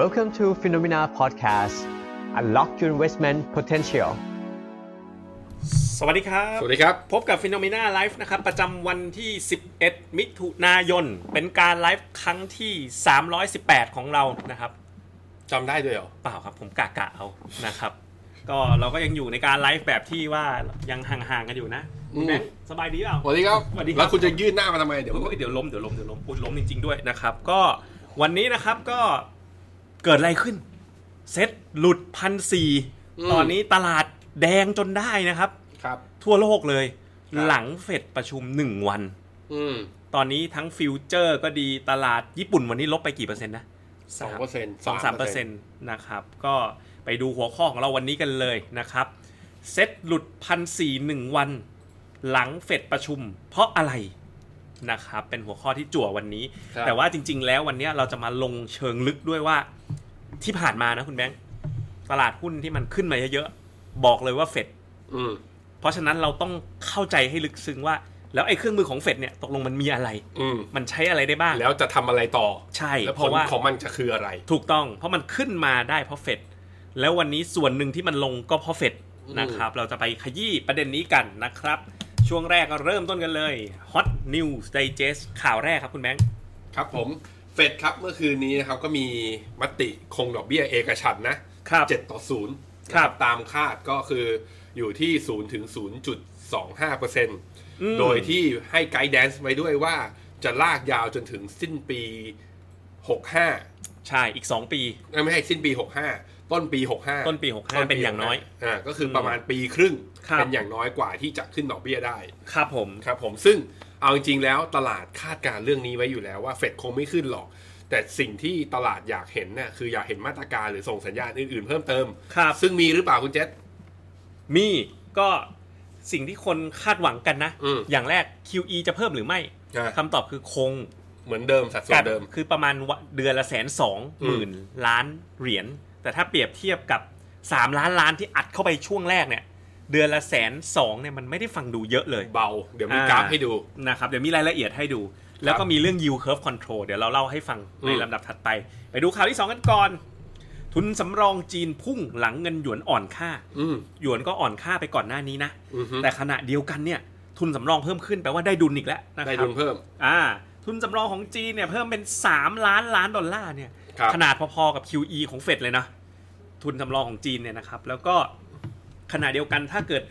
Welcome to Phenomena Podcast Unlock your investment potential สวัสดีครับ สวัสดีครับ พบกับฟิโนเมนาไลฟ์นะครับ ประจำวันที่ 11 มิถุนายน เป็นการไลฟ์ครั้งที่ 318 ของเรานะครับ จำได้ด้วยเหรอ เปล่าครับผมกะกะเอานะครับ ก็เราก็ยังอยู่ในการไลฟ์แบบที่ว่ายังห่างๆกันอยู่นะคุณแบงค์สบายดีเปล่า สวัสดีครับ สวัสดีครับ แล้วคุณจะยื่นหน้ามาทำไม เดี๋ยว โอ้ยเดี๋ยวล้มเดี๋ยวล้มเดี๋ยวล้มอุ้ยล้มจริง ๆ ด้วยนะครับ ก็วันนี้นะครับก็เกิดอะไรขึ้น เซ็ตหลุดพันสี่ อืม ตอนนี้ตลาดแดงจนได้นะครับ ครับ ทั่วโลกเลย ครับ หลังเฟดประชุม 1 วัน อืม ตอนนี้ทั้งฟิวเจอร์ก็ดีตลาดญี่ปุ่นวันนี้ลบไปกี่เปอร์เซ็นต์นะ สองเปอร์เซ็นต์ สองสามเปอร์เซ็นต์นะครับ ก็ไปดูหัวข้อของเราวันนี้กันเลยนะครับ เซ็ตหลุดพันสี่หนึ่งวัน หลังเฟดประชุม เพราะอะไรนะครับ เป็นหัวข้อที่จั่ววันนี้ ครับ แต่ว่าจริง ๆ แล้ววันเนี้ยเราจะมาลงเชิงลึกด้วยว่าที่ผ่านมานะคุณแบงค์ตลาดหุ้นที่มันขึ้นมาเยอะๆบอกเลยว่าเฟด อืม เพราะฉะนั้นเราต้องเข้าใจให้ลึกซึ้งว่า แล้วไอ้เครื่องมือของเฟดเนี่ยตกลงมันมีอะไร อืม มันใช้อะไรได้บ้าง แล้วจะทำอะไรต่อ ใช่ แล้ว เพ ผ ราะ ล ว่า ของมันจะคืออะไร ถูกต้อง เพราะมันขึ้นมาได้เพราะเฟดแล้ววันนี้ส่วนหนึ่งที่มันลงก็เพราะเฟด อืม นะครับ เราจะไปขยี้ประเด็นนี้กันนะครับ ช่วงแรกก็เริ่มต้นกันเลย Hot News Digest ข่าวแรกครับคุณแบงค์ ครับผม เฟดครับเมื่อคืนนี้นะครับ ก็มีมติคงดอกเบี้ยเอกฉันท์นะเจ็ดต่อศูนย์ ครับ ตามคาดก็คืออยู่ที่ศูนย์ถึงศูนย์จุดสองห้าเปอร์เซ็นต์ อืม โดยที่ให้ไกด์แดนซ์ไว้ด้วยว่าจะลากยาวจนถึงสิ้นปี 65 ใช่ อีก 2 ปี เอ้ยไม่ให้สิ้นปี 65 ต้นปี 65 ต้นปี65เป็นอย่างน้อย อ่าก็คือประมาณปีครึ่ง ครับ เป็นอย่างน้อยกว่าที่จะขึ้นดอกเบี้ยได้ ครับผม ครับผมซึ่งเอาจริงๆแล้วตลาดคาดการณ์เรื่องนี้ไว้อยู่แล้วว่าเฟดคงไม่ขึ้นหรอก แต่สิ่งที่ตลาดอยากเห็นน่ะคืออยากเห็นมาตรการหรือส่งสัญญาณอื่นๆเพิ่มเติม ครับ ซึ่งมีหรือเปล่าคุณเจษ มีก็สิ่งที่คนคาดหวังกันนะ อืม อย่างแรก QE จะเพิ่มหรือไม่ อ่า คำตอบคือคง เหมือนเดิมสัดส่วนเดิม คือประมาณวันเดือนละแสนสอง อื หมื่น ม ล้านเหรียญแต่ถ้าเปรียบเทียบกับ 3 ล้านล้านที่อัดเข้าไปช่วงแรกเนี่ย เดือนละแสนสองเนี่ยมันไม่ได้ฟังดูเยอะเลย เบา เดี๋ยวมีกราฟให้ดู นะครับเดี๋ยวมีรายละเอียดให้ดู แล้วก็มีเรื่อง yield curve control เดี๋ยวเราเล่าให้ฟังใน อืม ลำดับถัดไป ไปดูข่าวที่ 2 กันก่อน ทุนสำรองจีนพุ่งหลังเงินหยวนอ่อนค่า อืม หยวนก็อ่อนค่าไปก่อนหน้านี้นะ อือฮึ แต่ขณะเดียวกันเนี่ยทุนสำรองเพิ่มขึ้นแปลว่าได้ดุลอีกแล้วนะค ได้ รับ ดุลเพิ่ม อ่าทุนสำรองของจีนเนี่ยเพิ่มเป็น 3 ล้านล้านดอลลาร์เนี่ย ครับ ขนาดพอๆกับ QE ของเฟดเลยนะ ทุนสำรองของจีนเนี่ยนะครับแล้วก็ขณะเดียวกันถ้าเกิด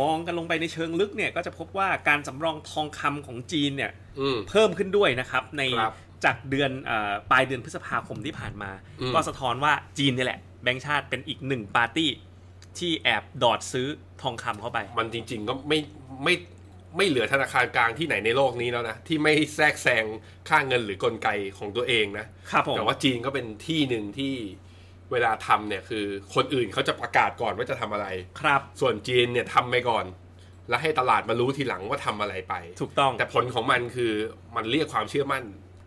มองกันลงไปในเชิงลึกเนี่ยก็จะพบว่าการสำรองทองคำของจีนเนี่ย อืม เพิ่มขึ้นด้วยนะครับใน ครับ จากเดือนเออปลายเดือนพฤษภาคมที่ผ่านมา อืม ก็สะท้อนว่าจีนเนี่ยแหละแบงก์ชาติเป็นอีกหนึ่งปาร์ตี้ที่แอบดอดซื้อทองคำเข้าไป มันจริงๆก็ไม่ไม่ไม่เหลือธนาคารกลางที่ไหนในโลกนี้แล้วนะ ที่ไม่แทรกแซงค่าเงินหรือกลไกของตัวเองนะ ครับผม แต่ว่าจีนก็เป็นที่หนึ่งที่เวลาทำเนี่ยคือคนอื่นเขาจะประกาศก่อนว่าจะทำอะไร ครับ ส่วนจีนเนี่ยทำไปก่อน แล้วให้ตลาดมารู้ทีหลังว่าทำอะไรไป ถูกต้อง แต่ผลของมันคือมันเรียกความเชื่อมั่น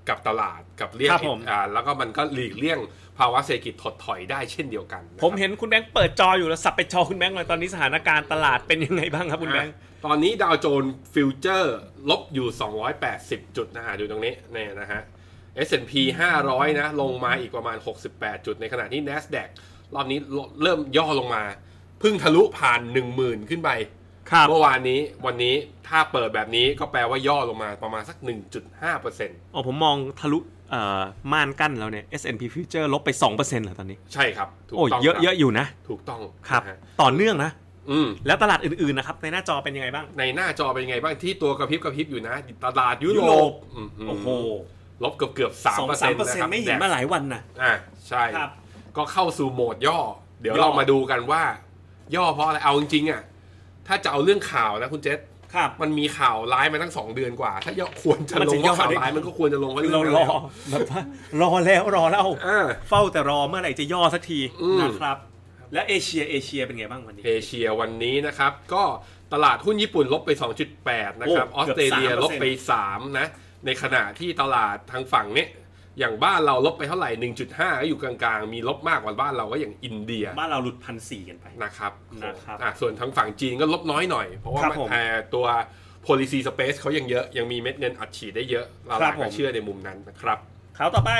กับตลาดกับเรียก ครับผม อ่าแล้วก็มันก็หลีกเลี่ยงภาวะเศรษฐกิจถดถอยได้เช่นเดียวกันนะครับ ผมเห็นคุณแบงค์เปิดจออยู่แล้วสับไปจอคุณแบงค์เลยตอนนี้สถานการณ์ตลาดเป็นยังไงบ้างครับคุณแบงค์ อ่ะตอนนี้ดาวโจนส์ฟิวเจอร์ลบอยู่ 280 จุดนะฮะดูตรงนี้เนี่ยนะฮะ S&P 500 นะ ลงมาอีกประมาณ 68 จุด ในขณะที่ NASDAQ รอบนี้เริ่มย่อลงมา เพิ่งทะลุผ่าน 10,000 ขึ้นไป เมื่อวานนี้วันนี้ถ้าเปิดแบบนี้ก็แปลว่าย่อลงมาประมาณสัก 1.5%เ อ๋อผมมองทะลุเอ่อม่านกั้นแล้วเนี่ย S&P Future ลบไป 2%เหรอตอนนี้ ใช่ครับ ถูก โอ้ย ต้อง เยอะ ครับ เยอะอยู่นะ ถูกต้อง ครับ นะฮะ ต่อเนื่องนะ อืม แล้วตลาดอื่น ๆ นะครับ ในหน้าจอเป็นยังไงบ้าง ในหน้าจอเป็นยังไงบ้างที่ตัวกระพริบกระพริบอยู่นะตลาดยุ ยุ โร โร ป ป ม โอ้โห ลบเกือบเกือบสาม สอง เปอร์ สามเซ็นต์ เปอร์ นะ เซ็น ครับ ต์ไม่เห็นมาหลายวันนะ อ่าใช่ ครับ ก็เข้าสู่โหมดย่อ เดี๋ยว ย่อ เรามาดูกันว่า ย่อเพราะอะไรเอาจริงๆอ่ะถ้าจะเอาเรื่องข่าวนะคุณเจษ ครับ มันมีข่าวร้ายมาตั้งสองเดือนกว่า ถ้าย่อควรจะ มัน ล ถึ ง ง ว่าข่าว ย่อได้ ร้ายมันก็ควรจะลงว่าเรื่อ เรา งะ ร ไร อ แล้ว แบบว่ารอแล้วรอเล่า อ่า เฝ้าแต่รอเมื่อไหร่จะย่อสักที อืม นะครับ และเอเชียเอเชียเป็นไงบ้างวันนี้ เอเชียวันนี้นะครับ ก็ตลาดหุ้นญี่ปุ่นลบไป 2.8 นะครับ โอ้ ออสเตรเลีย เกือบ3% ลบไป 3 นะ ในขณะที่ตลาดทางฝั่งเนี้ยอย่างบ้านเราลบไปเท่าไหร่ 1.5 ก็อยู่กลางๆ มีลบมากกว่าบ้านเราก็อย่างอินเดีย บ้านเราหลุดพันสี่กันไป นะครับ นะครับ อ่ะส่วนทางฝั่งจีนก็ลบน้อยหน่อย เพราะว่า ครับ มัน ผม แพร่ตัว policy space เขายังเยอะ ยังมีเม็ดเงินอัดฉีดได้เยอะเราห ครั ลา บ ย ผม ก็เชื่อในมุมนั้นนะครับ ข่าวต่อไป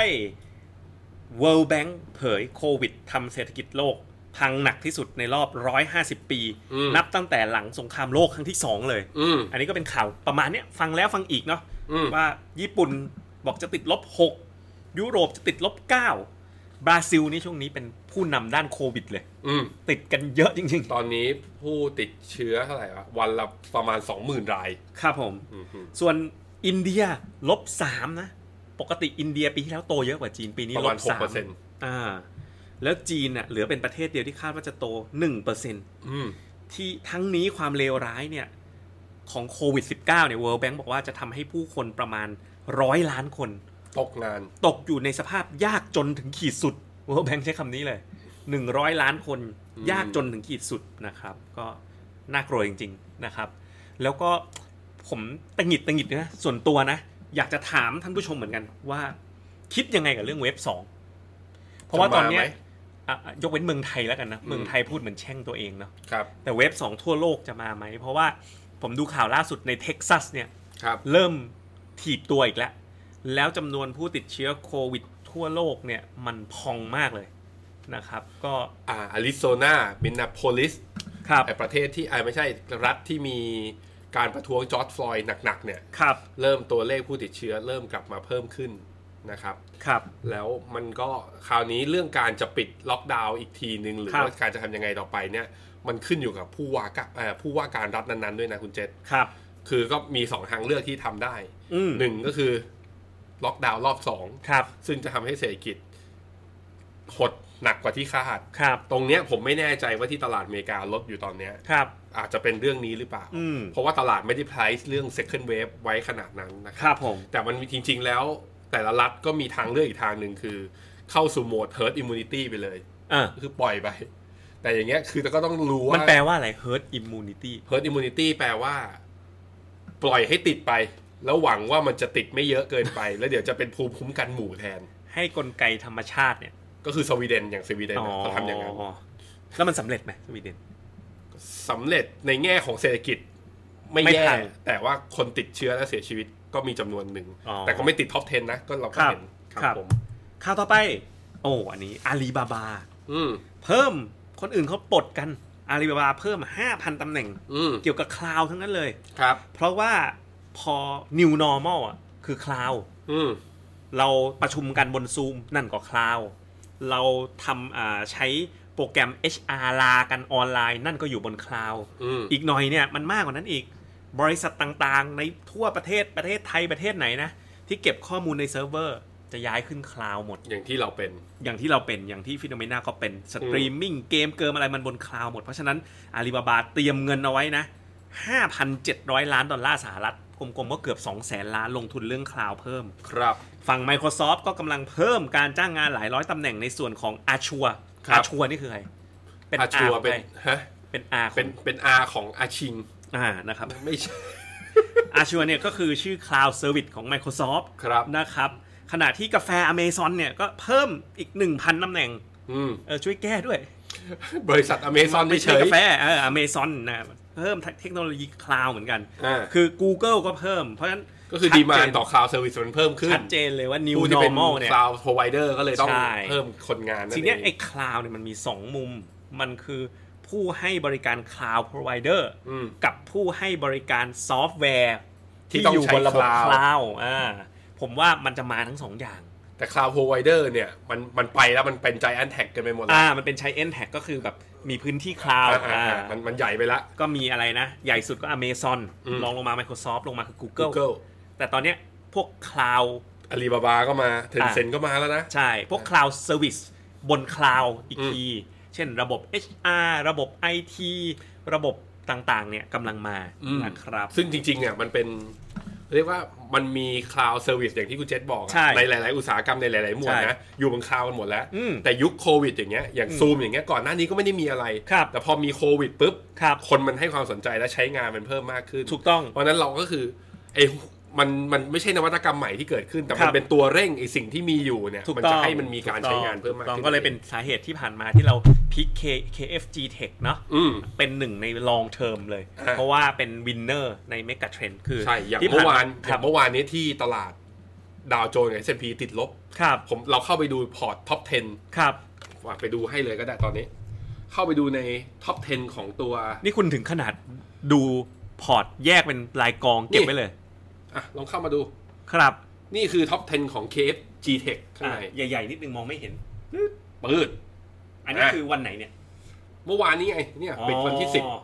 World Bank เผยโควิดทำเศรษฐกิจโลก พังหนักที่สุดในรอบ 150 ปี อืม นับตั้งแต่หลังสงครามโลกครั้งที่ 2 เลย อืม อันนี้ก็เป็นข่าวประมาณเนี้ยฟังแล้วฟังอีกเนาะ อืม ว่าญี่ปุ่นบอกจะติดลบ 6 ยุโรปจะติดลบ 9 บราซิลนี่ช่วงนี้เป็นผู้นำด้านโควิดเลย อืม ติดกันเยอะจริง ตอนนี้ผู้ติดเชื้อเท่าไหร่วะวันละประมาณ 20,000 ราย ๆ ครับผม อืม ส่วนอินเดียลบสามนะ ปกติอินเดียปีที่แล้วโตเยอะกว่าจีนปีนี้ ประ ล มาณ บ 6% สามอ่า แล้วจีนน่ะเหลือเป็นประเทศเดียวที่คาดว่าจะโตหนึ่งเปอร์เซ็น อืม ที่ทั้งนี้ความเลวร้ายเนี่ย ของโควิด -19 เนี่ย World Bank บอกว่าจะทำให้ผู้คนประมาณร้อยล้านคน ตกงาน ตกอยู่ในสภาพยากจนถึงขีดสุด World Bank ใช้คำนี้เลย 100 ล้านคน อืม ยากจนถึงขีดสุดนะครับ ก็น่ากลัวจริง ๆนะครับ แล้วก็ผมตังหงิดตังหงิดนะส่วนตัวนะ อยากจะถามท่านผู้ชมเหมือนกันว่า คิดยังไงกับเรื่องเว็บสองเพราะว่าตอนเนี้ย จะมไหม อ่ะอ่ะยกเว้นเมืองไทยแล้วกันนะ อืม เมืองไทยพูดเหมือนแช่งตัวเองเนาะ ครับ แต่เว็บสองทั่วโลกจะมาไหม เพราะว่าผมดูข่าวล่าสุดในเท็กซัสเนี่ย ครับ เริ่มถีบตัวอีกแล้ว แล้วจำนวนผู้ติดเชื้อโควิดทั่วโลกเนี่ย มันพองมากเลยนะครับ ก็ อ่าอาริโซนามินนาโพลิส ครับ ไอประเทศที่ไอไม่ใช่รัฐที่มีการประท้วงจอร์จฟลอยด์หนักๆ เนี่ย ครับ เริ่มตัวเลขผู้ติดเชื้อเริ่มกลับมาเพิ่มขึ้นนะครับ ครับ แล้วมันก็คราวนี้เรื่องการจะปิดล็อกดาวน์อีกทีหนึ่งหรือ ครับ ว่าการจะทำยังไงต่อไปเนี่ย มันขึ้นอยู่กับผู้ว่าการเอ่อผู้ว่าการรัฐนั้นๆด้วยนะคุณเจษ ครับ คือก็มีสองทางเลือกที่ทำได้ อืม หนึ่งก็คือล็อกดาวน์รอบสอง ครับ ซึ่งจะทำให้เศรษฐกิจหดหนักกว่าที่คาด ครับ ตรงเนี้ยผมไม่แน่ใจว่าที่ตลาดอเมริกาลดอยู่ตอนเนี้ย ครับ อาจจะเป็นเรื่องนี้หรือเปล่า อืม เพราะว่าตลาดไม่ได้ price เรื่อง second wave ไว้ขนาดนั้นนะค ครับ รับผม แต่มันจริง ๆ แล้วแต่ละรัฐก็มีทางเลือกอีกทางหนึ่งคือ เข้าสู่โหมด herd immunity ไปเลย อ่ะ คือปล่อยไป แต่อย่างเงี้ยคือก็ต้องรู้ว่า มันแปลว่าอะไร herd immunity herd immunity แปลว่า ปล่อยให้ติดไป แล้วหวังว่ามันจะติดไม่เยอะเกินไป แล้วเดี๋ยวจะเป็นภูมิคุ้มกันหมู่แทน ให้กลไกธรรมชาติเนี่ย ก็คือสวีเดนอย่างสวีเดน อ๋อ น่ะเขาทำอย่างนั้น แล้วมันสำเร็จไหมสวีเดน สำเร็จในแง่ของเศรษฐกิจ ไม่ ไม่ แย่ ทัน แต่ว่าคนติดเชื้อและเสียชีวิตก็มีจำนวนหนึ่ง อ๋อ แต่ก็ไม่ติดท็อป 10 นะก็เราก็ ครับ เห็น ครับ ผม ข่าวต่อไป โอ้อันนี้อาลีบาบา อืม เพิ่มคนอื่นเขาปลดกันอาลีบาบาเพิ่ม 5,000ตำแหน่ง อืม เกี่ยวกับคลาวทั้งนั้นเลย ครับ เพราะว่าพอ new normal อ่ะคือคลาว อืม เราประชุมกันบนซูมนั่นก็คลาวเราทำอ่าใช้โปรแกรม HR ลากันออนไลน์ นั่นก็อยู่บนคลาว อืม อีกหน่อยเนี่ยมันมากกว่านั้นอีก บริษัทต่างๆ ในทั่วประเทศประเทศไทยประเทศไหนนะ ที่เก็บข้อมูลในเซิร์ฟเวอร์ จะย้ายขึ้นคลาวหมด อย่างที่เราเป็น อย่างที่เราเป็นอย่างที่ฟิโนเมนาก็เป็นสตรีมมิ่งเกมเกิมอะไรมันบนคลาวด์หมด เพราะฉะนั้นอาลีบาบาเตรียมเงินเอาไว้นะ 5,700 ล้านดอลลาร์สหรัฐกลมๆก็เกือบ 200,000 ล้านลงทุนเรื่องคลาวด์เพิ่ม ครับ ฝั่ง Microsoft ก็กำลังเพิ่มการจ้างงานหลายร้อยตำแหน่งในส่วนของอาชัว ครับ อาชัวนี่คือใคร เป็น อา อา ชัวเป็น ใคร ฮะ เป็นอา เป็น เป็นอาของอาชิง อ่านะครับ ไม่ใช่ อาชัวเนี่ยก็คือชื่อ Cloud Service ของ Microsoft ครับ นะครับ ขณะที่กาแฟ Amazon เนี่ยก็เพิ่มอีก 1,000ตำแหน่ง อืม เออช่วยแก้ด้วย บริษัทอเมซอน ไม่ ไม่ ใช่ เฉย กาแฟเออเมซอนนะเพิ่มเทคโนโลยีคลาวเหมือนกัน อ่า คือ Google ก็เพิ่ม เพราะฉะนั้น ก็คือ ชั ดี เจ มานต่อคลาวเซอร์วิสมันเพิ่มขึ้น ชัดเจนเลยว่า new ผู้ที่เป็น normal เนี่ย คลาวด์พรอไวเดอร์ก็เลยต้อง ใช่ เพิ่มคนงานนั่น ที เอ เนี้ยไอ้ ง คลาวเนี่ยมันมี 2 มุม มันคือผู้ให้บริการคลาวด์ provider อืม กับผู้ให้บริการซอฟต์แวร์ ที่ต้อง อยู่บนระบบคใช้ cloud ลาวด์อ่าผมว่ามันจะมาทั้งสองอย่าง แต่คลาวด์พรอไวเดอร์เนี่ย มัน มันไปแล้วมันเป็นใจแอนแท็กกันไปหมดแล้ว อ่า มันเป็นใช้ n t a g ก็คือแบบมีพื้นที่คลาวด์ อ่าอ่า อ่า อ่ามันมันใหญ่ไปละ ก็มีอะไรนะ ใหญ่สุดก็ Amazon อืม ลองลงมา Microsoft ลงมาคือ Google Google แต่ตอนเนี้ยพวกคลาวด์ อาลีบาบาก็มาเทนเซ็น อ่า ก็มาแล้วนะ ใช่ พวกคลาวด์เซอร์วิสบนคลาวด์อีกที เช่นระบบ HR ระบบ IT ระบบต่างๆ เนี่ยกำลังมา อืม นะครับ ซึ่งจริงๆเนี่ยมันเป็น เรียกว่ามันมีคลาวด์เซอร์วิสอย่างที่คุณเจษบอกอะ ใช่ หลายๆ อุตสาหกรรมในหลายๆหมวด ใช่ นะ อยู่บนคลาวด์กันหมดแล้ว อืม แต่ยุคโควิดอย่างเงี้ยอย่างซูมอย่างเงี้ยก่อนหน้านี้ก็ไม่ได้มีอะไร ครับ แต่พอมีโควิดปุ๊บ ครับ คนมันให้ความสนใจและใช้งานมันเพิ่มมากขึ้น ถูกต้อง เพราะฉะนั้นเราก็คือไอ้มันมันไม่ใช่นวัตกรรมใหม่ที่เกิดขึ้น แต่มัน ครับ เป็นตัวเร่งไอ้สิ่งที่มีอยู่เนี่ย ถูก มัน ต้ จะ อง ให้มันมีการใช้งานเพิ่มมาก ถูต้อง ขึ้น ก็เลยเป็นสาเหตุที่ผ่านมาที่เราพิก K- KFG Tech เนาะ อืม เป็นหนึ่งใน long term เลย อ่า เพราะว่าเป็นวินเนอร์ใน mega trend คือ ใช่อย่าง ที่ เมื่อ ผ่ วาน ม อ ครั ย่า บ งเมื่อวานนี้ที่ตลาด ดาวโจนส์กับ S&P ติดลบ ครับ ผมเราเข้าไปดูพอร์ตท็อป ครับ 10ว่าไปดูให้เลยก็ได้ตอนนี้ เข้าไปดูในท็อป 10 ของตัว นี่คุณถึงขนาดดูพอร์ตแยกเป็นรายกองเก็บไว้เลย อ่ะ ลองเข้ามาดู ครับ นี่คือท็อป 10 ของ KFG Tech ข้างใน ใหญ่ ๆ นิดนึงมองไม่เห็น ปืด อันนี้ อ่ะ คือวันไหนเนี่ย เมื่อวานนี้ไงเนี่ยปิดวันที่ อ๋อ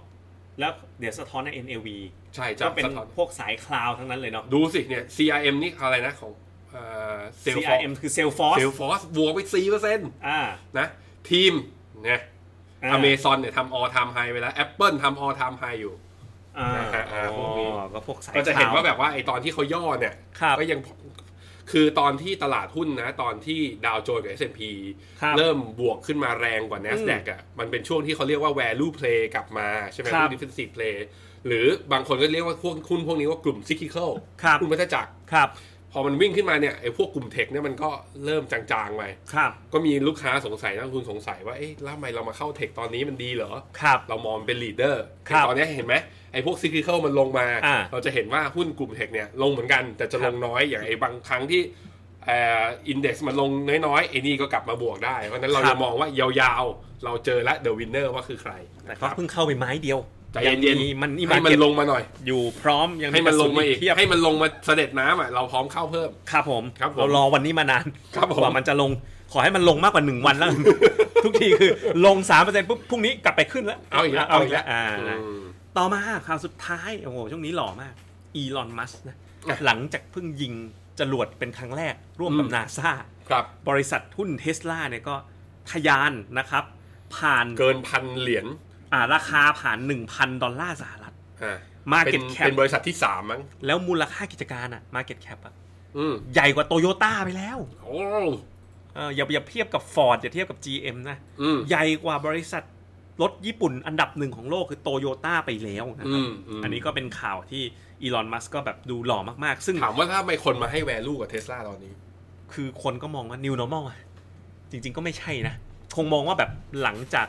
แล้วเดี๋ยวสะท้อนใน NAV 10 ใช่ ก็ จับ เป็น สะท้อน พวกสายคลาวด์ทั้งนั้นเลยเนาะ ดูสิเนี่ย CRM นี่อะไรนะของเซลฟอร์ CRM คือ Salesforce เซลฟอร์สบวกไป4เปอร์เซ็นต์ อ่า นะทีมเนี่ย อ่า อเมซอนเนี่ยทำออทามไฮไปแล้ว Apple ทำออทามไฮอยู่ อ่า อ่าพวกนี้ อ๋อก็พวกสาย ก็จะเห็น คล ว่า ด์ แบบว่าไอตอนที่เขาย่อเนี่ย ครับ ก็ยังพอคือตอนที่ตลาดหุ้นนะ ตอนที่ดาวโจนส์กับ S&P ครับ เริ่มบวกขึ้นมาแรงกว่า NASDAQ อ่ะมันเป็นช่วงที่เขาเรียกว่า value play กลับมาใช่ไหม ครับ หุ้น defensive play หรือบางคนก็เรียกว่าพวกหุ้นพวกนี้ว่ากลุ่ม cyclical ครับ หุ้นวัฏจักร ครับ พอมันวิ่งขึ้นมาเนี่ยไอ้พวกกลุ่มเทคเนี่ยมันก็เริ่มจางๆไป ครับ ก็มีลูกค้าสงสัยนักลงทุนสงสัยว่า เอ๊ะแล้วทำไมเรามาเข้าเทคตอนนี้มันดีเหรอ ครับ เรามองเป็นลีดเดอร์ ครับ ตอนนี้เห็นไหมไอ้พวกซิคลิเคิลมันลงมา อ่า เราจะเห็นว่าหุ้นกลุ่มเทคเนี่ยลงเหมือนกัน แต่จะ ครั ล บ งน้อยอย่างไอ้บางครั้งที่เอ่อินเด็กซ์มันลงน้อยๆไอ้นี่ก็กลับมาบวกได้ เพราะฉะนั้นเราจะมองว่ายาวๆ เราเจอละเดอะวินเนอร์ว่าคือใคร แต่ นะค ก็ รับ เพิ่งเข้าไปไม้เดียว ใจเย็น งมี ๆ มันนี่ ให้มัน เก็ต ลงมาหน่อย อยู่พร้อมยัง ให้มันลงมาอีก เทียบ ให้มันลงมาเสด็จน้ำอ่ะเราพร้อมเข้าเพิ่ม ครับผม ครับผม เรารอวันนี้มานาน ครับผม กว่ามันจะลงขอให้มันลงมากกว่าหนึ่งวัน แล้ว ทุกทีคือลงสามเปอร์เซ็นต์ปุ๊บพรุ่งนี้กลับไปขึ้นแล้ว เอาอีกแล้ว เอาอีกแล้วอ่านะ อืม ต่อมาข่าวสุดท้าย โอ้โห ช่วงนี้หล่อมากอีลอนมัสนะ อ่ะ หลังจากเพิ่งยิงจรวดเป็นครั้งแรก ร่วมกับ อืม นาซา ครับ บริษัทหุ้นเทสลาเนี่ยก็ทะยานนะครับ ผ่าน เกินพันเหรียญ อ่าราคาผ่าน 1,000 ดอลลาร์สหรัฐ อ่าเป็น Market Cap เป็นบริษัทที่สามมั้ง แล้วมูลค่ากิจการอะมาเก็ตแคปอะ อืม ใหญ่กว่าโตโยต้าไปแล้ว โอ้ เอออย่าอย่าเทียบกับ Ford อย่าเทียบกับ GM นะ อืม ใหญ่กว่าบริษัทรถญี่ปุ่นอันดับหนึ่งของโลกคือโตโยต้าไปแล้วนะครั อืมอืม อันนี้ก็เป็นข่าวที่อีลอนมัสก็แบบดูหล่อมากๆ ซึ่ง ถามว่าถ้าไม่คนมาให้ value กับเทสลาตอนนี้ คือคนก็มองว่า new normal อะจริง ๆ ก็ไม่ใช่นะ คงมองว่าแบบหลังจาก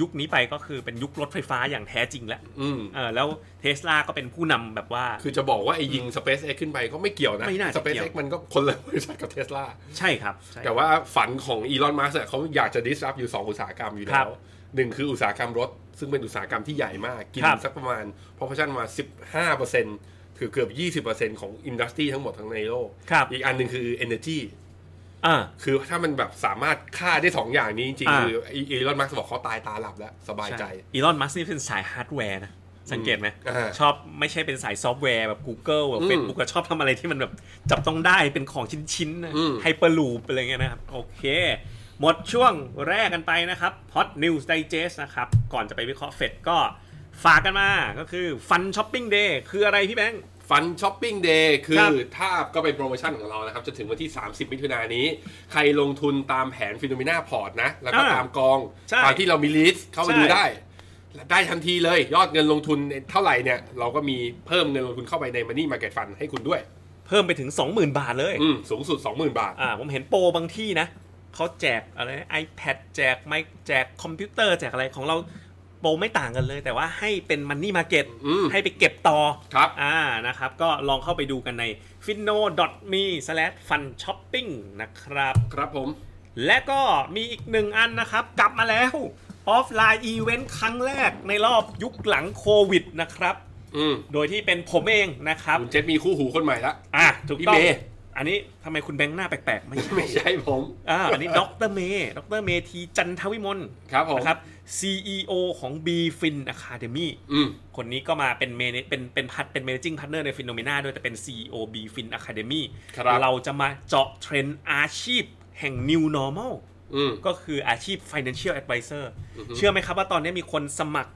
ยุคนี้ไปก็คือเป็นยุครถไฟฟ้าอย่างแท้จริงแล้ว อืม เออแล้วเทสลาก็เป็นผู้นำแบบว่า คือจะบอกว่าไอ้ยิง SpaceX ขึ้นไปก็ไม่เกี่ยวนะ ไม่น่าจะเกี่ยว SpaceX มันก็คนละบริษัทกับเทสลา ใช่ครับใช่ แต่ว่าฝันของอีลอนมัสเขาอยากจะ disrupt อยู่ 2 อุตสาหกรรมอยู่ ครั แล้ บ วหนึ่งคืออุตสาหกรรมรถ ซึ่งเป็นอุตสาหกรรมที่ใหญ่มาก กิน ครับ สักประมาณ proportion มา 15%ถือเกือบ 20%ของอินดัสทรีทั้งหมดทั้งในโลก ครับ อีกอันหนึ่งคือ energy อ่า คือถ้ามันแบบสามารถฆ่าได้ 2 อย่างนี้จริง อ่า ๆคืออีลอนมัสบอกเขาตายตาหลับแล้ว สบายใจ อีลอนมัสนี่เป็นสายฮาร์ดแวร์นะ สังเกตไหม อ่า ชอบไม่ใช่เป็นสายซอฟต์แวร์แบบ Google แบบ อืม Facebook ก็ชอบทำอะไรที่มันแบบจับต้องได้เป็นของชิ้นๆนะ อืม ไฮเปอร์ลูปอะไรเงี้ยนะครับ โอเค หมดช่วงแรกกันไปนะครับ Hot News Digest นะครับ ก่อนจะไปวิเคราะห์เฟดก็ฝากกันมาก็คือ Fun Shopping Day คืออะไรพี่แบงค์ ฟันช้อปปิ้งเดย์คื ค อ รับ ถ้าก็เป็นโปรโมชั่นของเรานะครับจนถึงวันที่ 30 มิถุนายนนี้ ใครลงทุนตามแผนฟิโนเมนาพอร์ตนะ แล้วก็ อ่า ตามกอง ใช่ ตามที่เรามีลิสต์เข้าไป ใช่ ดูได้ ได้ทันทีเลยยอดเงินลงทุนเท่าไหร่เนี่ย เราก็มีเพิ่มเงินลงทุนเข้าไปใน Money Market Fund ให้คุณด้วย เพิ่มไปถึง 20,000 บาทเลย อืมสูงสุด 20,000 บาท อ่าผมเห็นโปรบางที่นะเขาแจกอะไรนะ iPad แจกไมค์แจกคอมพิวเตอร์แจกอะไรของเราโปรไม่ต่างกันเลย แต่ว่าให้เป็นมันนี่มาเก็ต อืม ให้ไปเก็บต่อ ครับ อ่านะครับ ก็ลองเข้าไปดูกันใน f i n o m e f u n s h o p p i n g นะครับ ครับผม และก็มีอีกหนึ่งอันนะครับ กลับมาแล้วออฟไลน์อีเวนต์ครั้งแรกในรอบยุคหลังโควิดนะครับ อืม โดยที่เป็นผมเองนะครับ คุณเจษมีคู่หูคนใหม่ละ อ่ะถูกต้องพี่เมย์ อันนี้ทำไมคุณแบงค์หน้าแปลกๆไม่ใช่ ไม่ใช่ผม อ่าอันนี้ดรเมย์ดรเมธีจันทวิมล ครับผม นะครับ CEO ของ B Fin Academy อืม คนนี้ก็มาเป็นเมเนเป็นเป็นพัดเป็น managing partner ใน Phenomena ด้วยแต่เป็น CEO B Fin Academy ครับ เราจะมาเจาะเทรนด์อาชีพแห่ง New Normal อืม ก็คืออาชีพ Financial Advisor เชื่อไหมครับว่าตอนนี้มีคนสมัคร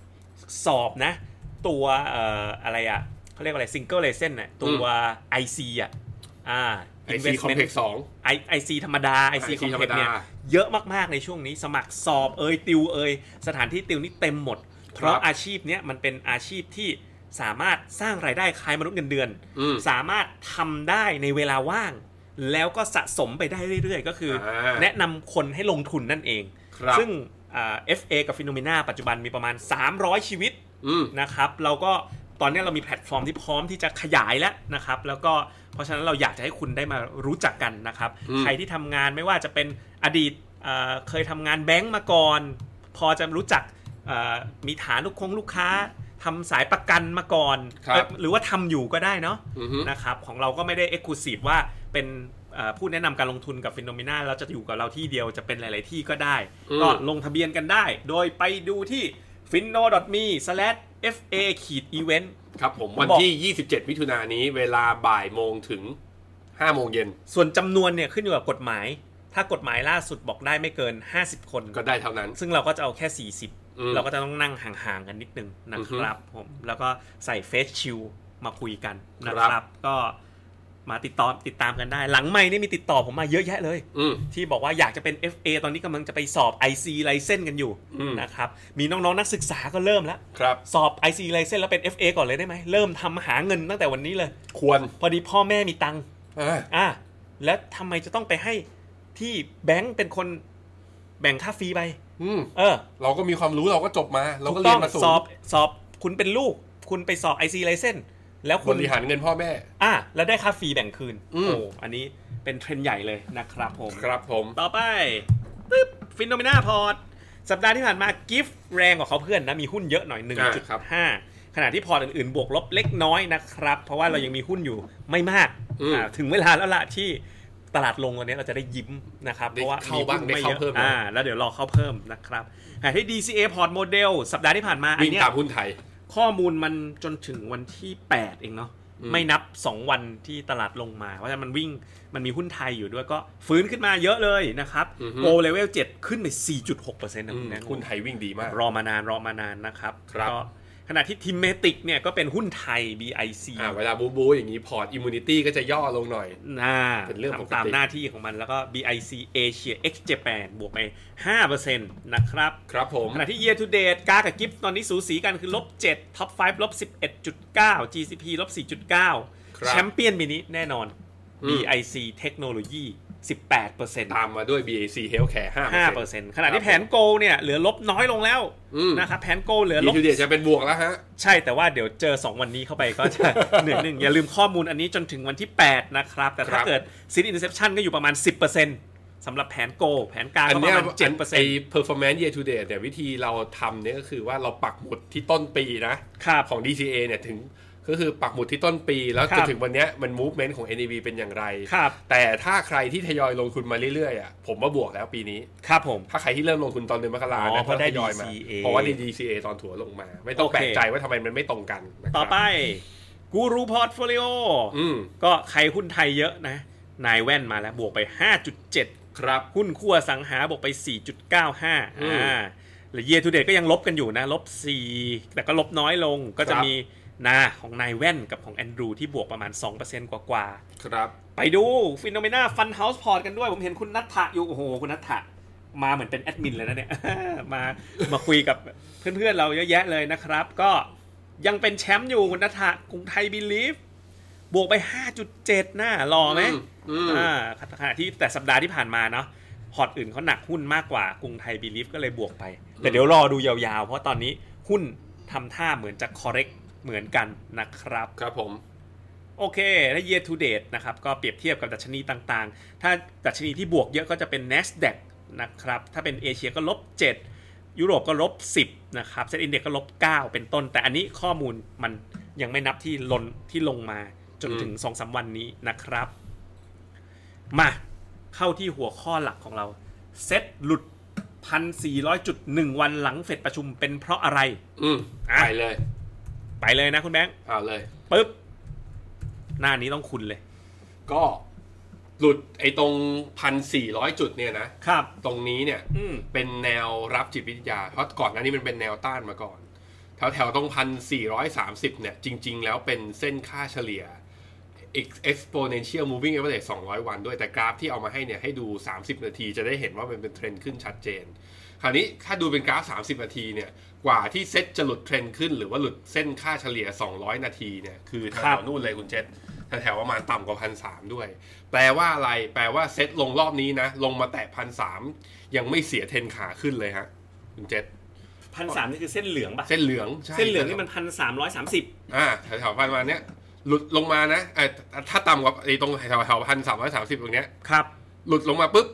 สอบนะ ตัวเอ่ออะไรอ่ะเขาเรียกว่าอะไร Single License น่ะตัว IC อ่ะอ่า ไอซีคอมเพล็กซ์สอง ไอไอซีธรรมดาไอซี IC คอมเพล็ก ธรรมดา เนี่ยเยอะมาก ๆ ในช่วงนี้สมัครสอบเอยติวเอยสถานที่ติวนี่เต็มหมด เพราะอาชีพเนี้ยมันเป็นอาชีพที่สามารถสร้างรายได้คล้ายมนุษย์เงินเดือน อืม สามารถทำได้ในเวลาว่าง แล้วก็สะสมไปได้เรื่อย ๆ ก็คืออา แนะนำคนให้ลงทุนนั่นเอง ครับ ซึ่งเอฟเอ FA กับฟิโนเมนาปัจจุบันมีประมาณ 300 ชีวิต อืม นะครับเราก็ ตอนนี้เรามีแพลตฟอร์มที่พร้อมที่จะขยายแล้วนะครับ แล้วก็เพราะฉะนั้นเราอยากจะให้คุณได้มารู้จักกันนะครับ อืม ใครที่ทำงานไม่ว่าจะเป็นอดีตเอ่อเคยทำงานแบงก์มาก่อน พอจะรู้จักเอ่อมีฐานลูกคงลูกค้าทำสายประกันมาก่อน ครับ เอ่อหรือว่าทำอยู่ก็ได้เนาะ อือฮึ นะครับของเราก็ไม่ได้เอ็กซ์คลูซีฟว่าเป็นเอ่อผู้แนะนำการลงทุนกับฟิโนเมนาเราจะอยู่กับเราที่เดียวจะเป็นหลาย ๆ ที่ก็ได้ อืม ก็ลงทะเบียนกันได้ โดยไปดูที่ f i n o m e f a event ครับผมวันที่ 27 มิถุนายนนี้เวลาบ่ายโมงถึง 5 โมงเย็น ส่วนจำนวนเนี่ยขึ้นอยู่กับกฎหมาย ถ้ากฎหมายล่าสุดบอกได้ไม่เกิน 50 คน ก็ได้เท่านั้น ซึ่งเราก็จะเอาแค่ อืม 40 เราก็จะต้องนั่งห่าง ๆ กันนิดนึงนะครับผมแล้วก็ใส่เฟซชิลมาคุยกันนะค ครั รับ บ ก็มาติดต่อติดตามกันได้ หลังไม่นี่มีติดต่อผมมาเยอะแยะเลย อืม ที่บอกว่าอยากจะเป็น FA ตอนนี้กำลังจะไปสอบ IC ไลเซนกันอยู่ อืม นะครับ มีน้องๆนักศึกษาก็เริ่มแล้ว ครับ สอบ IC ไลเซนแล้วเป็น FA ก่อนเลยได้ไหม เริ่มทำหาเงินตั้งแต่วันนี้เลย ควร พอดีพ่อแม่มีตังค์ อ่า อ่ะแล้วทำไมจะต้องไปให้ที่แบงก์เป็นคนแบ่งค่าฟรีไป อืม เออ เราก็มีความรู้เราก็จบมา เราก็ ถู เรียนมาสู สอบสอบคุณเป็นลูก คุณไปสอบ IC ไลเซนแล้ว บ คุณ ริหารเงินพ่อแม่ อ่ะแล้วได้ค่าฟรีแบ่งคืน อืม โอ้อันนี้เป็นเทรนด์ใหญ่เลยนะครับผม ครับผม ต่อไปปึ๊บฟินโนเมนาพอร์ต สัปดาห์ที่ผ่านมากิฟแรงกว่าเขาเพื่อนนะ มีหุ้นเยอะหน่อย อ่าครับ 1.5 ขณะที่พอร์ตอื่นๆ บวกลบเล็กน้อยนะครับ เพราะว่าเรายังมีหุ้นอยู่ไม่มาก อืม อ่าถึงเวลาแล้วล่ะที่ตลาดลงวันนี้เราจะได้ยิ้มนะครับ ได้ เพราะว่า เข้าบ้างได้เข้าเพิ่มนะ อ่าแล้วเดี๋ยวรอเข้าเพิ่มนะครับขณะที่ DCA พอร์ตโมเดลสัปดาห์ที่ผ่านมาอั วิ่ง นเนี้ย ตามหุ้นไทย ข้อมูลมันจนถึงวันที่ 8 เองเนาะ อืม ไม่นับ 2 วันที่ตลาดลงมาเพราะฉะนั้นมันวิ่งมันมีหุ้นไทยอยู่ด้วยก็ฟื้นขึ้นมาเยอะเลยนะครับ อือฮึ โกลเลเวล7ขึ้นไป 4.6%นะ อื คุ ม ณแนะ หุ้นไทยวิ่งดีมาก รอมานานรอมานานนะครับ ครับ ก็ขณะที่ทิมเมติกเนี่ยก็เป็นหุ้นไทย BIC อ่าเวลาบูบูอย่างนี้พอร์ตอิมมูนิตี้ก็จะย่อลงหน่อย น่า เป็นเรื่องปกติ ทำตามหน้าที่ของมันแล้วก็ BIC Asia X Japan บวกไป 5%นะครับ ครับผม ขณะที่ year to date กากับกิฟตอนนี้สูสีกันคือลบ7 top 5ลบ11.9 GCP ลบ ค4.9รับแชมเปี้ยนมินิแน่นอน อืม BIC เทคโนโลยี 18% ตามมาด้วย BAC Healthcare 5% 5%ขณะที่แผนโกลเนี่ยเหลือลบน้อยลงแล้ว อืม นะครับแผนโกลเหลือล ดี บ ทูเดยจะเป็นบวกแล้วฮะ ใช่แต่ว่าเดี๋ยวเจอ 2 วันนี้เข้าไปก็จะ เหนื่อยหนึ่งอย่าลืมข้อมูลอันนี้จนถึงวันที่ 8 นะครับ แต่ถ้า ครับ เกิดซินอินเซ t ชันก็อยู่ประมาณ 10%สำหรับแผนโกลแผนกลาง อัน ก็ป เนี้ ระ ย มาณ7% อันไอ้ performance year to date เนี่ยวิธีเราทำเนี่ยก็คือว่าเราปักหมุดที่ต้นปีนะ ครับ ของ DCA เนี่ยถึงก็คือปักหมุดที่ต้นปีแล้ว ครั จ บ นถึงวันเนี้ยมัน movement ของ NAV เป็นอย่างไร ครับ แต่ถ้าใครที่ทยอยลงทุนมาเรื่อยๆอ่ะผมว่าบวกแล้วปีนี้ ครับผม ถ้าใครที่เริ่มลงทุนตอนเดือนมกรา อ๋อ นะ เพราะได้ ทยอยมา DCA เพราะว่าได้ DCA ตอนถั่วลงมา ไม่ต้อง โอเค แปลกใจว่าทำไมมันไม่ตรงกันนะครับ ต่อไปกูรูพอร์ตโฟลิโอ อืม ก็ใครหุ้นไทยเยอะนะ นายแว่นมาแล้วบวกไป 5.7 ครับ หุ้นคั่วสังหาบวกไป 4.95อ่ อืมา หรือเยทูเดตก็ยังลบกันอยู่นะ ลบ 4 แต่ก็ลบน้อยลงก็จะ ครับ มีนาของนายแว่นกับของแอนดรูที่บวกประมาณ 2%กว่า ครับ ๆ ไปดูฟินโนเมนาฟันเฮาส์พอร์ตกันด้วย ผมเห็นคุณนัทธะอยู่ โอ้โห คุณนัทธะมาเหมือนเป็นแอดมินเลยนะเนี่ย มามาคุยกับเพื่อนๆเราเยอะแยะเลยนะครับ ก็ยังเป็นแชมป์อยู่คุณนัทธะกรุงไทยบิลีฟบวกไป 5.7นะหล่อไหม อืม อ่าขณะที่แต่สัปดาห์ที่ผ่านมาเนาะพอร์ตอื่นเขาหนักหุ้นมากกว่ากรุงไทยบีลิฟก็เลยบวกไป แต่เดี๋ยวรอดูยาวๆ เพราะตอนนี้หุ้นทำท่าเหมือนจะ correct เหมือนกันนะครับ ครับผม โอเค และ year to date นะครับ ก็เปรียบเทียบกับดัชนีต่างๆ ถ้าดัชนีที่บวกเยอะก็จะเป็น NASDAQ นะครับ ถ้าเป็นเอเชียก็ลบ 7 ยุโรปก็ลบ 10 นะครับเซ็นอินเด็กก็ลบ 9 เป็นต้น แต่อันนี้ข้อมูลมันยังไม่นับที่ลนที่ลงมาจนถึง 2-3สามวันนี้นะครับ มาเข้าที่หัวข้อหลักของเรา เซ็ตหลุด 1,400จุด1วันหลังเฟดประชุมเป็นเพราะอะไร อืม อ่ะ ไปเลย ไปเลยนะคุณแบงค์ เอาเลย ปึ๊บหน้านี้ต้องคุณเลย ก็หลุดไอ้ตรงพันสี่ร้อยจุดเนี่ยนะ ครับ ตรงนี้เนี่ย อืม เป็นแนวรับจิตวิทยา เพราะก่อนหน้านี้มันเป็นแนวต้านมาก่อน แถวแถวๆตรงพันสี่ร้อยสามสิบเนี่ย จริง ๆ แล้วเป็นเส้นค่าเฉลี่ย ex- exponential moving average 200 วันด้วยแต่กราฟที่เอามาให้เนี่ย ให้ดู 30 นาทีจะได้เห็นว่ามันเป็นเทรนด์ขึ้นชัดเจน คราวนี้ถ้าดูเป็นกราฟ 30 นาทีเนี่ย กว่าที่เซ็ตจะหลุดเทรนด์ขึ้น หรือว่าหลุดเส้นค่าเฉลี่ย 200 นาทีเนี่ย คือแถ ครั ว บ ๆนู่นเลยคุณเจษแถวๆประมาณต่ำกว่าพันสด้วย แปลว่าอะไร แปลว่าเซ็ตลงรอบนี้นะ ลงมาแตะพันสยังไม่เสียเทรนด์ขาขึ้นเลยฮะคุณเจษ พันสามนี่คือเส้นเหลืองปะ เส้นเหลืองใช่ เส้นเหลืองนี่มันพันสามร้อยสามสิบ อ่าแถวๆพันวันเนี้ยหลุดลงมานะเอ่อถ้าต่ำกว่าไอ้ตรงแถวๆพันสามร้อยสามสิบตรงเนี้ย ครับ หลุดลงมาปุ๊บ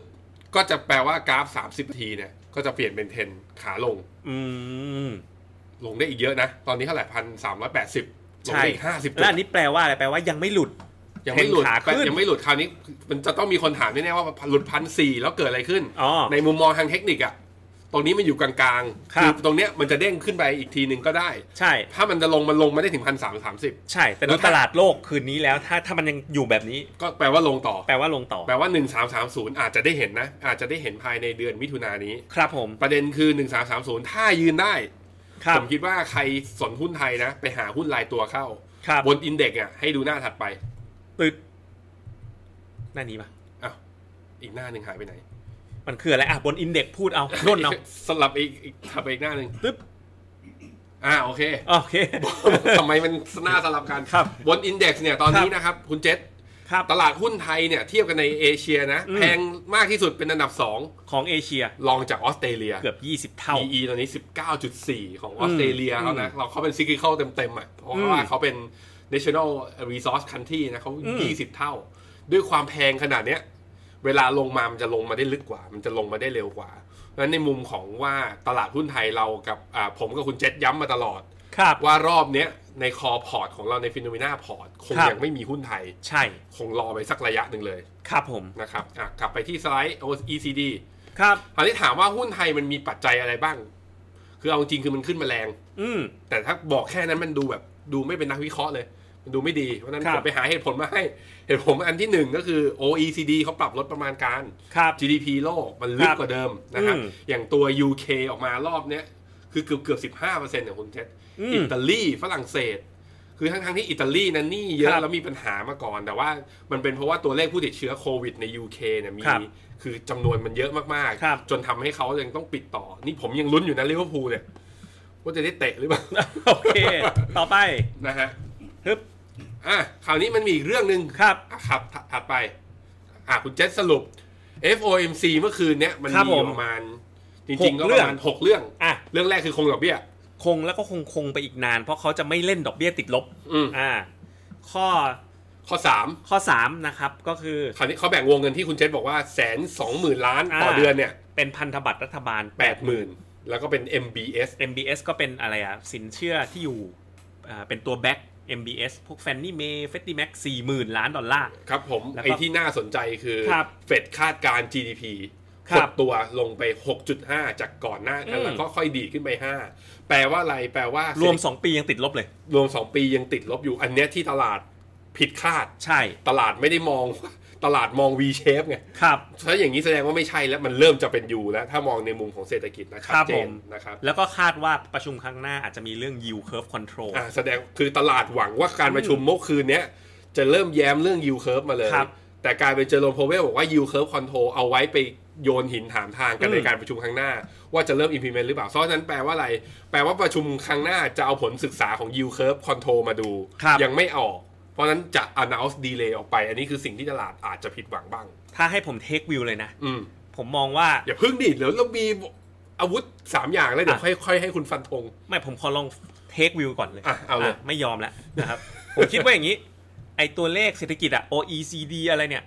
ก็จะแปลว่ากราฟ 30นาทีเนี่ย ก็จะเปลี่ยนเป็นเทรนขาลง อืม ลงได้อีกเยอะนะ ตอนนี้เท่าไหร่พันสามร้อยแปดสิบลง ใช่ ได้อีกห้าสิบจุ แล้ว ด อันนี้แปลว่าอะไรแปลว่ายังไม่หลุด ยังไม่หลุด เทรนขาขึ้น ยังไม่หลุดคราวนี้ มันจะต้องมีคนถามแน่ๆว่าหลุดพันสี่แล้วเกิดอะไรขึ้น อ๋อ ในมุมมองทางเทคนิคอะตรงนี้มันอยู่กลางๆ ครับ ตรงเนี้ยมันจะเด้งขึ้นไปอีกทีหนึ่งก็ได้ ใช่ ถ้ามันจะลงมันลงมาได้ถึงพันสามสามสิบ ใช่ แต่ แล้ ดู วถ้า ตลาดโลกคืนนี้แล้ว ถ้าถ้ามันยังอยู่แบบนี้ ก็แปลว่าลงต่อ แปลว่าลงต่อ แปลว่าหนึ่งสามสามศูนย์อาจจะได้เห็นนะ อาจจะได้เห็นภายในเดือนมิถุนายนนี้ ครับผม ประเด็นคือหนึ่งสามสามศูนย์ถ้ายืนได้ ครั ผ บ มคิดว่าใครสนหุ้นไทยนะ ไปหาหุ้นรายตัวเข้า ครับ บนอินเด็กซ์อ่ะให้ดูหน้าถัดไป ตึดหน้านี้ปะ อ้าวอีกหน้าหนึ่งหายไปไหน มันคืออะไร อ่ะ บนอินเด็กพูด เอาร่นเอา สลับอีกอีกถัดไปอีกหน้าหนึ่ง ตึ๊บ อ่าโอเค โอเค ทำไมมันหน้าสลับกัน ครับ บนอินเด็กซ์เนี่ยตอนนี้นะครับ คุณเจษ ครับ ตลาดหุ้นไทยเนี่ย เทียบกันในเอเชียนะ อืม แพงมากที่สุดเป็นอันดับ ของเอเชีย 2 รองจากออสเตรเลีย เกือบ 20 เท่า PE ตอนนี้ 19.4 ของออสเตรเลียเขานะ เราเขาเป็นซิกิเคิลเต็มๆอ่ะ เพราะ อืม ว่าเขาเป็น national resource country นะเขา อืม 20 เท่า ด้วยความแพงขนาดเนี้ย เวลาลงมา มันจะลงมาได้ลึกกว่า มันจะลงมาได้เร็วกว่าดังนั้นในมุมของว่าตลาดหุ้นไทยเรากับอ่าผมกับคุณเจษย้ำมาตลอด ครับ ว่ารอบเนี้ยในคอพอร์ตของเราในฟิโนเมนาพอร์ตคง ครับ ยังไม่มีหุ้นไทย ใช่ คงรอไปสักระยะหนึ่งเลย ครับผม นะครับอ่ะกลับไปที่สไลด์ OECD ครับ คราวนี้ถามว่าหุ้นไทยมันมีปัจจัยอะไรบ้าง คือเอาจริงคือมันขึ้นมาแรง อืม แต่ถ้าบอกแค่นั้นมันดูแบบดูไม่เป็นนักวิเคราะห์เลย มันดูไม่ดี เพราะฉะนั้น ครั ผ บ มไปหาเหตุผลมาให้ เหตุผลอันที่หนึ่งก็คือ OECD เขาปรับลดประมาณการ ครับ GDP โลกมันลึกกว่าเดิมนะครับ อืม อย่างตัว UK ออกมารอบเนี้ยคือเกือบเกือบสิบห้าเปอร์เซ็นต์เนี่ยคุณเจษ อืม อิตาลีฝรั่งเศส คือทั้งทั้งๆที่อิตาลีนั้นหนี่เย ครั อะ บ แล้วมีปัญหามาก่อน แต่ว่ามันเป็นเพราะว่าตัวเลขผู้ติดเชื้อโควิดใน UK เนี่ยมี ครับ คือจำนวนมันเยอะมาก ครับ ๆ จนทำให้เขายังต้องปิดต่อ นี่ผมยังลุ้นอยู่นะลิเวอร์พูลเนี่ยว่าจะได้เตะหรือเป ล่า โอเค ต่อไป นะฮะ ฮึบ อ่ะคราวนี้มันมีอีกเรื่องหนึ่ง ครับ อ่ะครับถถัดไป อ่ะคุณเจษสรุป FOMC เมื่อคืนเนี้ยมัน ครับ มีอ ผ ยู่ ม ประมาณ จ ห ริง ก ๆก็ เรื่ ป อง ระมาณหกเรื่อง อ่ะ เรื่องแรกคือคงดอกเบี้ย คงแล้วก็คงคงไปอีกนาน เพราะเขาจะไม่เล่นดอกเบี้ยติดลบ อืม อ่า ข้อ ข้อสาม ข้อ 3 นะครับ ก็คือ คราวนี้เขาแบ่งวงเงินที่คุณเจษบอกว่าแสนสองหมื่นล้านต่ออา เดือนเนี่ย เป็นพันธบัตรรัฐบาล แปดหมื่นแล้วก็เป็น MBS MBS ก็เป็นอะไรอะสินเชื่อที่อยู่อ่าเป็นตัวแบ็ก MBS พวกแฟนนี่เมย์เฟดดี้แม็กสี่หมื่นล้านดอลลาร์ ครับผม แล้วก็ ไอ้ที่น่าสนใจคือ ครับ เฟดคาดการณ์ GDP ค ห รับ ดตัวลงไป 6.5 จากก่อนหน้านั้น อืม แล้วก็ค่อยดีดขึ้นไป 5 แปลว่าอะไรแปลว่าร ร วม 2 ปียังติดลบเลย รวมสองปียังติดลบอยู่อันเนี้ยที่ตลาดผิดคาด ใช่ ตลาดไม่ได้มอง ตลาดมอง V shape ไง ครับ ถ้าอย่างนี้แสดงว่าไม่ใช่แล้วมันเริ่มจะเป็น U แล้ว ถ้ามองในมุมของเศรษฐกิจนะชัด ครับ เจ ผ น ม นะครับ แล้วก็คาดว่าประชุมครั้งหน้าอาจจะมีเรื่อง yield curve control อ่ะแสดงคือตลาดหวังว่าการประชุมเมื่อคืนเนี้ย จะเริ่มแย้มเรื่อง U curve มาเลย ครับ แต่กลายเป็นเจอโรมโพเวลบอกว่า U curve control เอาไว้ไปโยนหินถามทางกัน อืม ในการประชุมครั้งหน้า ว่าจะเริ่ม implement หรือเปล่าเพราะฉะนั้นแปลว่าอะไร แปลว่าประชุมครั้งหน้าจะเอาผลศึกษาของ U curve control มาดู ครับ ยังไม่ออก เพราะฉะนั้นจะ announce delay ออกไป อันนี้คือสิ่งที่ตลาดอาจจะผิดหวังบ้าง ถ้าให้ผมเทควิวเลยนะ อืม ผมมองว่า อย่าพึ่งดิเดี๋ยวเรามีอาวุธสามอย่างแล้วเดี๋ยว อ่ะ ค่อยค่อยให้คุณฟันธง ไม่ผมขอลองเทควิวก่อนเลย อ่ะเอาเลย ไม่ยอมแล้วนะครับ ผมคิดว่าอย่างนี้ ไอตัวเลขเศรษฐกิจอะ OECD อะไรเนี่ย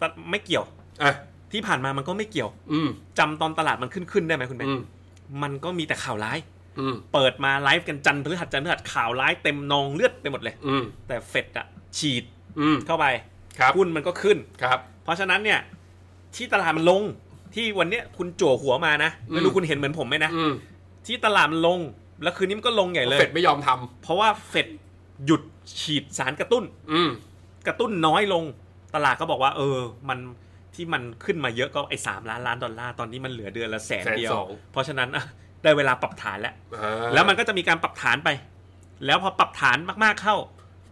ตัดไม่เกี่ยว อ่ะ ที่ผ่านมามันก็ไม่เกี่ยว อืม จำตอนตลาดมันขึ้นขึ้นๆได้ไหมคุณแม่ อืม มันก็มีแต่ข่าวร้าย อืม เปิดมาไลฟ์กันจันทร์พฤหัสจันทร์พฤหัสข่าวร้ายเต็มนองเลือดไปหมดเลย อืม แต่เฟดอะฉีด อืม เข้าไป ครับ หุ้นมันก็ขึ้น ครับ เพราะฉะนั้นเนี่ย ที่ตลาดมันลงที่วันเนี้ยคุณจั่วหัวมานะ ไม่รู้ อืม คุณเห็นเหมือนผมไหมนะ อืม ที่ตลาดมันลง แล้วคืนนี้มันก็ลงใหญ่เลย เฟดไม่ยอมทำ เพราะว่าเฟดหยุดฉีดสารกระตุ้น อืม กระตุ้นน้อยลง ตลาดก็บอกว่า เออ มันที่มันขึ้นมาเยอะก็ไอ้สามล้านล้านดอลลาร์ตอนนี้มันเหลือเดือนละแสน แสน เดียว สอง เพราะฉะนั้นอะได้เวลาปรับฐานแล้ว อ่า แล้วมันก็จะมีการปรับฐานไป แล้วพอปรับฐานมากๆเข้า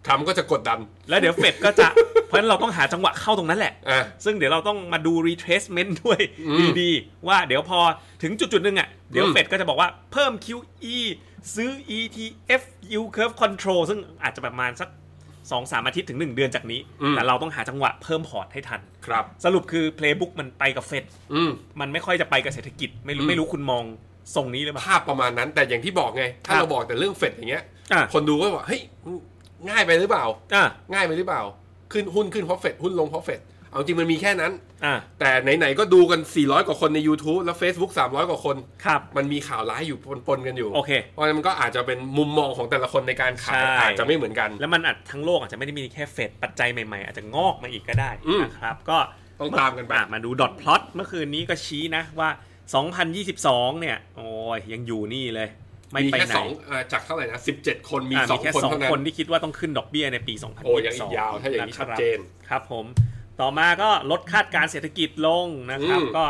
ทำก็จะกดดัน แล้วเดี๋ยวเฟดก็จะ เพราะฉะนั้นเราต้องหาจังหวะเข้าตรงนั้นแหละ อ่ะ ซึ่งเดี๋ยวเราต้องมาดู retracement ด้วย อืม ดีๆ ว่าเดี๋ยวพอถึงจุดจุดๆหนึ่งอ่ะ เดี๋ยว อืม เฟดก็จะบอกว่าเพิ่ม QE ซื้อ ETF yield curve control ซึ่งอาจจะประมาณสัก 2-3สามอาทิตย์ถึง 1 เดือนจากนี้ แต่เราต้องหาจังหวะเพิ่มพอร์ตให้ทัน ครับ สรุปคือ playbook มันไปกับเฟด อืม มันไม่ค่อยจะไปกับเศรษฐกิจ ไม่รู้ อืม ไม่รู้คุณมอง ส่งนี้หรือเปล่า ภาพประมาณนั้นแต่อย่างที่บอกไง ถ้า ครับ เราบอกแต่เรื่องเฟดอย่างเงี้ย อ่ะ คนดูก็บอกเฮ้ยง่ายไปหรือเปล่า อ่ะ ง่ายไปหรือเปล่า ขึ้นหุ้นขึ้นเพราะเฟดหุ้นลงเพราะเฟดเอาจริงมันมีแค่นั้น อ่ะ แต่ไหนๆก็ดูกัน 400 กว่าคนใน YouTube แล้ว Facebook 300 กว่าคน ครับ มันมีข่าวร้ายอยู่ปนๆกันอยู่ โอเค เพราะฉะนั้นมันก็อาจจะเป็นมุมมองของแต่ละคนในการขาย ใช่ อาจจะไม่เหมือนกัน แล้วมันอาจทั้งโลกอาจจะไม่ได้มีแค่เฟดปัจจัยใหม่ๆ อาจจะงอกมาอีกก็ได้ อืม นะครับ ก็ ต้องตามกันไป อ่ะมาดูดอทพลอตเมื่อคืนนี้ก็ชี้นะว่า 2022 เนี่ย โอ้ยยังอยู่นี่เลย ไม่ มี ไป แค่ ไหน สองอ่าจากเท่าไหร่นะ 17 คนมี อ่ะ ส มี อง แค่ คน สอง เท่านั้ คน น ที่คิดว่าต้องขึ้นดอกเบี้ยในปี 2022 โอ้ยังอีกยาวถ้าอย่างนี้ ะ ชัด ครับ เจน ครับผม ต่อมาก็ลดคาดการณ์เศรษฐกิจลงนะครับ อืม ก็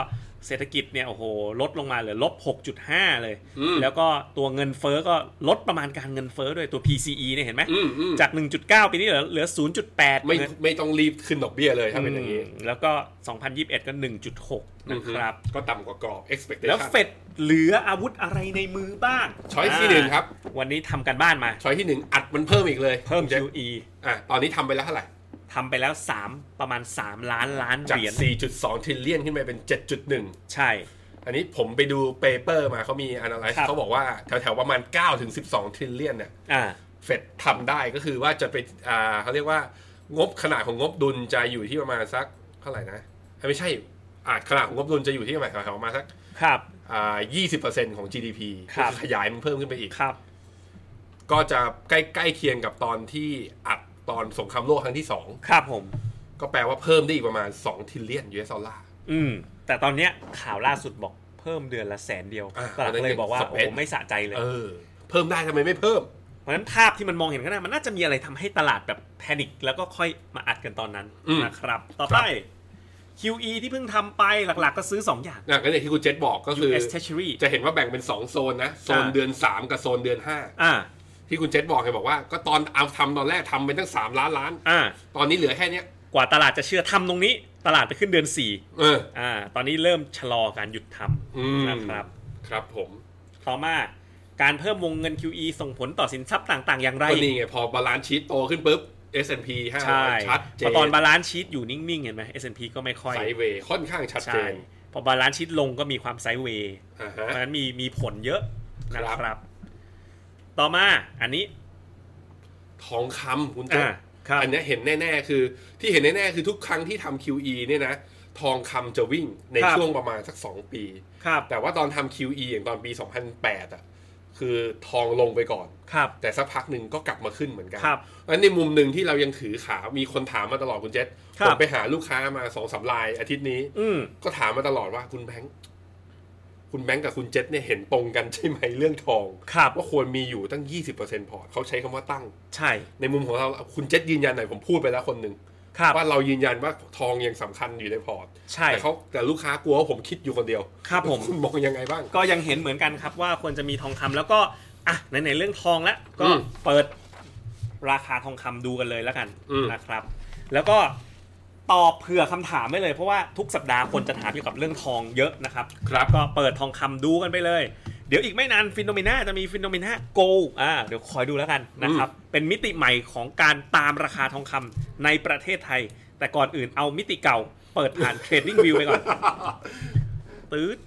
เศรษฐกิจเนี่ยโอ้โหลดลงมาเหลือลบ 6.5 เลย อืม แล้วก็ตัวเงินเฟ้อก็ลดประมาณการเงินเฟ้อด้วยตัว PCE เนี่ยเห็นไหม อืมอืม จาก 1.9 ปีนี้เหลือเหลือ 0.8 ไม่ เหอน ไม่ต้องรีบขึ้นดอกเบี้ยเลยถ้าเป็นอย่างนี้ มแล้วก็ 2021 ก็ 1.6 นะครับ ก็ต่ำกว่ากรอบ expectation แล้วเฟดเหลืออาวุธอะไรในมือบ้าง ช้อยส์ที่ า หนึ่งครับ วันนี้ทำกันบ้านมา ช้อยที่หนึ่งอัดมันเพิ่มอีกเลย เพิ่ม จะ QE อ่ะตอนนี้ทำไปแล้วเท่าไหร่ ทำไปแล้ว 3 ประมาณ 3 ล้านล้าน จาก เหรียญ 4.2 trillion ขึ้นไปเป็น 7.1 ใช่ อันนี้ผมไปดูเปเปอร์มาเขามี analyze ครับ เขาบอกว่าแถวๆประมาณ 9 ถึง 12 trillion เนี่ย อ่า เฟดทำได้ก็คือว่าจะไปอ่าเขาเรียกว่างบขนาดของงบดุลจะอยู่ที่ประมาณสักเท่าไหร่นะเอ้ยไม่ใช่อาจขนาดของงบดุลจะอยู่ที่ประมาณแถวๆประมาณสัก ครับ อ่า20%ของ GDP ครับ อขยายมันเพิ่มขึ้นไปอีก ครับ ก็จะใกล้ใกล้เคียงกับตอนที่อัดตอนสงครามโลกครั้งที่ ครับผม 2 ก็แปลว่าเพิ่มได้อีกประมาณ 2 ทิลเลียน US ดอลลาร์ อืม แต่ตอนเนี้ยข่าวล่าสุดบอกเพิ่มเดือนละแสนเดียว อ่า ตลาดเลยบอกว่า สเป โอ้ ค โหไม่สะใจเลย เออ เพิ่มได้ทำไมไม่เพิ่ม เพราะฉะนั้นภาพที่มันมองเห็นก็ได้มันน่าจะมีอะไรทำให้ตลาดแบบแพนิคแล้วก็ค่อยมาอัดกันตอนนั้น อืม นะครับ ต่อไป QE ที่เพิ่งทำไปหลักๆก็ซื้อ 2 อย่าง นะก็อย่างที่คุณเจษบอกก็คือ US Treasury จะเห็นว่าแบ่งเป็น 2 โซนนะ โซน อ่า เดือน 3 กับโซนเดือน 5 อ่า ที่คุณเจษบอกไงบอกว่า ก็ตอนเอาทำตอนแรกทำเป็นตั้ง 3 ล้านล้าน อ่า ตอนนี้เหลือแค่เนี้ย กว่าตลาดจะเชื่อทำตรงนี้ ตลาดไปขึ้นเดือน เออ 4 อ่า ตอนนี้เริ่มชะลอการหยุดท อืม ำนะครับ ครับผม ต่อมาการเพิ่มวงเงิน QE ส่งผลต่อสินทรัพย์ต่างๆ อย่างไร ก็นี่ไง พอบาลานซ์ชีตโตขึ้นปุ๊บ S&P ใช่ 500ชัดเจ พอน ตอนบาลานซ์ชีตอยู่นิ่ง ๆ เห็นไหม S&P ก็ไม่ค่อย ไซด์เวย์ค่อนข้างชัดเจ ใช่ น พอบาลานซ์ชีตลงก็มีความไซด์เวย์ อ่า เพราะฉะ ฮะ นั้นมีมีผลเยอะนะค ครั รับ บ ต่อมาอันนี้ ทองคำคุณเจษ อ่าครับ อันเนี้ยเห็นแน่ๆ คือที่เห็นแน่ๆ คือทุกครั้งที่ทำ QE เนี่ยนะ ทองคำจะวิ่งในช่วงประมาณสัก 2 ปี ครับ แต่ว่าตอนทำ QE อย่างตอนปี 2008อ่ะคือทองลงไปก่อน ครับ แต่สักพักหนึ่งก็กลับมาขึ้นเหมือนกัน ครับ เพราะฉะนั้นในมุมหนึ่งที่เรายังถือขา มีคนถามมาตลอดคุณเจษ ครับ ผมไปหาลูกค้ามาสองสามรายอาทิตย์นี้ อืม ก็ถามมาตลอดว่าคุณแบงค์คุณแบงค์กับคุณเจษเนี่ยเห็นตรงกันใช่ไหมเรื่องทอง ครับ ว่าควรมีอยู่ตั้ง 20%พอร์ตเขาใช้คำว่าตั้ง ใช่ ในมุมของเราคุณเจษยืนยันหน่อยผมพูดไปแล้วคนหนึ่ง ครับ ว่าเรายืนยันว่าทองยังสำคัญอยู่ในพอร์ต ใช่ แต่เขาแต่ลูกค้ากลัวว่าผมคิดอยู่คนเดียว ครับผม คุณมองยังไงบ้าง ก็ยังเห็นเหมือนกันครับว่าควรจะมีทองคำแล้วก็อ่ะไหนๆเรื่องทองแล้วก็ อืม เปิดราคาทองคำดูกันเลยแล้วกัน อืม นะครับ แล้วก็ตอบเผื่อคำถามไว้เลยเพราะว่าทุกสัปดาห์คนจะถามเกี่ยวกับเรื่องทองเยอะนะครับ ครับ ก็เปิดทองคำดูกันไปเลย เดี๋ยวอีกไม่นานฟินโนเมนาจะมีฟินโนเมนาโกอ่าเดี๋ยวคอยดูแล้วกันนะครับ เป็นมิติใหม่ของการตามราคาทองคำในประเทศไทย แต่ก่อนอื่นเอามิติเก่า เปิดผ่าน Trading View ไป ก่อน ตืด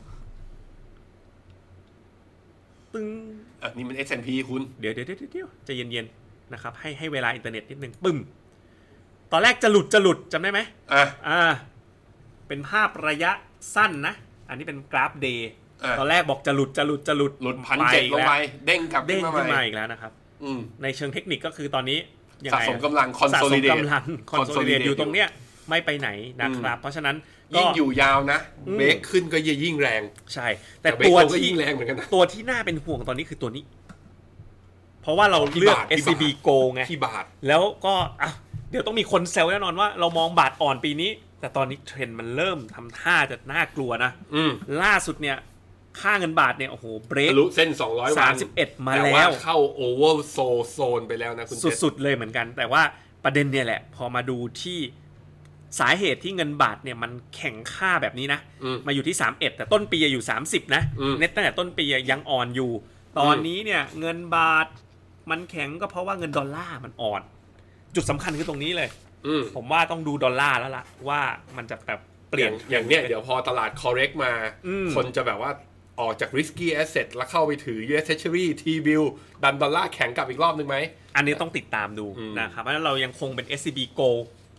ตึง อันนี้มัน S&P คุณ เดี๋ยวเดี๋ยวเดี๋ยวเดี๋ยวใจะเย็นๆนะครับ ให้ให้เวลาอินเทอร์เน็ตนิดนึงปึ้ม ตอนแรกจะหลุดจะหลุดจำได้ไหม อ่ะ อ่า เป็นภาพระยะสั้นนะ อันนี้เป็นกราฟเดย์ อ่า ตอนแรกบอกจะหลุดจะหลุดจะหลุด หลุดพันเจ็ดลงไป อีกแ เด้งกลับ วเด้ ขึ้ ง นมา ขึ้น ให มา ม่ อีกแล้วนะครับ อืม ในเชิงเทคนิคก็คือตอนนี้ยัง สะ ไง สมกำลัง สะสม consolidate กำลังคอนโซลเด consolidate อยู่ตรงเนี้ยไม่ไปไหนนะครับ เพราะฉะนั้นก็ ยิ่งอยู่ยาวนะ อืม เบรกขึ้นก็ยิ่งแรง ใช่ แต่ แต่ เบรก ตัว ลงก็ ที่ ยิ่งแรงเหมือนกันนะ ตัวที่น่าเป็นห่วงตอนนี้คือตัวนี้ เพราะว่าเราเลือก ที่บาทที่บาท SCB Go ไง ที่บาท แล้วก็อ่ะเดี๋ยวต้องมีคนเซลล์แน่นอนว่าเรามองบาทอ่อนปีนี้ แต่ตอนนี้เทรนด์มันเริ่มทำท่าจะน่ากลัวนะ อืม ล่าสุดเนี่ย ค่าเงินบาทเนี่ย โอ้โห เบรก ทะลุเส้น 200 วัน 31มา ต่ แล้ว เข้าโอเวอร์โซโซนไปแล้วนะคุณเจษ สุดๆเลยเหมือนกัน แต่ว่าประเด็นเนี่ยแหละ พอมาดูที่สาเหตุที่เงินบาทเนี่ย มันแข็งค่าแบบนี้นะ อืม มาอยู่ที่ 31 แต่ต้นปีอะอยู่ 30 นะ อืม เน็ตตั้งแต่ต้นปีอะยังอ่อนอยู่ ตอนนี้เนี่ยเงินบาทมันแข็งก็เพราะว่าเงินดอลลาร์มันอ่อน จุดสำคัญคือตรงนี้เลย อืม ผมว่าต้องดูดอลลาร์แล้วล่ะว่ามันจะแบบเป อ ลี่ยน ย่างอย่างเนี้ยเดี๋ยวพอตลาด correct มา อืม คนจะแบบว่า ออกจาก risky asset แล้วเข้าไปถือ US Treasury T-bill ดันดอลลาร์แข็งกลับอีกรอบหนึ่งไหม อันนี้ต้องติดตามดู อืม นะครับเพราะฉะนั้นเรายังคงเป็น SCB Go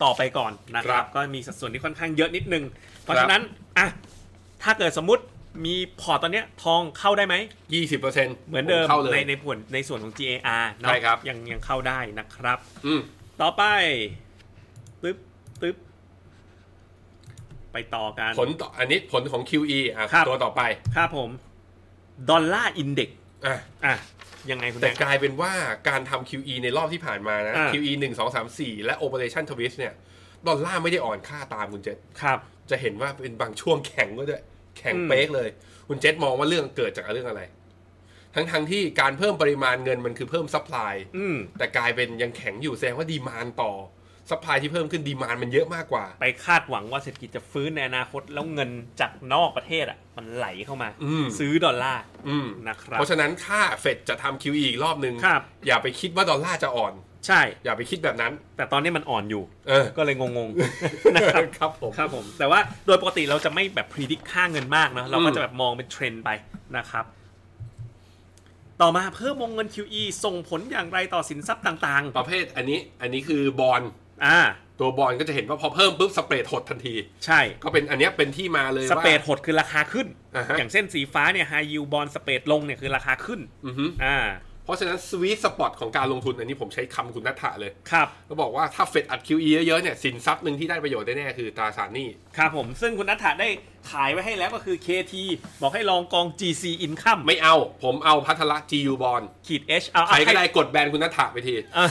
ต่อไปก่อนนะค ครั รับ บ ก็มีสัดส่วนที่ค่อนข้างเยอะนิดนึง เพราะ ครับ ฉะนั้นอ่ะถ้าเกิดสมมติมีพอร์ตตอนเนี้ยทองเข้าได้ไหม 20% เหมือนเดิม เข้าเลย ในในผลในส่วนของ GAR เนอะ ใช่ครับ ยังยังเข้าได้นะครับ อืม ต่อไปตึ๊บตึ๊บไปต่อกัน ผลต่ออันนี้ผลของ QE อ่ะ ครับ ตัวต่อไป ครับผม ดอลลาร์อินเด็ก อ่ะ อ่ะ ยังไงคุณ แต่ แม่ กลายเป็นว่าการทำ QE ในรอบที่ผ่านมานะ อ่ะ QE 1 2 3 4 และ Operation Twist เนี่ย ดอลลาร์ไม่ได้อ่อนค่าตามคุณเจษ ครับ จะเห็นว่าเป็นบางช่วงแข็งก็ด้วย แข็ง อืม เป๊กเลย คุณเจษมองว่าเรื่องเกิดจากเรื่องอะไร ทั้งทงๆที่การเพิ่มปริมาณเงินมันคือเพิ่ม supply อืม แต่กลายเป็นยังแข็งอยู่แสดงว่าดีมานต่อ supply ที่เพิ่มขึ้นดีมานมันเยอะมากกว่า ไปคาดหวังว่าเศรษฐกิจจะฟื้นในอนาคต แล้วเงินจากนอกประเทศอ่ะ มันไหลเข้ามา อืม ซื้อดอลลาร์ อืม นะครับ เพราะฉะนั้นถ้าเฟดจะทำ QE อีกรอบนึง ครับ อย่าไปคิดว่าดอลลาร์จะอ่อน ใช่ อย่าไปคิดแบบนั้น แต่ตอนนี้มันอ่อนอยู่ เออ ก็เลยงงๆ นะครับ ครับผม ครับผมแต่ว่าโดยปกติเราจะไม่แบบพิจิตค่าเงินมากเนาะเราก็ อืม จะแบบมองเป็นเทรนด์ไปนะครับ ต่อมาเพิ่มวงเงิน QE ส่งผลอย่างไรต่อสินทรัพย์ต่าง ประเภทอันนี้อันนี้คือบอล ๆ อ่า ตัวบอลก็จะเห็นว่าพอเพิ่มปุ๊บสเปรดหดทันที ใช่ ก็เป็นอันเนี้ยเป็นที่มาเลย ส ว่า เปรดหดคือราคาขึ้น อ่าฮะ อย่างเส้นสีฟ้าเนี่ย High Yield Bond สเปรดลงเนี่ยคือราคาขึ้น อือฮึ อ่า เพราะฉะนั้นสวีทสปอตของการลงทุนอันนี้ผมใช้คำคุณนัทธะเลย ครับ ก็บอกว่าถ้าเฟดอัด QE เยอะๆเนี่ยสินทรัพย์หนึ่งที่ได้ประโยชน์แน่ๆคือตราสารหนี้ ครับผมซึ่งคุณนัทธาได้ขายไว้ให้แล้วก็คือ KT บอกให้ลองกอง GC Income ไม่เอาผมเอาพัทละ GU บอล ขีด H เอา ใคร เอา ก็ได้กดแบนคุณนัทธะไปที เออ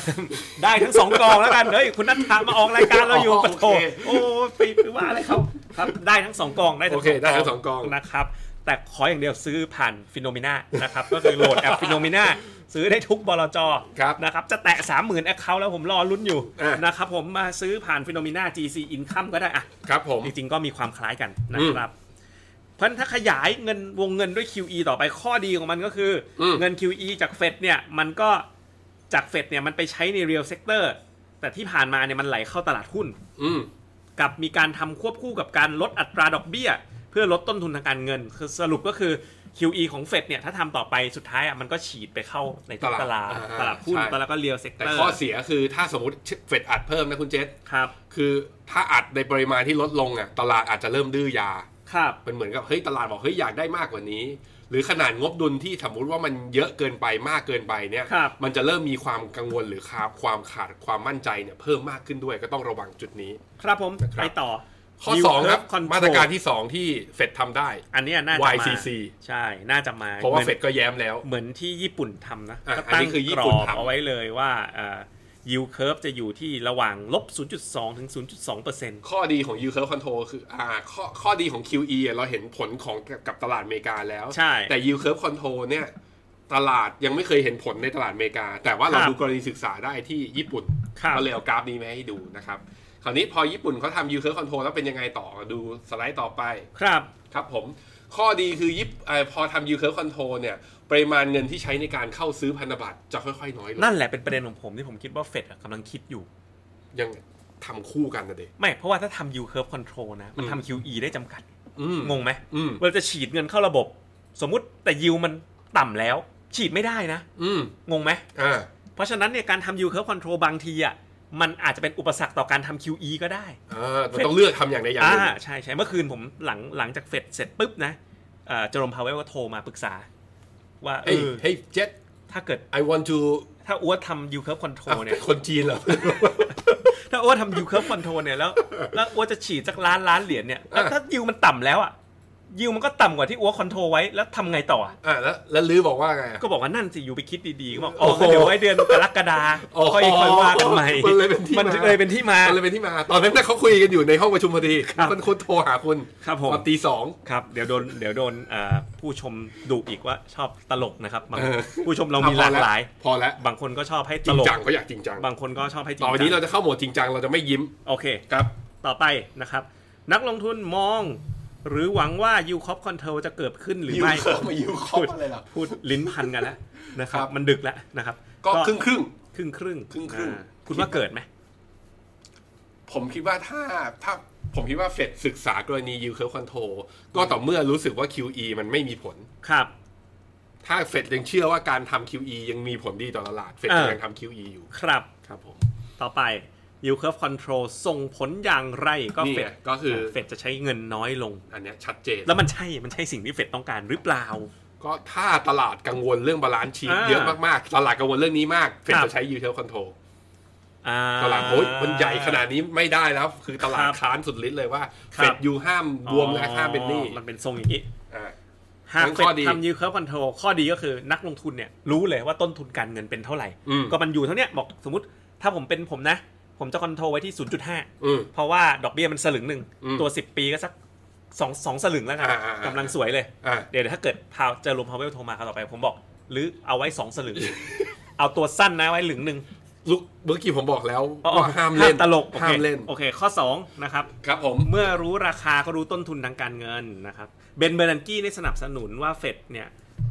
ได้ทั้งสองกองแล้วกันเฮ้ยคุณนัทธามาออกรายการเราอยู่ อ๋อ ปะโถ โอเค โอ้ไปไปว่าอะไรเขาครับ ได้ทั้งสองกองได้ทั้ง โอเคได้ทั้งสองกอง นะครับ แต่ขออย่างเดียวซื้อผ่านฟิโนมิน่านะครับ ก็คือโหลดแอปฟิโนมิน่าซื้อได้ทุกบลจ ครับ นะครับ จะแตะ 30,000 Account แล้วผมรอลุ้นอยู่ อ่ะ นะครับผมมาซื้อผ่านฟิโนมิน่า GC Income ก็ได้อะ ครับ ผม จริงๆก็มีความคล้ายกันนะครับ เพราะฉะนั้นถ้าขยายเงินวงเงินด้วย QE ต่อไปข้อดีของมันก็คืออ ม เงิน QE จากเฟดเนี่ยมันก็จากเฟดเนี่ยมันไปใช้ใน real sector แต่ที่ผ่านมาเนี่ยมันไหลเข้าตลาดหุ้น อืม กับมีการทำควบคู่กับการลดอัตราดอกเบี้ย เพื่อลดต้นทุนทางการเงิน คือสรุปก็คือ QE ของเฟดเนี่ยถ้าทำต่อไปสุดท้ายอ่ะมันก็ฉีดไปเข้าในทุกต ตลา ลา ด ด อ่า ตลาดหุ้น ใช่ ตลาดก็ real sector แต่ข้อเสียคือถ้าสมมติเฟดอัดเพิ่มนะคุณเจษ ครับ คือถ้าอัดในปริมาณที่ลดลงอ่ะตลาดอาจจะเริ่มดื้อยา ครับ มันเหมือนกับเฮ้ยตลาดบอกเฮ้ยอยากได้มากกว่านี้ หรือขนาดงบดุลที่สมมติว่ามันเยอะเกินไปมากเกินไปเนี่ย ครับ มันจะเริ่มมีความกังวลหรือขาดความขาดความมั่นใจเนี่ยเพิ่มมากขึ้นด้วยก็ต้องระวังจุดนี้ ครับผม นะครับ ไปต่อ ข้อ Yield 2 ครับ curve control มาตรการที่ 2 ที่เฟดทำได้ อันเนี้ยน่าจะมา YCC ใช่ น่าจะมา เพราะหว่ามือน เฟดก็แย้มแล้ว เหมือนที่ญี่ปุ่นทำนะ อ่ะ ก็ อัน ตั้ นี้ ง คือญี่ กร ปุ่น อบ ทำ เอาไว้เลยว่ายิวเคิร์ฟจะอยู่ที่ระหว่างลบ 0.2 ถึง 0.2เปอร์เซ็นต์ ข้อดีของ yield curve control คืออ่าข้อข้อดีของ QE อ่ะเราเห็นผลของกับตลาดอเมริกาแล้ว ใช่ แต่ yield curve control เนี่ยตลาดยังไม่เคยเห็นผลในตลาดอเมริกา แต่ว่าคเรารับ ดูกรณีศึกษาได้ที่ญี่ปุ่น ครับ ก็เลยเอากราฟนี้มาให้ดูนะครับ คราวนี้พอญี่ปุ่นเขาทำ yield curve control แล้วเป็นยังไงต่อดูสไลด์ต่อไป ครับ ครับผม ข้อดีคือยิปเอ่อพอทำ yield curve control เนี่ยปริมาณเงินที่ใช้ในการเข้าซื้อพันธบัตรจะค่อยๆ น้อยลง นั่นแหละเป็นประเด็นของผมที่ผมคิดว่าเฟดกำลังคิดอยู่ ยังทำคู่กันนะเด็ก ไม่ เพราะว่าถ้าทำ yield curve control นะ มัน อืม ทำ QE ได้จำกัด อืม งงไหม อืม เวลาจะฉีดเงินเข้าระบบ สมมติแต่ยิวมันต่ำแล้ว ฉีดไม่ได้นะ อืม งงไหม อ่า เพราะฉะนั้นเนี่ยการทำ yield curve control บางทีอ่ะ มันอาจจะเป็นอุปสรรคต่อการทำ QE ก็ได้ อ่ามันต้องเลือกทำอย่างใดอย่างหนึ่ง อ่าใช่ใช่เมื่อคืนผมหลังหลังจากเฟดเสร็จปุ๊บนะเจอร์มพาวเวลก็โทรมาปรึกษา ว่าเอ เฮ้ย อ เฮ้ยเจ็ด ถ้าเกิด I want to ถ้าอ้วนทำยูเคิร์ฟคอนโทรเนี่ย คนจีนเหรอ ถ้าอ้วนทำยูเคิร์ฟคอนโทรเนี่ยแล้วแล้วอ้วนจะฉีดสักล้านล้านเหรียญเนี่ยแล้ว อ่ะ ถ้ายิวมันต่ำแล้วอ่ะยิวมันก็ต่ำกว่าที่อ้วนคอนโทรไว้แล้วทำไงต่ออ่ะ อ่าแล้วแล้วลือบอกว่าไงอะ ก็บอกว่านั่นสิอยู่ไปคิดดีๆก็บอก โอ้ อ๋องั้นโหเดี๋ยวไว้เดือนกรกฎา โอ้โห ค่อยค่อยว่ากันใหม่ มันเลยเป็นที่ มัน มา เลยเป็นที่มา มันเลยเป็นที่มา ตอนนั้นน่ะเขาคุยกันอยู่ในห้องประชุมพอดี ครับ มันคุณโทรหาคุณ ครับผม ตอนตีสอง ครับเดี๋ยวโดนเดี๋ยวโดนเอ่อผู้ชมดุอีกว่าชอบตลกนะครับบาง เออ ผู้ชมเรามีหลากหลาย พอแล้ว บางคนก็ชอบให้ จ ต ริง ลก จังเขาอยากจริงจัง บางคนก็ชอบให้จริง ต่อไป จั นี้ ง เราจะเข้าโหมดจริงจังเราจะไม่ยิ้ม โอเค ครับ ต่อไปนะครับ นักลงทุนมอง หรือหวังว่ายูคอปคอนเทลจะเกิดขึ้นหรือไม่ Yield curve มา Yield curve พูด อะไรเหรอ พูดลิ้นพัน กันแล้วนะครั ครับ บ มันดึกแล้วนะครับ ก็ครึ่งครึ่ง ครึ่งครึ่ง ครึ่งครึ่ง อ่าคุณว่าเกิดไหม ๆผมคิดว่าถ้าถ้า ผมคิดว่าเฟดศึกษากรณี yield curve control ก็ต่อเมื่อรู้สึกว่า QE มันไม่มีผล ครับ ถ้าเฟดยังเชื่อว่าการทำ QE ยังมีผลดีต่อตลาด เฟด อ่า ยังทำ QE อยู่ ครับ ครับผม ต่อไป yield curve control ส่งผลอย่างไรก็ นี่ เฟ ไง ด ก็คือ เฟดจะใช้เงินน้อยลง อันเนี้ยชัดเจน แล้วมันใช่ มันใช่สิ่งที่เฟดต้องการหรือเปล่า ก็ถ้าตลาดกังวลเรื่องบาลานซ์ชี อ่า เยอะมากๆ ตลาดกังวลเรื่องนี้มาก เฟด ครับ จะใช้ yield curve control อ่ ตลาดโอ้ยมันใหญ่ขนาดนี้ไม่ได้แล้ว คือตลาด ครับ ค้านสุดฤทธิ์เลยว่า ครั เฟ บ ดยูห้ามบวมและห้ามเป็นหนี้ อ๋อมันเป็นทรงอย่างนี้ อ่า หาก งั้น เฟ ข้ ด อดี ทำ yield curve control ข้อดีก็คือนักลงทุนเนี่ยรู้เลยว่าต้นทุนการเงินเป็นเท่าไหร่ อืม ก็มันอยู่เท่าเนี้ยบอกสมมติถ้าผมเป็นผมนะ ผมจะคอนโทรไว้ที่ 0.5 อืม เพราะว่าดอกเบี้ยมันสลึงหนึ่ง อืม ตัว 10 ปีก็สักสองสองสลึงแล้วกัน อ่าอ่าอ่าก ำลังสวยเลย อ่า เดี๋ยวถ้าเกิดพาวเจอรวมพาวเวลโทรมาคราวต่อไป ผมบอกหรือเอาไว้สองส ลึง เอาตัวสั้นนะไว้หลึงหนึ่ง ลูกเมื่อกี้ผมบอกแล้ว อ๋อ ว่าห้ามเล่น ตลกโอค ห้ามเล่น โอเค ข้อ 2 นะครับ ครับผม เมื่อรู้ราคาก็รู้ต้นทุนทางการเงินนะครับ เบนเบอร์นันกี้ได้สนับสนุนว่าเฟดเนี่ย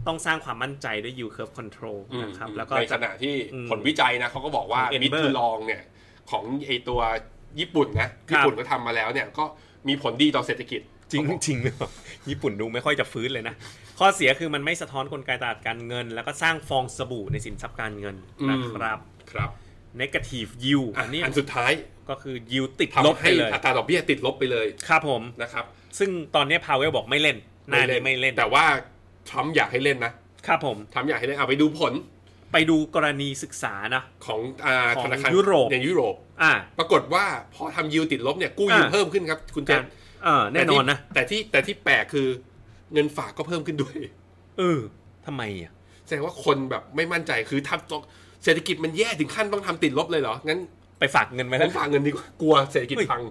ต้องสร้างความมั่นใจด้วย yield curve control นะครับ แล้วก็ ในข จะ ณะที่ อืม ผลวิจัยนะเขาก็บอกว่า ของ มิด Enber ทูลองเนี่ย ของไอตัวญี่ปุ่นนะ ครับ ญี่ปุ่นก็ทำมาแล้วเนี่ย ก็มีผลดีต่อเศรษฐกิจ จริงจริงหรือเปล่าญี่ปุ่นดูไม่ค่อยจะฟื้นเลยนะ ข้อเสียคือมันไม่สะท้อนกลไกตลาดการเงิน แล้วก็สร้างฟองสบู่ในสินทรัพย์การเงินนะครับ ครับ negative yield อั อั น น นี้ นี้ อันสุดท้าย ก็คือ yield ติดลบไปทำให้ เลย อัตราดอกเบี้ยติดลบไปเลย ครับผม นะครับ ซึ่งตอนนี้พาวเวลบอกไม่เล่นหน้านี้ไม่เล่น แต่ว่าทรัมป์อยากให้เล่นนะครับ ผม ทรัมป์อยากให้เล่นเอาไปดูผล ไปดูกรณีศึกษานะ ของอ่า ของ ธนาคาร ยุโรป ในยุโรป อ่า ปรากฏว่าพอทำยิวติดลบเนี่ยกู้ อ่ายิ ยิวเพิ่มขึ้นครับ คุณเจ การ น เออแน่นอนนะ แต่ที่แต่ที่แปลกคือเงินฝากก็เพิ่มขึ้นด้วย เออทำไมอ่ะ แสดงว่าคนแบบไม่มั่นใจคือทับตกเศรษฐกิจมันแย่ถึงขั้นต้องทำติดลบเลยเหรอ งั้น ไปฝากเงินไว้ ผ แล้ว มฝากเงินดีกว่ากลัวเศรษฐกิจ เฮ้ย พัง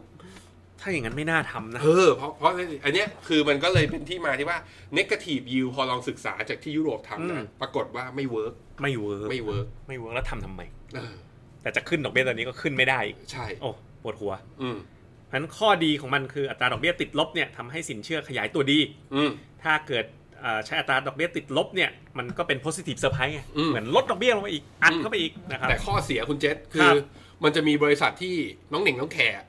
ถ้าอย่างนั้นไม่น่าทำนะ เออ เพราะเพราะอันเนี้ยคือมันก็เลยเป็นที่มาที่ว่า negative yield พอลองศึกษาจากที่ยุโรปทำ อืม นะปรากฏว่าไม่เวิร์ก ไม่เวิร์ก ไม่เวิร์ก ไม่เวิร์กแล้วทำทำไม เออ แต่จะขึ้นดอกเบี้ยตอนนี้ก็ขึ้นไม่ได้อีก ใช่ โอ้ปวดหัว อืม เพราะฉะนั้นข้อดีของมันคืออัตราดอกเบี้ยติดลบเนี่ยทำให้สินเชื่อขยายตัวดี อืม ถ้าเกิดเอ่อใช้อัตราดอกเบี้ยติดลบเนี่ยมันก็เป็น positive surprise ไง อืม เหมือนลดดอกเบี้ยลงไปอีกอัดเข้าไปอีกนะครับ แต่ข้อเสียคุณเจษคื ครั อ บ มันจะมีบริษัทที่น้องเหน่งน้องแขก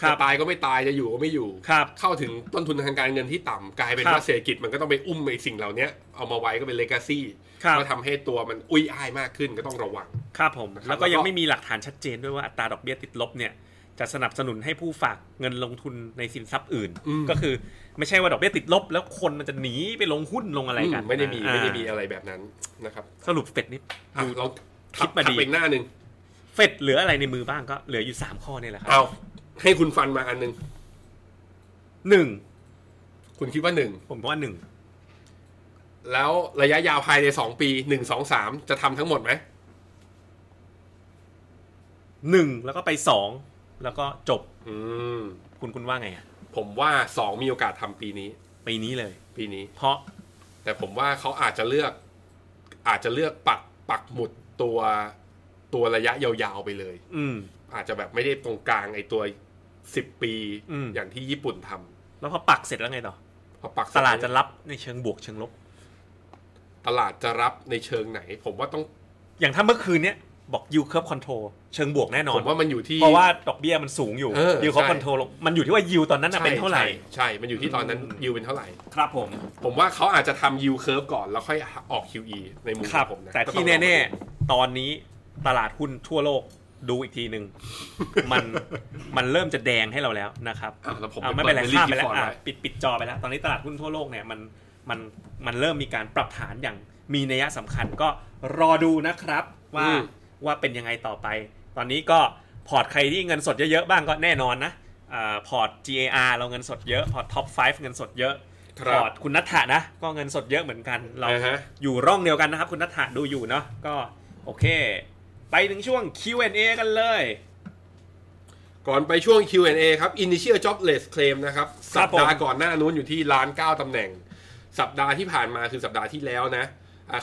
ครั จะ บ ตายก็ไม่ตายจะอยู่ก็ไม่อยู่ ครับ เข้าถึงต้นทุนทางการเงินที่ต่ำกลายเป็น ครับ ว่าเศรษฐกิจมันก็ต้องไปอุ้มไอ้สิ่งเหล่านี้เอามาไว้ก็เป็นเลกาซี่ ครับ ก็ทำให้ตัวมันอุ้ยอ้ายมากขึ้นก็ต้องระวัง ครับผม นะครับ แล้วก็ แล้วก็ ยังไม่มีหลักฐานชัดเจนด้วยว่าอัตราดอกเบี้ยติดลบเนี่ยจะสนับสนุนให้ผู้ฝากเงินลงทุนในสินทรัพย์อื่น ก็คือไม่ใช่ว่าดอกเบี้ยติดลบ แล้วคนมันจะหนีไปลงหุ้นลงอะไรกัน อืมไม่ได้มี อ่า ไม่ได้มีอะไรแบบนั้นนะครับ สรุปเฟดนี่ อ่ะเรา คิดมาดี ทับอีกหน้าหนึ่ง เฟดเหลืออะไรในมือบ้างก็เหลืออยู่ 3 ข้อนี่แหละครั เอา บ ให้คุณฟันมาอันหนึ่ง หนึ่ง คุณคิดว่าหนึ่ง ผมว่าหนึ่ง แล้วระยะยาวภายในสองปีหนึ่งสองสามจะทำทั้งหมดไหม หนึ่งแล้วก็ไปสองแล้วก็จบ อืม คุณคุณว่าไงอ่ะ ผมว่าสองมีโอกาสทำปีนี้ ปีนี้เลย ปีนี้ เพราะ แต่ผมว่าเขาอาจจะเลือก อาจจะเลือกปักปักหมุดตัวตัวระยะยาวๆไปเลย อืม อาจจะแบบไม่ได้ตรงกลางไอตัวสิบปี อืม อย่างที่ญี่ปุ่นท แล้วพอปักเสร็จแล้วไงต่อ ำพอปักเส ต ร็จ ลาดจะรับในเชิงบวกเชิงลบ ตลาดจะรับในเชิงไหน ผมว่าต้อง อย่างถ้าเมื่อคืนเนี้ยบอกยูเคิร์ฟคอนโทรเชิงบวกแน่นอ ผ น มว่ามันอยู่ที่ เพราะว่าดอกเบี้ยมันสูงอยู่ เออ ยิวเขา ใช่ คอนโทรลงมันอยู่ที่ว่ายิวตอนนั้นน่ะ ใช่ เป็นเท่าไหร่ ใช่ใช่ มันอยู่ที่ตอนนั้นยิวเป็นเท่าไหร่ ครับผม ผมว่าเขาอาจจะทำยิวเคิร์ฟก่อนแล้วค่อยออก QE ในมุม ค ข รั อบ งผมนะ แต่ที่แน่ ๆ ตอนนี้ตลาดหุ้นทั่วโลกดูอีกทีหนึ่ง มันมันเริ่มจะแดงให้เราแล้วนะครับ ๆอ่ะแล้วผม เอาไม่เป็นไร ปิด ข้าม Billy ไปแล้ว Gifford อ่ะ ว้ ปิดปิดจอไปแล้ว ตอนนี้ตลาดหุ้นทั่วโลกเนี่ยมันมันมันเริ่มมีการปรับฐานอย่างมีนัยสำคัญก็รอดูนะครับว่าว่าเป็นยังไงต่อไป ตอนนี้ก็พอร์ตใครที่เงินสดเยอะๆบ้างก็แน่นอนนะอ่าพอร์ต GAR เราเงินสดเยอะพอร์ต Top 5 เงินสดเยอะ ค พ รับ อร์ตคุณนัทธะนะ ก็เงินสดเยอะเหมือนกัน เรา อ่าฮะ อยู่ร่องเดียวกันนะครับ คุณนัทธะดูอยู่เนาะก็โอเค ไปถึงช่วง Q&A กันเลย ก่อนไปช่วง Q&A ครับ Initial Jobless Claim นะครับ ครั สั บ ป ผม ดาห์ก่อนหน้านู้นอยู่ที่ล้านเก้าตำแหน่ง สัปดาห์ที่ผ่านมาคือสัปดาห์ที่แล้วนะ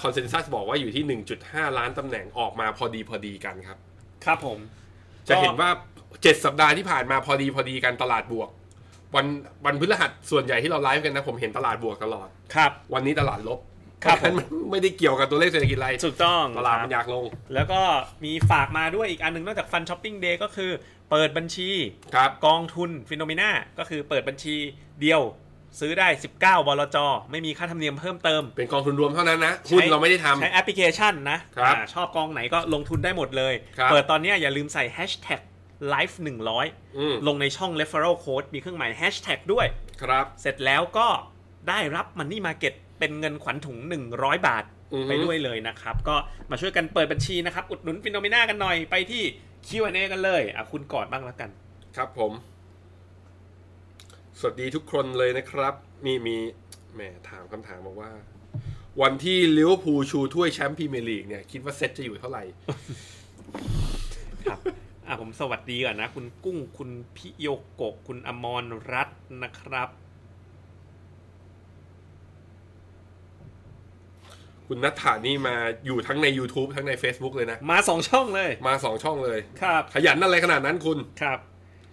คอนเซนแซสบอกว่าอยู่ที่ 1.5 ล้านตำแหน่งออกมาพอดีพอดีกันครับ ครับผม จะเห็นว่า 7 สัปดาห์ที่ผ่านมาพอดีพอดีกันตลาดบวก วันวันพฤหัสส่วนใหญ่ที่เราไลฟ์กันนะ ผมเห็นตลาดบวกตลอด ครับ วันนี้ตลาดลบ ครับ เพาะฉะนั้นมันไม่ได้เกี่ยวกับตัวเลขเศรษฐกิจอะไร ถูกต้อง ตลาด ค มั รับ นอยากลง แล้วก็มีฝากมาด้วยอีกอันหนึงนอกจากฟันช้อปปิ้งเดย์ก็คือเปิดบัญชี ครับ กองทุนฟิโนเมนาก็คือเปิดบัญชีเดียวซื้อได้ 19บลจไม่มีค่าธรรมเนียมเพิ่มเติม เป็นกองทุนรวมเท่านั้นนะหุ้นเราไม่ได้ทำ ใช้แอปพลิเคชันนะครับ อ่าชอบกองไหนก็ลงทุนได้หมดเลย ครับ เปิดตอนเนี้ยอย่าลืมใส่ hashtag life อืม 100 ลงในช่อง referral code มีเครื่องหมาย hashtag ด้วย ครับ เสร็จแล้วก็ได้รับ Money Market เป็นเงินขวัญถุง 100 บาท อือฮึ ไปด้วยเลยนะครับ ก็มาช่วยกันเปิดบัญชีนะครับ อุดหนุนฟินโนเมนากันหน่อยไปที่ Q&A กันเลยอ่ะคุณกอดบ้างแล้วกัน ครับผม สวัสดีทุกคนเลยนะครับ มีมีแหมถามคำถามบอกว่า วันที่ลิเวอร์พูลชูถ้วยแชมป์พรีเมียร์ลีกเนี่ย คิดว่าเซตจะอยู่เท่าไหร่ ครับอ่ะผมสวัสดีก่อนนะ คุณกุ้งคุณพิโยโกะคุณอมรรัตน์นะครับ คุณนัทธานี่มาอยู่ทั้งใน YouTube ทั้งใน Facebook เลยนะ มาสองช่องเลย มาสองช่องเลย ครับ ขยันอะไรขนาดนั้นคุณ ครับ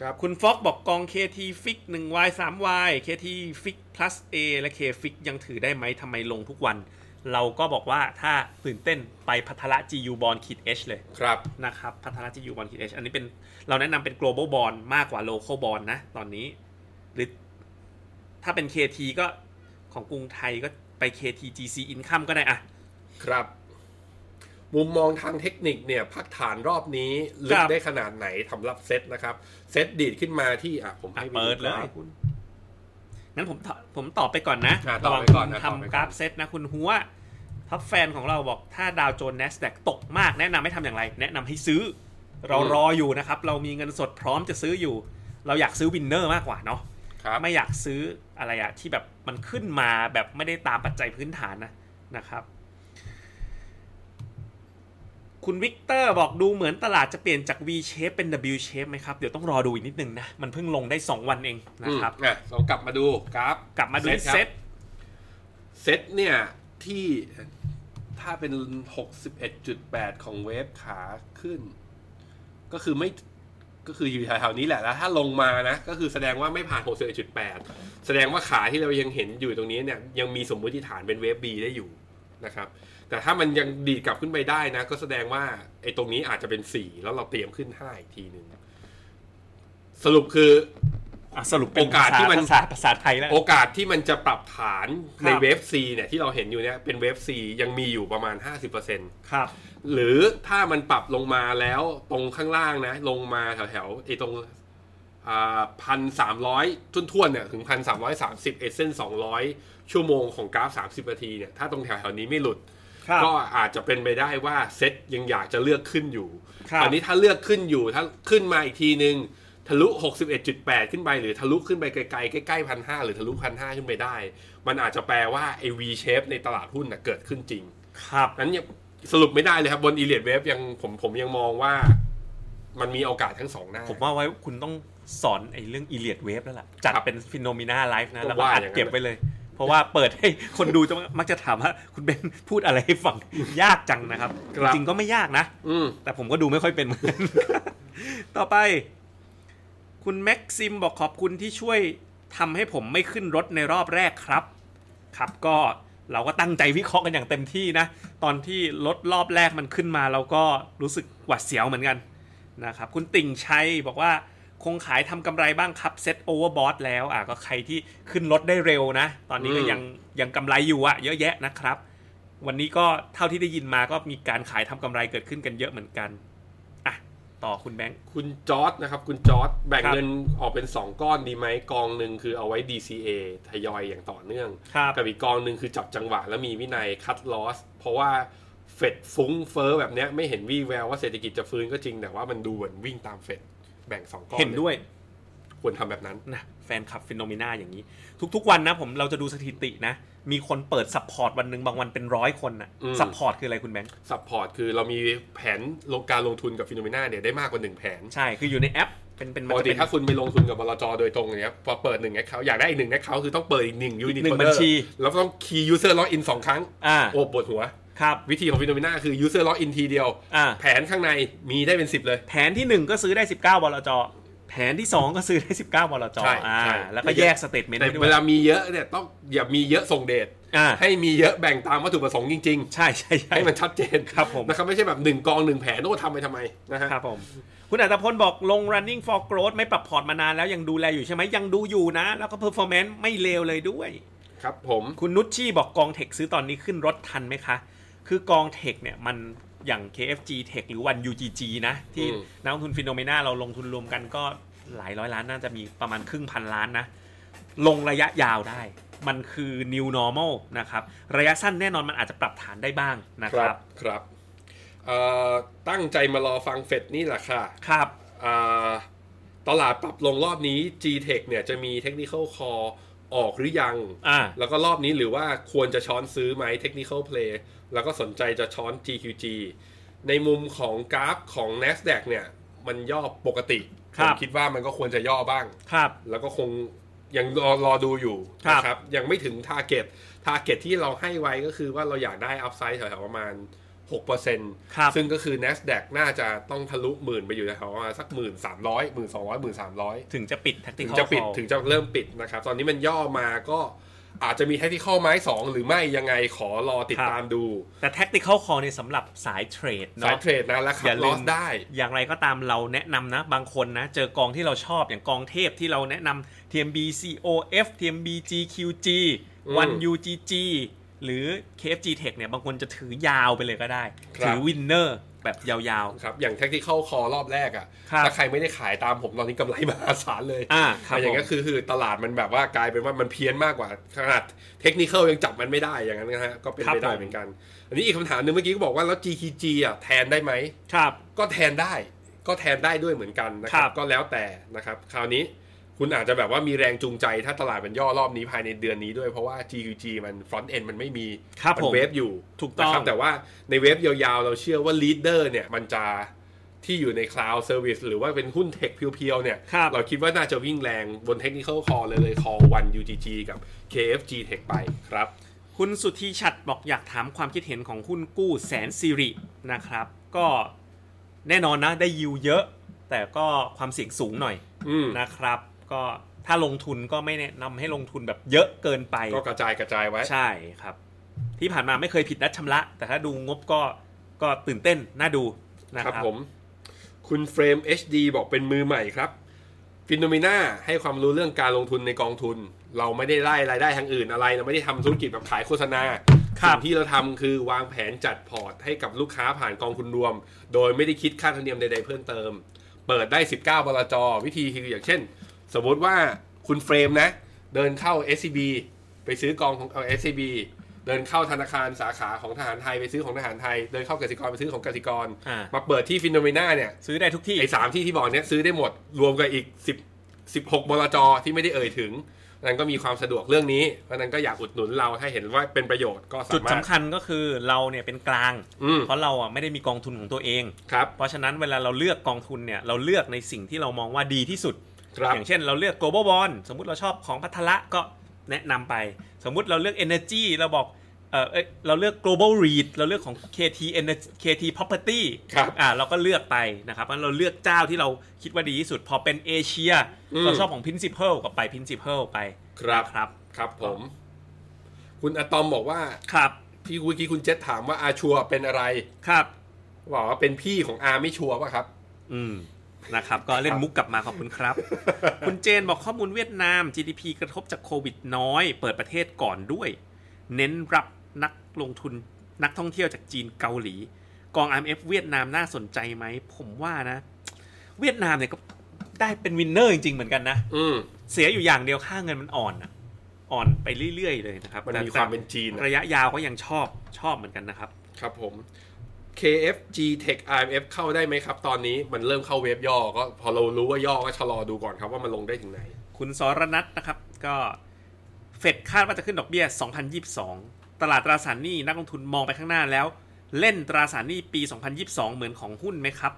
ครับ คุณฟอกบอกกอง KT Fix 1Y 3Y KT Fix Plus A และ K Fix ยังถือได้ไหมทำไมลงทุกวัน เราก็บอกว่าถ้าตื่นเต้นไปพัทละ GU Bond ขีด H เลย ครับ นะครับพัทละ GU Bond ขีด H อันนี้เป็นเราแนะนำเป็น global bond มากกว่า local bond นะ ตอนนี้ หรือถ้าเป็น KT ก็ของกรุงไทยก็ไป KT GC Income ก็ได้อะ ครับ มุมมองทางเทคนิคเนี่ย พักฐานรอบนี้ลึ ค ก รับ ได้ขนาดไหนสำหรับเซตนะครับ เซตดีดขึ้นมาที่อ่ะผม อ่ะ ให้ เปิดเล ก ย ราฟ คุณงั้นผมตอบผมตอบไปก่อนนะ อ่ะตอบไปก่อนนะ ระ ต วั อบ ง ไปก่อน ทำกราฟเซตนะคุณหัวท็อปแฟนของเราบอกถ้าดาวโจนส์ NASDAQ ตกมากแนะนำให้ทำอย่างไร แนะนำให้ซื้อ เรารออยู่นะครับ เรามีเงินสดพร้อมจะซื้ออยู่ เราอยากซื้อวินเนอร์มากกว่าเนาะ ครับ ไม่อยากซื้ออะไรอะที่แบบมันขึ้นมาแบบไม่ได้ตามปัจจัยพื้นฐานนะนะครับ คุณวิกเตอร์บอกดูเหมือนตลาดจะเปลี่ยนจาก V shape เป็น W shape ไหมครับ เดี๋ยวต้องรอดูอีกนิดนึงนะ มันเพิ่งลงได้ 2 วันเองนะครับ อืมอ่ะเรากลับมาดูกราฟ กลับมาดู ครับ เซต เซตเนี่ยที่ถ้าเป็น 61.8 ของเวฟขาขึ้น ก็คือไม่ก็คืออยู่แถวๆนี้แหละแล้วถ้าลงมานะ ก็คือแสดงว่าไม่ผ่าน 61.8 แสดงว่าขาที่เรายังเห็นอยู่ตรงนี้เนี่ยยังมีสมมุติฐานเป็นเวฟ B ได้อยู่นะครับ แต่ถ้ามันยังดีดกลับขึ้นไปได้นะ ก็แสดงว่าไอ้ตรงนี้อาจจะเป็น 4 แล้วเราเตรียมขึ้น 5 อีกทีหนึ่งสรุปคือ อ่ะสรุปเป็น โอกาสที่มัน ภาษาภาษาไทยแล้ว โอกาสที่มันจะปรับฐานใน ครับ เวฟ C เนี่ยที่เราเห็นอยู่เนี่ยเป็นเวฟ C ยังมีอยู่ประมาณ 50% ครับ หรือถ้ามันปรับลงมาแล้วตรงข้างล่างนะ ลงมาแถวๆไอ้ตรงพันสามร้อยทุนท่วนๆเนี่ยถึงพันสามร้อยสามสิบเอเส้นสองร้อยชั่วโมงของกราฟ 30นาทีเนี่ยถ้าตรงแถวๆนี้ไม่หลุด ครับ ก็อาจจะเป็นไปได้ว่าเซ็ตยังอยากจะเลือกขึ้นอยู่ ครับ อันนี้ถ้าเลือกขึ้นอยู่ถ้าขึ้นมาอีกทีนึง ทะลุ 61.8 ขึ้นไป หรือทะลุขึ้นไปไกลๆใกล้ๆพันห้าหรือทะลุพันห้าขึ้นไปได้ มันอาจจะแปลว่าไอ้ V shape ในตลาดหุ้นนะเกิดขึ้นจริง ครับ นั้นยังสรุปไม่ได้เลยครับบนอีเลียดเวฟยังผมผมยังมองว่ามันมีโอกาสทั้งสองหน้า ผมว่าไว้คุณต้องสอนไอ้เรื่องอีเลียดเวฟแล้วล่ะ จัด ครับ เป็นฟิโนมิน่าไลฟ์นะ ผม แล้วก็ ว่า อัด อย่างนั้น เก็บไว้เลย เพราะว่าเปิดให้คนดูจะมักจะถามว่า คุณเบนพูดอะไรให้ฟัง ยากจังนะครับ จริงๆก็ไม่ยากนะ อืม แต่ผมก็ดูไม่ค่อยเป็นเหมือนกัน ต่อไป คุณแม็กซิมบอกขอบคุณที่ช่วยทำให้ผมไม่ขึ้นรถในรอบแรกครับ ครับก็เราก็ตั้งใจวิเคราะห์กันอย่างเต็มที่นะ ตอนที่รถรอบแรกมันขึ้นมาเราก็รู้สึกหวัดเสียวเหมือนกันนะครับ คุณติ่งชัยบอกว่าคงขายทำกำไรบ้างครับเซ็ตโอเวอร์บอทแล้วอ่ะก็ใครที่ขึ้นรถได้เร็วนะ ตอนนี้ก็ อืม ยังยังกำไรอยู่อะเยอะแยะนะครับ วันนี้ก็เท่าที่ได้ยินมาก็มีการขายทำกำไรเกิดขึ้นกันเยอะเหมือนกัน อ่ะ ต่อคุณแบงค์ คุณจอร์ดนะครับ คุณจอร์ดแบ่ง ครับ เงินออกเป็น 2 ก้อนดีไหมกองหนึ่งคือเอาไว้ DCA ทยอยอย่างต่อเนื่อง ครับ กับอีกกองหนึ่งคือจับจังหวะแล้วมีวินัยคัดลอส เพราะว่าเฟดฟุ้งเฟ้อแบบเนี้ยไม่เห็นวี่แววว่าเศรษฐกิจจะฟื้นก็จริงแต่ว่ามันดูเหมือนวิ่งตามเฟดแบ่งสองก้อน เห็นด้วย ควรทำแบบนั้น นะแฟนคลับฟิโนเมนาอย่างนี้ ทุกๆวันนะผมเราจะดูสถิตินะ มีคนเปิดซัพพอร์ตวันหนึ่งบางวันเป็นร้อยคนนะ อืม ซัพพอร์ตคืออะไรคุณแบงค์ ซัพพอร์ตคือเรามีแผนลงการลงทุนกับฟิโนเมนาเนี่ยได้มากกว่า 1 แผน ใช่ คืออยู่ในแอป เป็นเป็น ปก จะ ติ เป็น ถ้าคุณไปลงทุนกับบลจโดยตรงเนี่ยพอเปิดหนึ่งแอคเคาอยากได้อีกหนึ่งแอคเคาคือต้องเปิดอีกหนึ่งยูนิต หนึ่งบัญชี แล้วต้องคีย์ยูเซอร์ล็อกอินสองครั้ง อ่า โอ้ปวดหัว ครับ วิธีของฟิโนเมนาคือยูเซอร์ล็อกอินทีเดียว อ่า แผนข้างในมีได้เป็นสิบเลย แผนที่หนึ่งก็ซื้อได้ 19บลจ แผ แผนที่ 2 ก็ซื้อได้ 19บลจ ใช่ อ่า ใช่ แล้วก็แยกสเตทเมนต์ แต่ ด้ว เวย ลามีเยอะเนี่ยต้องอย่ามีเยอะส่งเดช อ่า ให้มีเยอะแบ่งตามวัตถุประสงค์จริง ใช่ใช่ ๆ ใช่ ให้มันชัดเจน ครับผม นะครับไม่ใช่แบบหนึ่งกองหนึ่งแผนโน้ทำไปทำไมนะฮะ ครับผม คุณอัตพลบอกลง running for growth ไม่ปรับพอร์ตมานานแล้วยังดูแลอยู่ใช่ไหมยังดูอยู่นะ แล้วก็ performance ไม่เลวเลยด้วย ครับผม คุณนุชชี่บอกกองเทคซื้อตอนนี้ขึ้นรถทันไหมคะ คือกองเทคเนี่ยมันอย่าง KFG Tech หรือวัน UGG นะ ที่นักลงทุนฟิโนเมนาเราลงทุนรวมกันก็หลายร้อยล้านน่าจะมีประมาณครึ่งพันล้านนะ ลงระยะยาวได้ มันคือ new normal นะครับ ระยะสั้นแน่นอนมันอาจจะปรับฐานได้บ้างนะครับ ครับเอ่อตั้งใจมารอฟังเฟดนี่แหละค่ะ ครับ อ่าตลาดปรับลงรอบนี้ G-Tech เนี่ยจะมี Technical Call ออกหรือยัง อ่า แล้วก็รอบนี้หรือว่าควรจะช้อนซื้อไหม Technical Play แล้วก็สนใจจะช้อน GQG ในมุมของกราฟของ NASDAQ เนี่ย มันย่อปกติ ค ผ รับ มคิดว่ามันก็ควรจะย่อบ้าง ครับ แล้วก็คงยังรอรอดูอยู่ ครับ นะครับ ยังไม่ถึงทาร์เก็ตทาร์เก็ตที่เราให้ไว้ก็คือว่าเราอยากได้อัพไซด์แถวๆประมาณ 6% ครับ ซึ่งก็คือ NASDAQ น่าจะต้องทะลุหมื่นไปอยู่แถวๆประมาณสักหมื่นสามร้อยหมื่นสองร้อยหมื่นสามร้อย ถึงจะปิด ถึง tactical จะปิด call ถึงจะเริ่มปิดนะครับ ตอนนี้มันย่อมาก็อาจจะมีแท็กที่ข้อไม้ 2 หรือไม่ยังไงขอรอติด ครับ ตามดู แต่ tactical call เนี่ยสำหรับสายเทรด สาย เนาะ เทรดนะและคั อย่า ด ลื ล ม อสได้ อย่างไรก็ตามเราแนะนำนะ บางคนนะ เจอกองที่เราชอบอย่างกองเทพที่เราแนะนำ TMB COF TMB GQG อืม One UGG หรือ KFG Tech เนี่ย บางคนจะถือยาวไปเลยก็ได้ ครับ ถือวินเนอร์แบบยาว ครับอย่างแท็กที่เข้าคอรอบแรกอะ ครับ ถ้าใครไม่ได้ขายตามผมตอนนี้กำไรมหาศาลเลย ๆ อ่าครับ แต่อย่างนี้ ผม คือคือตลาดมันแบบว่ากลายเป็นว่ามันเพี้ยนมากกว่าขนาดเทคนิคยังจับมันไม่ได้อย่างนั้นนะฮะก็เป็นไปได้เหมือนกัน อันนี้อีกคำถามหนึ่งเมื่อกี้ก็บอกว่าแล้ว GKG อะแทนได้ไหม ครับ ก็แทนได้ก็แทนได้ด้วยเหมือนกันนะค ครั รับ บ ก็แล้วแต่นะครับ คราวนี้คุณอาจจะแบบว่ามีแรงจูงใจถ้าตลาดมันย่อรอบนี้ภายในเดือนนี้ด้วยเพราะว่า GQG มัน front end มันไม่มี ครับ มั ผม เวฟอยู่ ถูกต้อง นะครับแต่ว่าในเวฟยาวๆ เราเชื่อว่า leader เนี่ย มันจะที่อยู่ใน cloud service หรือว่าเป็นหุ้นเทคเพียวๆเนี่ย ครับ เราคิดว่าน่าจะวิ่งแรงบน technical call เลยเลย call 1 UGG กับ KFG Tech ไปครับ คุณสุทธิชัดบอกอยากถามความคิดเห็นของหุ้นกู้แสนสิรินะครับ ก็แน่นอนนะได้ยิวเยอะ แต่ก็ความเสี่ยงสูงหน่อย อืม นะครับก็ถ้าลงทุนก็ไม่แนะนำให้ลงทุนแบบเยอะเกินไป ก็กระจายกระจายไว้ ใช่ครับ ที่ผ่านมาไม่เคยผิดนัดชำระ แต่ถ้าดูงบก็ก็ตื่นเต้นน่าดูนะ ค ครับรับ ผม คุณเฟรม HD บอกเป็นมือใหม่ครับฟิโนเมนาให้ความรู้เรื่องการลงทุนในกองทุน เราไม่ได้ไล่รายได้ทางอื่นอะไร เราไม่ได้ทำธุรกิจแบบขายโฆษณาสิ่งที่เราทำคือวางแผนจัดพอร์ตให้กับลูกค้าผ่านกองทุนรวม โดยไม่ได้คิดค่าธรรมเนียมใดๆเพิ่มเติม เปิดได้ 19บลจวิธีคืออย่างเช่น สมมติว่าคุณเฟรมนะ เดินเข้า SCB ไปซื้อกองของเอ SCB เดินเข้าธนาคารสาขาของทหารไทยไปซื้อของทหารไทย เดินเข้ากสิกรไปซื้อของกสิกร อ่า มาเปิดที่ฟินโนเมนาเนี่ย ซื้อได้ทุกที่ ไอ้สามที่ที่บอกเนี่ยซื้อได้หมดรวมกับอีก 10 16บลจที่ไม่ได้เอ่ยถึงนั้นก็มีความสะดวกเรื่องนี้เพราะนั้นก็อยากอุดหนุนเราถ้าเห็นว่าเป็นประโยชน์ก็ จุดสามาร สำ ถ คัญก็คือเราเนี่ยเป็นกลาง อืม เพราะเราอ่ะไม่ได้มีกองทุนของตัวเอง ครับ เพราะฉะนั้นเวลาเราเลือกกองทุนเนี่ยเราเลือกในสิ่งที่เรามองว่าดีที่สุด ครับ อย่างเช่นเราเลือก global bond สมมุติเราชอบของพัทละก็แนะนำไป สมมุติเราเลือก energy เราบอกเออเอ้ยเราเลือก global REIT เราเลือกของ KT energy KT property ครับ อ่าเราก็เลือกไปนะครับงั้นเราเลือกเจ้าที่เราคิดว่าดีที่สุด พอเป็นเอเชีย อืม เราชอบของ principal ก็ไป principal ไป ครับ ครับ ครับผม คุณอะตอมบอกว่า ครับ พี่เมื่อกี้คุณเจษถามว่าอาชัวร์เป็นอะไร ครับ บอกว่าเป็นพี่ของอาไม่ชัวร์ป่ะครับ อืมนะครับ ก็เล่นมุกกลับมาขอบคุณ ครับ คุณเจนบอกข้อมูลเวียดนาม GDP กระทบจากโควิดน้อย เปิดประเทศก่อนด้วย เน้นรับนักลงทุนนักท่องเที่ยวจากจีนเกาหลี กอง IMF เวียดนามน่าสนใจไหม ผมว่านะ เวียดนามเนี่ยก็ได้เป็นวินเนอร์จริงๆเหมือนกันนะ อืม เสียอยู่อย่างเดียวค่าเงินมันอ่อนอะอ่อนไปเรื่อยๆเลยนะครับ มันมี แต่ ความเป็นจีนอะ ระยะยาวก็ยังชอบชอบเหมือนกันนะครับ ครับผม KFG Tech IMF เข้าได้ไหมครับ ตอนนี้มันเริ่มเข้าเวฟย่อก็พอเรารู้ว่าย่อก็ชะลอดูก่อนครับว่ามันลงได้ถึงไหน คุณสรนัทนะครับ ก็เฟดคาดว่าจะขึ้นดอกเบี้ย 2022 ตลาดตราสารหนี้นักลงทุนมองไปข้างหน้าแล้ว เล่นตราสารหนี้ปี 2022 เหมือนของหุ้นไหมครับ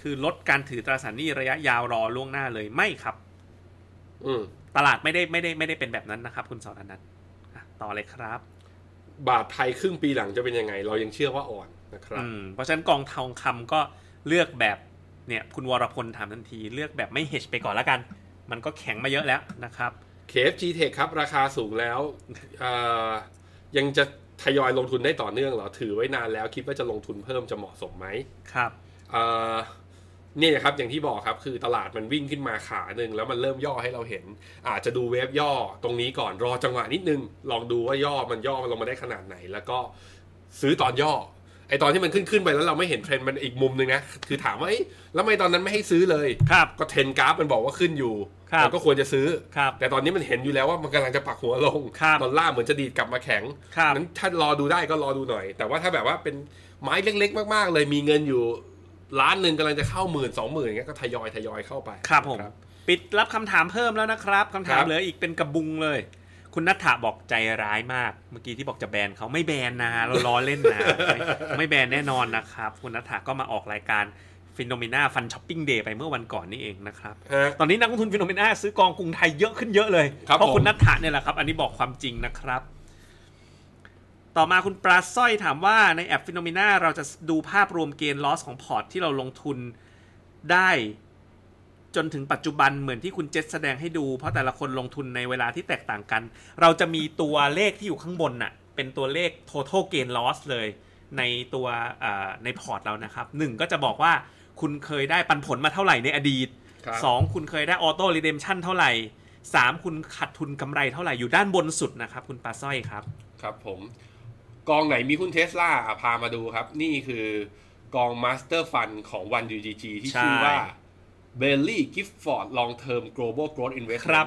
คือลดการถือตราสารหนี้ระยะยาวรอล่วงหน้าเลยไม่ครับ อืม ตลาดไม่ได้ไม่ได้ไม่ได้เป็นแบบนั้นนะครับ คุณสรนัทอ่ะต่อเลยครับ บาทไทยครึ่งปีหลังจะเป็นยังไง เรายังเชื่อว่าอ่อนนะครับ อืมเพราะฉะนั้นกองทองคำก็เลือกแบบ เนี่ยคุณวรพลถามทันทีเลือกแบบไม่ hedge ไปก่อนแล้วกัน มันก็แข็งมาเยอะแล้วนะครับ KFG Tech ครับ ราคาสูงแล้วเอ่อยังจะทยอยลงทุนได้ต่อเนื่องเหรอ ถือไว้นานแล้วคิดว่าจะลงทุนเพิ่มจะเหมาะสมไหม ครับ เอ่อเนี่ยครับอย่างที่บอกครับคือตลาดมันวิ่งขึ้นมาขาหนึ่งแล้วมันเริ่มย่อให้เราเห็น อาจจะดูเวฟย่อตรงนี้ก่อนรอจังหวะนิดนึง ลองดูว่าย่อมันย่อมันลงมาได้ขนาดไหน แล้วก็ซื้อตอนย่อไอตอนที่มันขึ้นขึ้นๆไปแล้วเราไม่เห็นเทรนด์มันอีกมุมหนึงนะคือถามว่าเอ๊ะแล้วทำไมตอนนั้นไม่ให้ซื้อเลย ครับ ก็เทรนด์กราฟมันบอกว่าขึ้นอยู่ ครับ เราก็ควรจะซื้อ ครับ แต่ตอนนี้มันเห็นอยู่แล้วว่ามันกำลังจะปักหัวลง ครับ ดอลลาร์เหมือนจะดีดกลับมาแข็ง ครับ นั้นถ้ารอดูได้ก็รอดูหน่อย แต่ว่าถ้าแบบว่าเป็นไม้เล็ก ๆ มากๆ เลยมีเงินอยู่ล้านหนึ่งกำลังจะเข้าหมื่นสองหมื่นอย่างเงี้ยก็ทยอยทยอยเข้าไป ครับผม ปิดรับคำถามเพิ่มแล้วนะครับคำถาม ครับ เหลืออีกเป็นกระบุงเลย คุณนัทธาบอกใจร้ายมาก เมื่อกี้ที่บอกจะแบนเขาไม่แบนนะเราล้อเล่นนะ ไม่ไม่แบนแน่นอนนะครับ คุณนัทธาก็มาออกรายการฟินโนเมนาฟันช้อปปิ้งเดย์ไปเมื่อวันก่อนนี่เองนะครับ ฮะ ตอนนี้นักลงทุนฟิโนเมนาซื้อกองกรุงไทยเยอะขึ้นเยอะเลย ครับ เพราะ ผม คุณนัทธะเนี่ยแหละครับ อันนี้บอกความจริงนะครับ ต่อมาคุณปลาสร้อยถามว่าในแอปฟิโนเมนาเราจะดูภาพรวมเกณฑ์ลอสของพอร์ตที่เราลงทุนได้ จนถึงปัจจุบันเหมือนที่คุณเจษแสดงให้ดู เพราะแต่ละคนลงทุนในเวลาที่แตกต่างกัน เราจะมีตัวเลขที่อยู่ข้างบนน่ะ เป็นตัวเลข total gain loss เลยในตัวเอ่อในพอร์ตเรานะครับหนึ่งก็จะบอกว่าคุณเคยได้ปันผลมาเท่าไหร่ในอดีต ครับ สองคุณเคยได้ออโต้รีเดมชันเท่าไหร่สามคุณขาดทุนกำไรเท่าไหร่อยู่ด้านบนสุดนะครับ คุณปลาสร้อยครับ ครับผมกองไหนมีหุ้นเทสลาอ่ะพามาดูครับ นี่คือกองมาสเตอร์ฟันของวัน UGG ที่ ใช่ ชื่อว่า b e l l y Gifford Long Term Global Growth Investment ครับ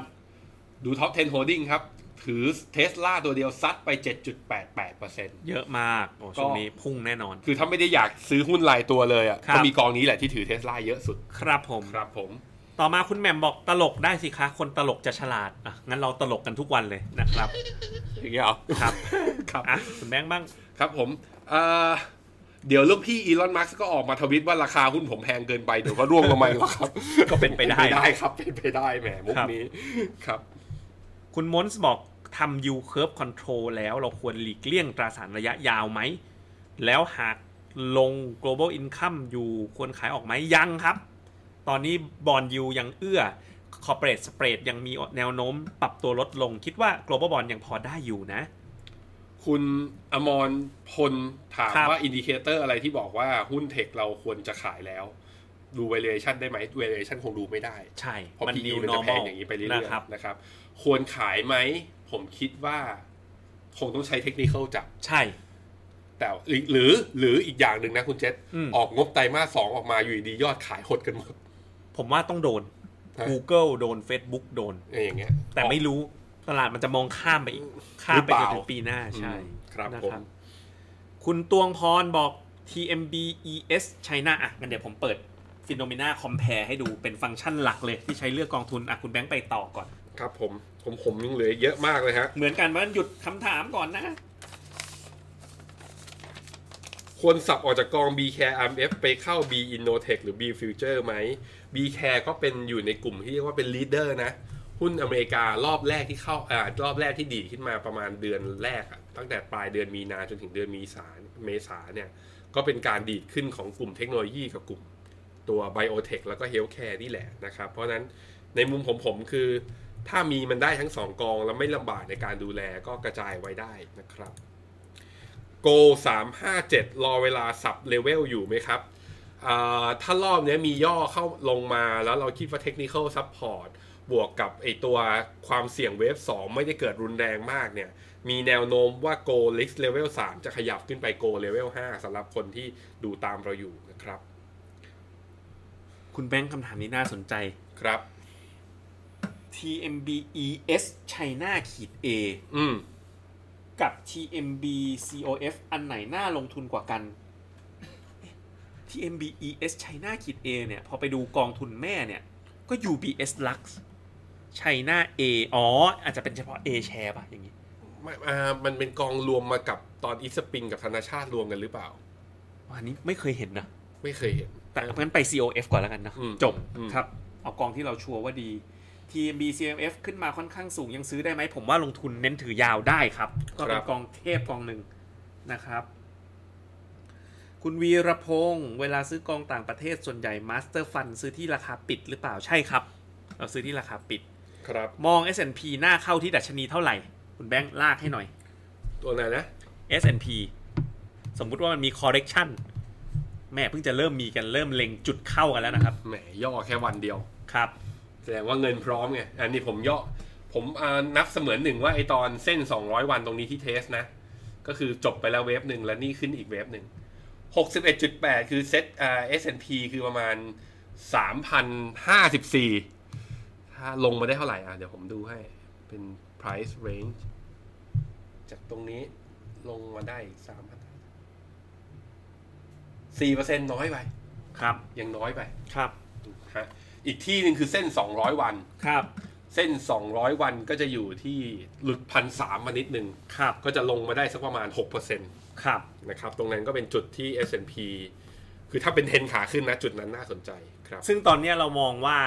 ดู Top 10 Holding ครับ ถือเทสลาตัวเดียวซัดไป 7.88% เยอะมากโอ้ช่วงนี้พุ่งแน่นอน คือถ้าไม่ได้อยากซื้อหุ้นรายตัวเลยอ่ะ ครับ ก็มีกองนี้แหละที่ถือเทสลาเยอะสุด ครับผม ครับผม ต่อมาคุณแหม่มบอกตลกได้สิคะ คนตลกจะฉลาดอ่ะงั้นเราตลกกันทุกวันเลยนะครับ อย่างเงี้ยเหรอ ครับ ครับ อ่ะคุณแบงค์บ้าง ครับผมเอ่อเดี๋ยวลูกพี่อีลอนมัสก์ก็ออกมาทวิตว่าราคาหุ้นผมแพงเกินไป เดี๋ยวก็ร่วงลงมาอีกแล้วครับ ก็เป็นไปได้ เป็นไปได้ครับ เป็นไปได้แหมมุก ครับ นี้ครับ คุณมอนส์บอกทำ U curve control แล้วเราควรหลีกเลี่ยงตราสารระยะยาวไหม แล้วหากลง global income อยู่ควรขายออกไหมยังครับ ตอนนี้บอลยูยังเอื้อ corporate spread ยังมีแนวโน้มปรับตัวลดลง คิดว่า global bond ยังพอได้อยู่นะ คุณอมรพลถาม ครับ ว่าอินดิเคเตอร์อะไรที่บอกว่าหุ้นเทคเราควรจะขายแล้ว ดู valuation ได้ไหม valuation คงดูไม่ได้ ใช่ เพราะ มัน PE new มันจะแพง normal อย่างนี้ไปเรื่อย นะครับ ๆนะครับ ควรขายไหม ผมคิดว่า คงต้องใช้เทคนิคจับ ใช่ แต่หรือหรือหรืออีกอย่างหนึ่งนะคุณเจษ อืม ออกงบไตรมาสสองออกมาอยู่ดีๆยอดขายหดกันหมด ผมว่าต้องโดน ฮะ Google โดน Facebook โดน เนี่ยอย่างเงี้ย แต่ไม่รู้ตลาดมันจะมองข้ามไปอีก ข้ามไปจน หรื ถึ องเปล่า ปีหน้าใช่ อืมครับ นะ ผม คุณตวงพรบอก TMB ES China อ่ะงั้นเดี๋ยวผมเปิด Phenomena Compare ให้ดูเป็นฟังก์ชันหลักเลยที่ใช้เลือกกองทุน อ่ะ คุณแบงค์ไปต่อก่อน ครับผมผมผมยังเหลือเยอะมากเลยฮะ เหมือนกันว่าหยุดคำถามก่อนนะ ควรสับออกจากกอง B Care RMF ไปเข้า B Innotech หรือ B Future ไหม B Care ก็เป็นอยู่ในกลุ่มที่เรียกว่าเป็น leader นะ หุ้นอเมริการอบแรกที่เข้าอ่ารอบแรกที่ดีดขึ้นมาประมาณเดือนแรกอะตั้งแต่ปลายเดือนมีนาจนถึงเดือนมีสาเมษาเนี่ย ก็เป็นการดีดขึ้นของกลุ่มเทคโนโลยีกับกลุ่มตัวไบโอเทคแล้วก็เฮลท์แคร์นี่แหละนะครับ เพราะฉะนั้นในมุมผมผมคือ ถ้ามีมันได้ทั้งสองกองแล้วไม่ลำบากในการดูแลก็กระจายไว้ได้นะครับ โกสามห้าเจ็ดรอเวลาสับเลเวลอยู่ไหมครับอ่าถ้ารอบเนี้ยมีย่อเข้าลงมาแล้วเราคิดว่าเทคนิค l s ซัพพอร์ตบวกกับไอตัวความเสี่ยงเวฟ 2 ไม่ได้เกิดรุนแรงมากเนี่ย มีแนวโน้มว่า Go l i x Level 3 จะขยับขึ้นไป Go Level 5สำหรับคนที่ดูตามเราอยู่นะครับ คุณแบงค์คำถามนี้น่าสนใจ ครับ TMB ES China ขีด A อืม กับ TMB COF อันไหนน่าลงทุนกว่ากัน TMB ES China ขีด A เนี่ย พอไปดูกองทุนแม่เนี่ย ก็ UBS Lux China A อ๋อ อาจจะเป็นเฉพาะ A share ป่ะ อย่างนี้ ไม่อ่ามันเป็นกองรวมมากับตอนอีสปริงกับธนาชาติรวมกันหรือเปล่า อันนี้ไม่เคยเห็นนะ ไม่เคยเห็น แต่งั้นไป COF ก่อนแล้วกันเนอะ อืม จบ อืม ครับ เอากองที่เราชัวร์ว่าดี TMB CMF ขึ้นมาค่อนข้างสูงยังซื้อได้ไหม ผมว่าลงทุนเน้นถือยาวได้ครับ ก็เป็นกองเทพกองหนึ่งนะครับ คุณวีรพงศ์เวลาซื้อกองต่างประเทศส่วนใหญ่มาสเตอร์ฟันซื้อที่ราคาปิดหรือเปล่าใช่ครับ เราซื้อที่ราคาปิด ครับ มอง S&P หน้าเข้าที่ดัชนีเท่าไหร่ คุณแบงค์ลากให้หน่อย ตัวไหนนะ S&P สมมุติว่ามันมี correction แม่เพิ่งจะเริ่มมีกันเริ่มเล็งจุดเข้ากันแล้วนะครับ แหมย่อแค่วันเดียว ครับ แสดงว่าเงินพร้อมไง อันนี้ผมย่อ ผมอ่านับเสมือนหนึ่งว่าไอตอนเส้น 200 วันตรงนี้ที่เทสนะ ก็คือจบไปแล้วเวฟหนึ่งแล้วนี่ขึ้นอีกเวฟหนึ่ง 61.8 คือเซ็ตอ่า S&P คือประมาณ 3,054 ถ้าลงมาได้เท่าไหร่ อ่ะ เดี๋ยวผมดูให้ เป็น price range จากตรงนี้ลงมาได้อีก3,000 4%น้อยไป ครับ ยังน้อยไป ครับ ฮะอีกที่หนึ่งคือเส้น 200 วัน ครับ เส้น 200 วันก็จะอยู่ที่หลุดพันสามมานิดนึง ครับ ก็จะลงมาได้สักประมาณ 6%น ครับ ะครับ ตรงนั้นก็เป็นจุดที่ S&P คือถ้าเป็นเทรนขาขึ้นนะ จุดนั้นน่าสนใจครับ ซึ่งตอนเนี้ยเรามองว่า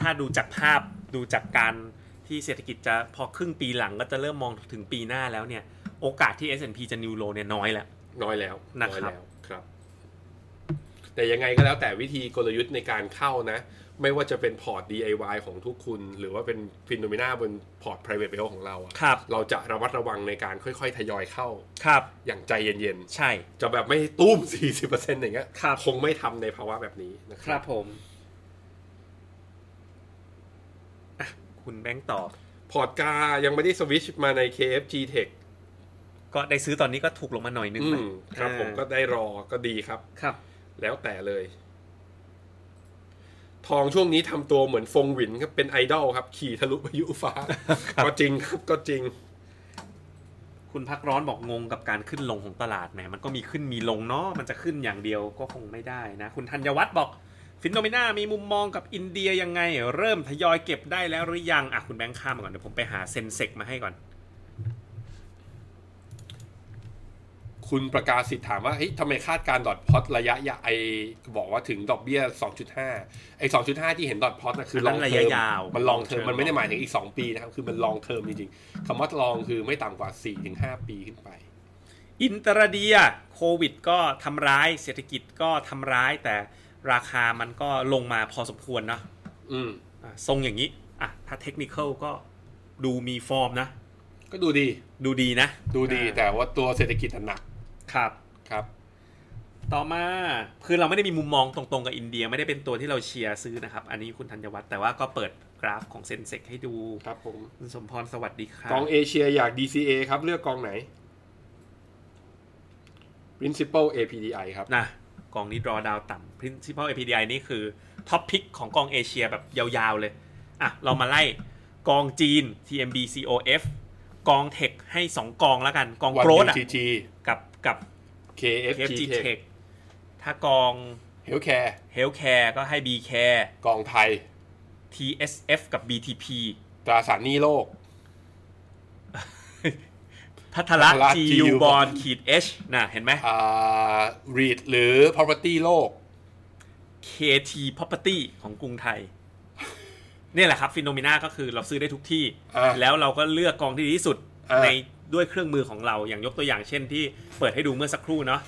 ถ้าดูจากภาพดูจากการที่เศรษฐกิจจะพอครึ่งปีหลังก็จะเริ่มมองถึงปีหน้าแล้วเนี่ย โอกาสที่ S&P จะนิวโลเนี่ยน้อยแล้ว น้อยแล้ว นะ อ ค ย รับ แล้วครับ แต่ยังไงก็แล้วแต่วิธีกลยุทธ์ในการเข้านะ ไม่ว่าจะเป็นพอร์ต DIY ของทุกคุณ หรือว่าเป็นฟินโนเมนาบนพอร์ต private wealth ของเราอะ ครับ เราจะระมัดระวังในการค่อยๆ ทยอยเข้า ครับ อย่างใจเย็น ใช่ ๆ จะแบบไม่ตุ้ม 40%อย่างเงี้ย ครับ คงไม่ทำในภาวะแบบนี้นะค ค รั รับ บผมอ่ะคุณแบงค์ตอบ พอร์ตกายังไม่ได้สวิตชมาใน KFG Tech ก็ได้ซื้อตอนนี้ก็ถูกลงมาหน่อยนึง อื ไหม มครับผมก็ อ่า ได้รอก็ดีครับ ครับ แล้วแต่เลย ทองช่วงนี้ทำตัวเหมือนฟงหวินครับเป็นไอดอลครับ ขี่ทะลุพายุฟ้า ครับ ก็จริงครับก็จริง คุณพักร้อนบอกงงกับการขึ้นลงของตลาดแหมมันก็มีขึ้นมีลงเนาะมันจะขึ้นอย่างเดียวก็คงไม่ได้นะ คุณธัญวัฒน์บอกฟินโนเมนามีมุมมองกับอินเดียยังไง เริ่มทยอยเก็บได้แล้วหรือยังอ่ะคุณแบงค์ข้ามมาก่อนเดี๋ยวผมไปหาเซนเซกมาให้ก่อน คุณประกาศสิทธิ์ถามว่าเฮ้ยทำไมคาดการณ์ดอทพอตระยะยาไอบอกว่าถึงดอกเบี้ย 2.5 ไอ2.5 ที่เห็นดอทพอตนะคือลอง อันนั้นเทอยระะ ม ยาว มันลองเทอม long term มันไม่ได้หมายถึงอีก 2 ปีนะครับ คือมันลองเทอมจริงๆคำว่าลองคือไม่ต่ำกว่า 4-5 ปีขึ้นไป อินเตอร์เดียโควิดก็ทำร้ายเศรษฐกิจก็ทำร้าย แต่ราคามันก็ลงมาพอสมควรเนาะ อืม อ่ะทรงอย่างนี้อ่ะถ้าเทคนิคก็ดูมีฟอร์มนะ ก็ดูดี ดูดีนะ ดูดี อ่า แต่ว่าตัวเศรษฐกิจอะหนัก ครับ ครับ ต่อมาคือเราไม่ได้มีมุมมองตรงๆกับอินเดียไม่ได้เป็นตัวที่เราเชียร์ซื้อนะครับ อันนี้คุณธัญวัฒน์แต่ว่าก็เปิดกราฟของเซนเซกให้ดู ครับผม คุณสมพรสวัสดีครับ กองเอเชียอยาก DCA ครับ เลือกกองไหน Principal APDI ครับ นะกองนี้รอดาวต่ำ principal APDI นี่คือท็อปพิกของกองเอเชียแบบยาวๆเลย อ่ะ เรามาไล่กองจีน TMB COF กองเทคให้ 2 กองแล้วกันกองโกรดอ่ะ 1UGG กับกับ KFG FG Tech Tech ถ้ากอง Healthcare Healthcare ก็ให้ BCare กองไทย TSF กับ BTP ตราสารหนี้โลก พัทละ พัทละ จี GU ยูบอล Bond ขีดเอชน่ะ เห็นไหม อ่า REIT หรือ Property โลก KT Property ของกรุงไทย เนี่ยแหละครับฟิโนเมนาก็คือเราซื้อได้ทุกที่ อ่า แล้วเราก็เลือกกองที่ดีที่สุด อ่า ในด้วยเครื่องมือของเราอย่างยกตัวอย่างเช่นที่เปิดให้ดูเมื่อสักครู่เนาะ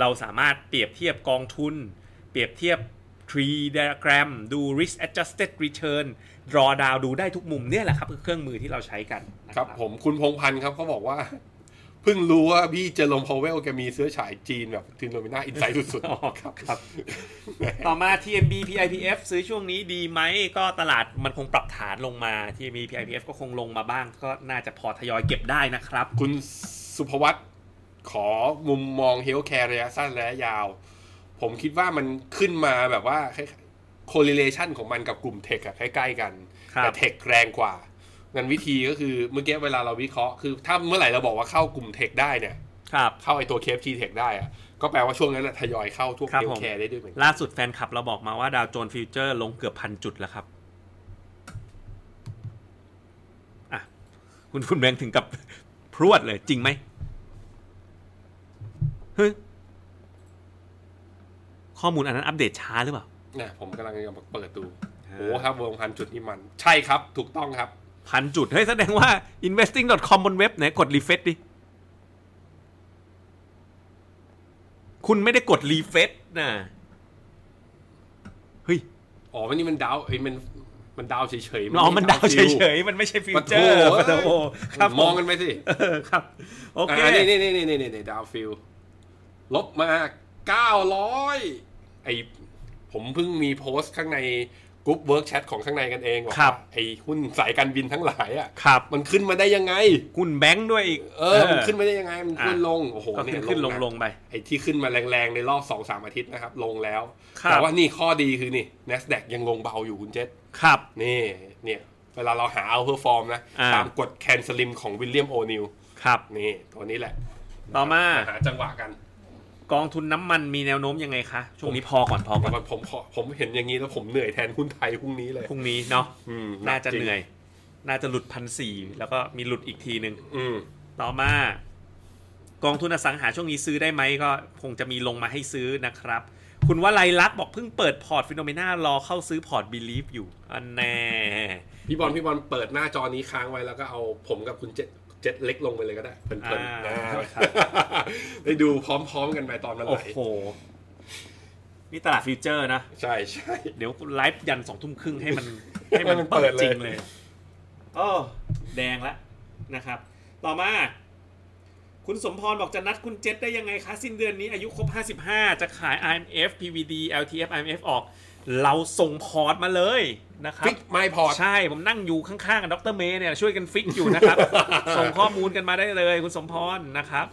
เราสามารถเปรียบเทียบกองทุน เปรียบเทียบ tree diagram ดู risk adjusted return draw down ดูได้ทุกมุมเนี่ยแหละครับคือเครื่องมือที่เราใช้กันนะครับ ผมคุณพงพันธ์ครับเขาบอกว่า เพิ่งรู้ว่าพี่เจอลมพาวเวลแกมีเสื้อฉายจีนแบบทินโนมิน่าอินไซด์สุด อ๋อครับครับ ๆแหม ต่อมา TMB PIPF ซื้อช่วงนี้ดีไหมก็ตลาดมันคงปรับฐานลงมา TMB PIPF ก็คงลงมาบ้าง ก็น่าจะพอทยอยเก็บได้นะครับ คุณสุภวัตขอมุมมองเฮลท์แคร์ระยะสั้นและระยะยาว ผมคิดว่ามันขึ้นมาแบบว่า correlation ของมันกับกลุ่มเทคอะใกล้ๆกัน ครับ แต่เทคแรงกว่างั้นวิธีก็คือเมื่อกี้เวลาเราวิเคราะห์คือถ้าเมื่อไหร่เราบอกว่าเข้ากลุ่มเทคได้เนี่ย ครับ เข้าไอตัวเคฟทีเทคได้อะก็แปลว่าช่วงนั้นนะทยอยเข้าทั่ว ครับ เฮล ผม ท์แคร์ได้ด้วยเหมือนกัน ล่าสุดแฟนคลับเราบอกมาว่าดาวโจนฟิวเจอร์ลงเกือบพันจุดแล้วครับอ่ะคุณคุณแบงค์ถึงกับ พรวดเลยจริงไหมเฮ้ยข้อมูลอันนั้นอัปเดตช้าหรือเปล่า เนี่ยผมกำลังจะเปิดดู ฮะ โอ้ครับวงพันจุดนี่มัน ใช่ครับ ถูกต้องครับ พันจุด เฮ้ย แสดงว่า investing.com บนเว็บไหนกดรีเฟซดิ คุณไม่ได้กดรีเฟซนะเฮ้ย อ๋อมันนี่มันดาวไอ้ยมันมันดาวเฉยๆ อ๋อมันดาว ฟิล เฉยๆ มันไม่ใช่ฟิว ปะ เจ โถ อร์ปะโถ เอ้คยรับผม องกันไปสิ เออครับ โอเค อ่านี่นี่นี่นี่นี่ดาวฟิลลบมาเก้าร้อยไอผมเพิ่งมีโพสต์ข้างในกรุ๊ปเวิร์กแชทของข้างในกันเองว่า ครับ ไอหุ้นสายการบินทั้งหลายอ่ะ ครับ มันขึ้นมาได้ยังไง คุณแบงค์ด้วยอีก เออ มันขึ้นมาได้ยังไง มันขึ้นลง โอ้โห ก็ เนี่ ขึ้ ย นขึ้นลง ะ ลงๆไป ไอ้ที่ขึ้นมาแรงๆ ในรอบสองสามอาทิตย์นะครับ ลงแล้ว ครับ แต่ว่านี่ข้อดีคือนี่ NASDAQ ยังลงเบาอยู่คุณเจษ ครับ นี่ เนี่ย เวลาเราหาเอาเพื่อฟอร์มนะ อ่า ตามกฎแคนสลิมของวิลเลียมโอนิล ครับ นี่ ตัวนี้แหละ ต่อมา หาจังหวะกัน กองทุนน้ำมันมีแนวโน้มยังไงคะ ช่วงนี้พอก่อนพอก่อน แต่ผมขอผมเห็นอย่างนี้แล้วผมเหนื่อยแทนหุ้นไทยพรุ่งนี้เลย พรุ่งนี้เนาะ อืม น่าจะเหนื่อย น่าจะหลุดพันสี่แล้วก็มีหลุดอีกทีหนึ่ง อืม ต่อมา กองทุนอสังหาช่วงนี้ซื้อได้ไหมก็คงจะมีลงมาให้ซื้อนะครับ คุณว่าไลลักษณ์บอกเพิ่งเปิดพอร์ตฟิโนเมนารอเข้าซื้อพอร์ตบิลีฟอยู่อันแน่ พี่บอลพี่บอลเปิดหน้าจอนี้ค้างไว้แล้วก็เอาผมกับคุณเจ็ดเจ็ดเล็กลงไปเลยก็ได้เพลินๆ อ่า นะครับได้ดูพร้อมๆกันไปตอนมันไห โอ้ ล โห นี่ตลาดฟิวเจอร์นะ ใช่ใช่ เดี๋ยวไลฟ์ยันสองทุ่มครึ่งให้มัน ให้ให้ มั มัน น เปิ เปิ ด ด เลย จริงเลย โอ้แดงละนะครับ ต่อมา คุณสมพรบอกจะนัดคุณเจษได้ยังไงคะ สิ้นเดือนนี้อายุครบ 55 จะขาย IMF PVD LTF IMF ออก เราส่งพอร์ตมาเลยนะครับ ฟิกไม่พอร์ต ใช่ ผมนั่งอยู่ข้างๆกับดรเมย์เนี่ยช่วยกันฟิกอยู่นะครับ ส่งข้อมูลกันมาได้เลยคุณสมพรนะครับ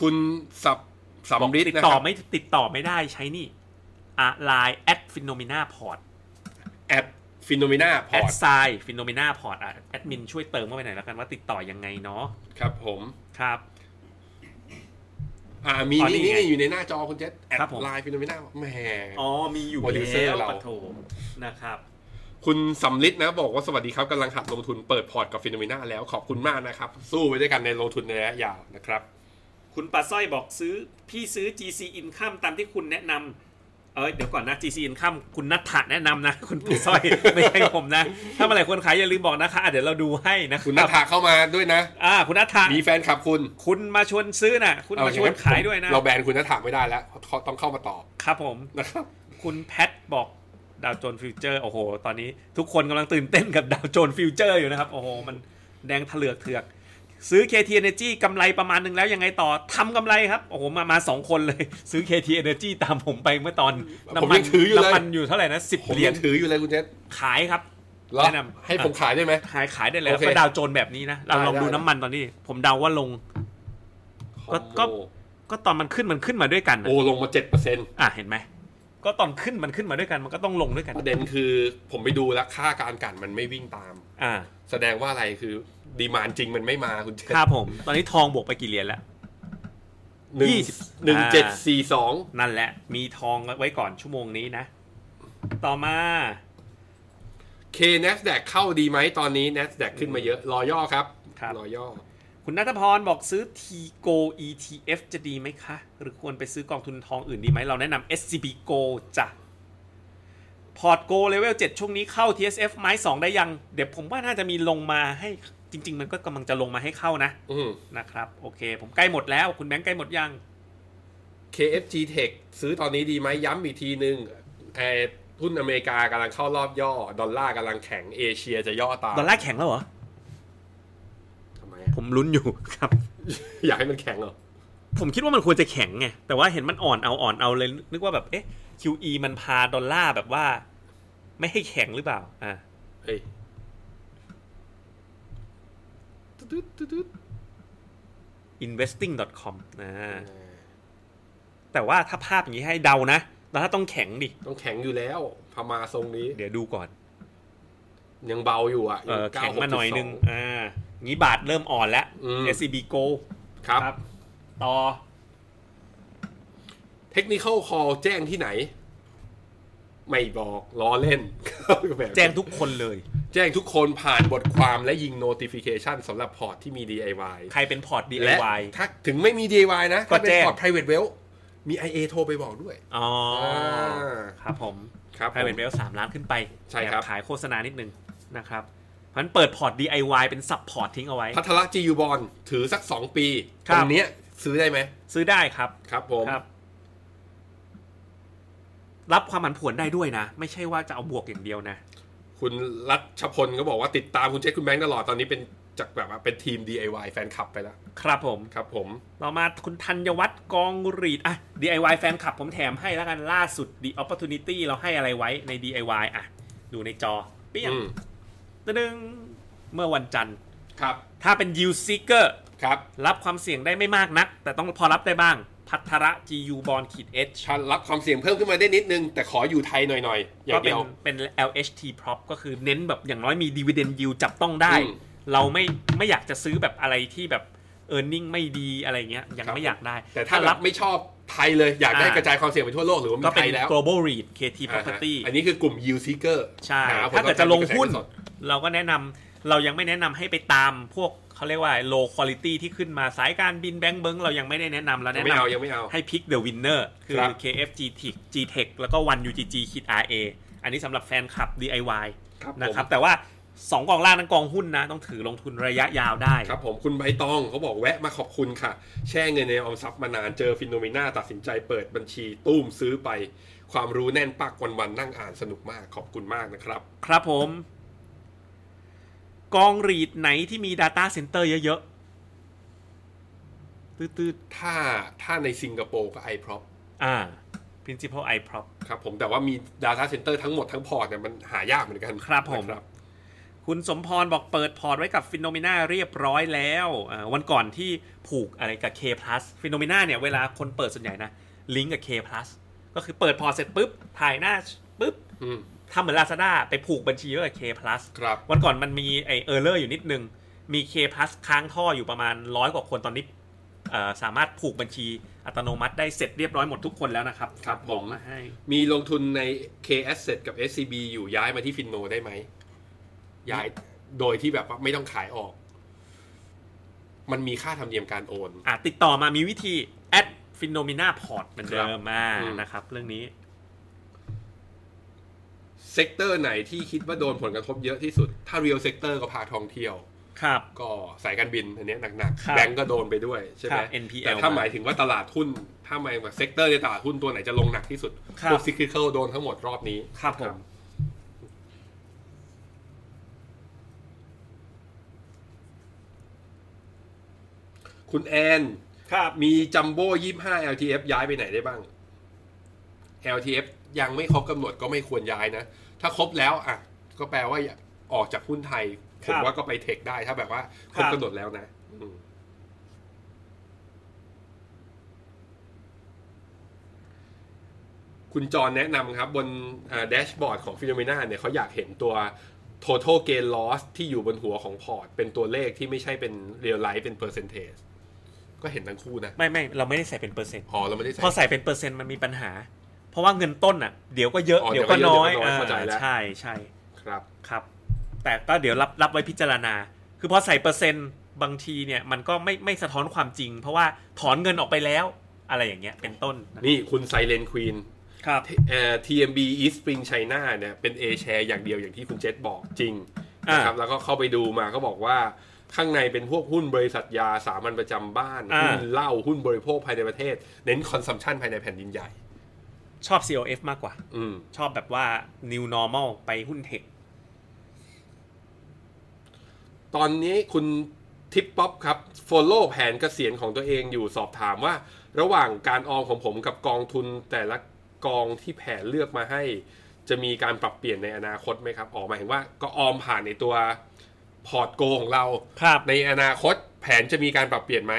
คุณสับสำริด ติด นะ ต่ ค อ รับ ไม่ติดต่อไม่ได้ใช้นี่อะไลน์แอดฟิโนเมนาพอร์ต แอดฟิโนเมนาพ แอ อ ด ร์ต ไซฟิโนเมนาพอร์ตแอดมินช่วยเติมเข้าไปหน่อยแล้วกันว่าติดต่อยังไงเนาะ ครับผม ครับ อ่ามี อ๋อ นี่ นี่ นี่ ไง อยู่ในหน้าจอคุณเจษแอด ครับผม ไลน์ฟิโนเมนาแหม 55 อ๋อ มีอยู่ โปรดิวเซอร์ แล้ว เรา ปะโถนะครับ คุณสำลิดนะบอกว่าสวัสดีครับกำลังหัดลงทุนเปิดพอร์ตกับฟิโนเมนาแล้วขอบคุณมากนะครับ สู้ไปด้วยกันในลงทุนในระยะยาวนะครับ คุณปลาสร้อยบอกซื้อ พี่ซื้อ GC Income ตามที่คุณแนะนำเอ้ยเดี๋ยวก่อนนะ GC Income คุณนัทธะแนะนำนะ คุณปีสร้อย ไม่ใช่ผมนะ ถ้าเมื่อไหร่ควรขายอย่าลืมบอกนะคะอ่ะเดี๋ยวเราดูให้นะ คุณนัท รับ ธาเข้ามาด้วยนะ อ่าคุณนัทธะ มีแฟนคลับคุณ คุณมาชวนซื้อนะคุณ เอ มา อ ชวนขายด้วยนะ เราแบนคุณนัทถามไม่ได้แล้วเขาต้องเข้ามาตอบ ครับผม นะครับ คุณแพทบอกดาวโจนส์ฟิวเจอร์โอ้โห ตอนนี้ทุกคนกำลังตื่นเต้นกับ ดาวโจนส์ฟิวเจอร์อยู่นะครับ โอ้โห มันแดงเถลือกเถือก ซื้อ KT Energy กำไรประมาณหนึ่งแล้วยังไงต่อทำกำไรครับ โอ้โห มามาสองคนเลย ซื้อ KT Energy ตามผมไปเมื่อตอน ผม น้ำมั ยั น งถืออยู่เลย น้ำมันอยู่เท่าไหร่นะสิบ ผม เหรีย ยั ญ งถืออยู่เลยคุณเจษ ขายครับ เหรอ แนะนำ ให้ผมขายได้ไหม ขายขายได้เลยครับ โอเค ก็ดาวโจนแบบนี้นะเรา ได้ ลองดู ได้ น้ำมันตอนนี้ ผมเดาว่าลง ก็ก็ ก็ตอนมันขึ้นมันขึ้นมาด้วยกันนะ โอ้ลงมาเจ็ดเปอร์เซ็นต์ อ่ะเห็นไหมก็ตอนขึ้นมันขึ้นมาด้วยกันมันก็ต้องลงด้วยกัน ประเด็นคือผมไปดูแล้วค่าการกลันมันไม่วิ่งตาม อ่า แสดงว่าอะไรคือดีมานจริงมันไม่มาคุณเจษ ครับผม ตอนนี้ทองบวกไปกี่เหรียญแล้ว หนึ่ง ยี่สิบ หนึ่งเจ็ดสี่สอง นั่นแหละ มีทองไว้ก่อนชั่วโมงนี้นะ ต่อมา เค n a s d a q เข้าดีไหมตอนนี้ n a s d a q ขึ้นมาเยอะรอย่อครับ ครับ รอย่อ คุณนัทพรบอกซื้อ TGO ETF จะดีไหมคะ หรือควรไปซื้อกองทุนทองอื่นดีไหม เราแนะนำ SCB Go จ้ะ พอร์ต Go Level 7 ช่วงนี้เข้า TSF ไม้ 2 ได้ยัง เดี๋ยวผมว่าน่าจะมีลงมาให้จริง ๆ มันก็กำลังจะลงมาให้เข้านะ อืม นะครับ โอเค ผมใกล้หมดแล้ว คุณแบงค์ใกล้หมดยัง KFG Tech ซื้อตอนนี้ดีไหมย้ำอีกทีหนึ่งไอ้หุ้นอเมริกากำลังเข้ารอบย่อ ดอลลาร์กำลังแข็งเอเชียจะย่อตาม ดอลลาร์แข็งแล้วเหรอ ทำไมอะ ผมลุ้นอยู่ ครับ อยากให้มันแข็งเหรอ ผมคิดว่ามันควรจะแข็งไง แต่ว่าเห็นมันอ่อนเอาอ่อนเอาเลย นึกว่าแบบ เอ๊ะ QE มันพาดอลลาร์แบบว่า ไม่ให้แข็งหรือเปล่า อ่า เฮ้ยตุ๊ดตุ๊ดตุ๊ด investing.com อ่าแต่ว่าถ้าภาพอย่างนี้ให้เดานะแล้วถ้าต้องแข็งดิ ต้องแข็งอยู่แล้วพมาทรงนี้ เดี๋ยวดูก่อน ยังเบาอยู่อ่ะ เอ ยัง อ เก้ แข็งมาหน่อยนึง กจุดส อ่างี้บาทเริ่มอ่อนแล้ว อืม SCB Go งครับ ต่อ เทคนิคอลคอลแจ้งที่ไหน ไม่บอกล้อเล่น บบ แจ้งทุกคนเลย แจ้งทุกคนผ่านบทความและยิง notification สำหรับพอร์ตที่มี DIY ใครเป็นพอร์ต และ DIY ถ้าถึงไม่มี DIY นะ ก็ ถ้าเป็น แจ้ง พอร์ต private wealth มี IA โทรไปบอกด้วย อ๋ออา ครับผม ครับผม ไพรเวทเวลสามล้านขึ้นไป ใช่ครับ แอบขายโฆษณานิดนึงนะครับเพราะฉะนันเปิดพอร์ต DIY เป็นซับพอร์ตทิ้งเอาไว้ พัทรจียูบอลถือสัก 2 ปี ครั ต บ รงเนี้ย ซื้อได้ไหม ซื้อได้ครับ ครับ ผม ครับ รับความผันผวนได้ด้วยนะ ไม่ใช่ว่าจะเอาบวกอย่างเดียวนะ คุณรัชพลก็บอกว่าติดตามคุณเจษคุณแบงค์ตลอดตอนนี้เป็นจากแบบว่าเป็นทีม DIY แฟนคลับไปแล้ว ครับผม ครับ ผม ต่อมาคุณธัญวัฒน์กองรีดอ่ะ DIY แฟนคลับผมแถมให้แล้วกันล่าสุด The Opportunity เราให้อะไรไว้ใน DIY อ่ะ ดูในจอเปี้ยง อืม ตะดึงเมื่อวันจันทร์ ครับ ถ้าเป็น Yield Seeker ครับ รับความเสี่ยงได้ไม่มากนัก แต่ต้องพอรับได้บ้าง พัทระ GU Bond ขีด H ชันรับความเสี่ยงเพิ่มขึ้นมาได้นิดนึง แต่ขออยู่ไทยหน่อยๆอย่า ก็ ง เป็ เดี น ยว เป็น LHT prop ก็คือเน้นแบบอย่างน้อยมี dividend yield จับต้องได้ อืม เราไม่ไม่อยากจะซื้อแบบอะไรที่แบบ earning ไม่ดีอะไรเงี้ยยัง ครับ ไม่อยากได้ แต่ถ้ารับไม่ชอบไทยเลยอยากได้ อ่าก ระจายความเสี่ยงไปทั่วโลกหรือว่ามี ก็เป็ ไท น ยแล้ว global REIT KT property อ่าฮะอันนี้คือกลุ่ม yield seeker ใช่ หผ ถ้าเกิดจะลงหุ้น ตอบแทที่กระแสเงิสด เราก็แนะนำเรายังไม่แนะนำให้ไปตามพวกเขาเรียกว่า low quality ที่ขึ้นมาสายการบินแบงก์เบิงเรายังไม่ได้แนะนำเรา ยั แนะ งไม่ นำ เอายังไม่เอา ให้พิก The Winner คือ ครับ KFG Tech G Tech แล้วก็ One UGG คิด RA อันนี้สำหรับแฟนคลับ DIY ครับผม นะครับ แต่ว่า 2 กองล่างนั้นกองหุ้นนะ ต้องถือลงทุนระยะยาวได้ ครับผมคุณใบตองเขาบอกแวะมาขอบคุณค่ะ แช่เงินในออมทรัพย์มานานเจอฟิโนเมนาตัดสินใจเปิดบัญชีตู้มซื้อไป ความรู้แน่นปักวันๆนั่งอ่านสนุกมากขอบคุณมากนะครับ ครับผม กองรีดไหนที่มี Data Center เยอะๆตืด ถ้าถ้าในสิงคโปร์ก็ iProp ๆอ่า Principal i p r o p ครับผมแต่ว่ามี Data Center ทั้งหมดทั้งพอร์ตเนี่ยมันหายากเหมือนกัน ครับผม นะครับ คุณสมพรบอกเปิดพอร์ตไว้กับฟิโนเมนาเรียบร้อยแล้วอ่าวันก่อนที่ผูกอะไรกับ K plus ฟิโนเมนาเนี่ยเวลาคนเปิดส่วนใหญ่นะลิงก์กับ K plus ก็คือเปิดพอร์ตเสร็จปุ๊บ ถ่ายหน้าปุ๊บ อืม ทำเหมือน Lazada ไปผูกบัญชีไว้กับ K plus ครับ วันก่อนมันมีไอเออร์เลอร์อยู่นิดนึง มี K plus ค้างท่ออยู่ประมาณร้อยกว่าคนตอนนี้เอ่อสามารถผูกบัญชีอัตโนมัติได้เสร็จเรียบร้อยหมดทุกคนแล้วนะครับ ครับผม มาให้ มีลงทุนใน K Asset กับ SCB อยู่ย้ายมาที่ฟินโนได้ไหม ย้ายโดยที่แบบว่าไม่ต้องขายออก มันมีค่าธรรมเนียมการโอน อ่ะติดต่อมามีวิธี at phenomena port เหมือนเดิ ครั ม บ มา อืม นะครับ เรื่องนี้ เซกเตอร์ไหนที่คิดว่าโดนผลกระทบเยอะที่สุด ถ้า real sector ก็พาท่องเที่ยว ครับ ก็สายการบินอันเนี้ยหนัก ครับ ๆ แบงก์ก็โดนไปด้วยใช่ไหม ครับ NPL แต่ถ้าหมายถึงว่าตลาดหุ้น ถ้าหมายถึงว่าเซกเตอร์ในตลาดหุ้นตัวไหนจะลงหนักที่สุด ครับ พวกซิคลิคลโดนทั้งหมดรอบนี้ ครับผม คุณแอน ครับ มีจัมโบ้ยี่ห้า LTF ย้ายไปไหนได้บ้าง LTF ยังไม่ครบกำหนดก็ไม่ควรย้ายนะ ถ้าครบแล้วอ่ะ ก็แปลว่าออกจากหุ้นไทย ค ผ รับ มว่าก็ไปเทคได้ถ้าแบบว่าครบ ครับ กำหนดแล้วนะอืม คุณจรแนะนำครับบนแดชบอร์ดของฟิโนเมนาเนี่ยเขาอยากเห็นตัว total gain loss ที่อยู่บนหัวของพอร์ต เป็นตัวเลขที่ไม่ใช่เป็น real life เป็น percentage ก็เห็นทั้งคู่นะ ไม่ไม่เราไม่ได้ใส่เป็นเปอร์เซ็นต์ พอเราไม่ได้ใส่ พอใส่เป็นเปอร์เซ็นต์มันมีปัญหา เพราะว่าเงินต้นอ่ะ เดี๋ยวก็เยอะ อ๋อ เดี๋ยวก็น้อย เดี๋ยวก็เยอะเดี๋ยวก็น้อยเข้าใจแล้ว ใช่ใช่ ครับ ครับ แต่ก็เดี๋ยวรับรับไว้พิจารณา คือพอใส่เปอร์เซ็นต์บางทีเนี่ย มันก็ไม่ไม่สะท้อนความจริง เพราะว่าถอนเงินออกไปแล้ว อะไรอย่างเงี้ยเป็นต้น นี่คุณไซเลนควีน ครับ เอ่อ TMB East Spring China เนี่ยเป็น A share อย่างเดียวอย่างที่คุณเจษบอกจริงนะครับแล้วก็เข้าไปดูมาก็บอกว่าข้างในเป็นพวกหุ้นบริษัทยาสามัญประจำบ้าน อ่า หุ้นเหล้าหุ้นบริโภคภายในประเทศ เน้นคอนซัมชันภายในแผ่นดินใหญ่ ชอบ COF มากกว่า อืม ชอบแบบว่า new normal ไปหุ้นเทค ตอนนี้คุณทิปป๊อปครับ follow แผนเกษียณของตัวเองอยู่สอบถามว่า ระหว่างการออมของผมกับกองทุนแต่ละกองที่แผนเลือกมาให้ จะมีการปรับเปลี่ยนในอนาคตไหมครับ ออกมายถึงว่าก็ออมผ่านในตัวพอร์ตโกของเรา ครับ ในอนาคตแผนจะมีการปรับเปลี่ยนไหม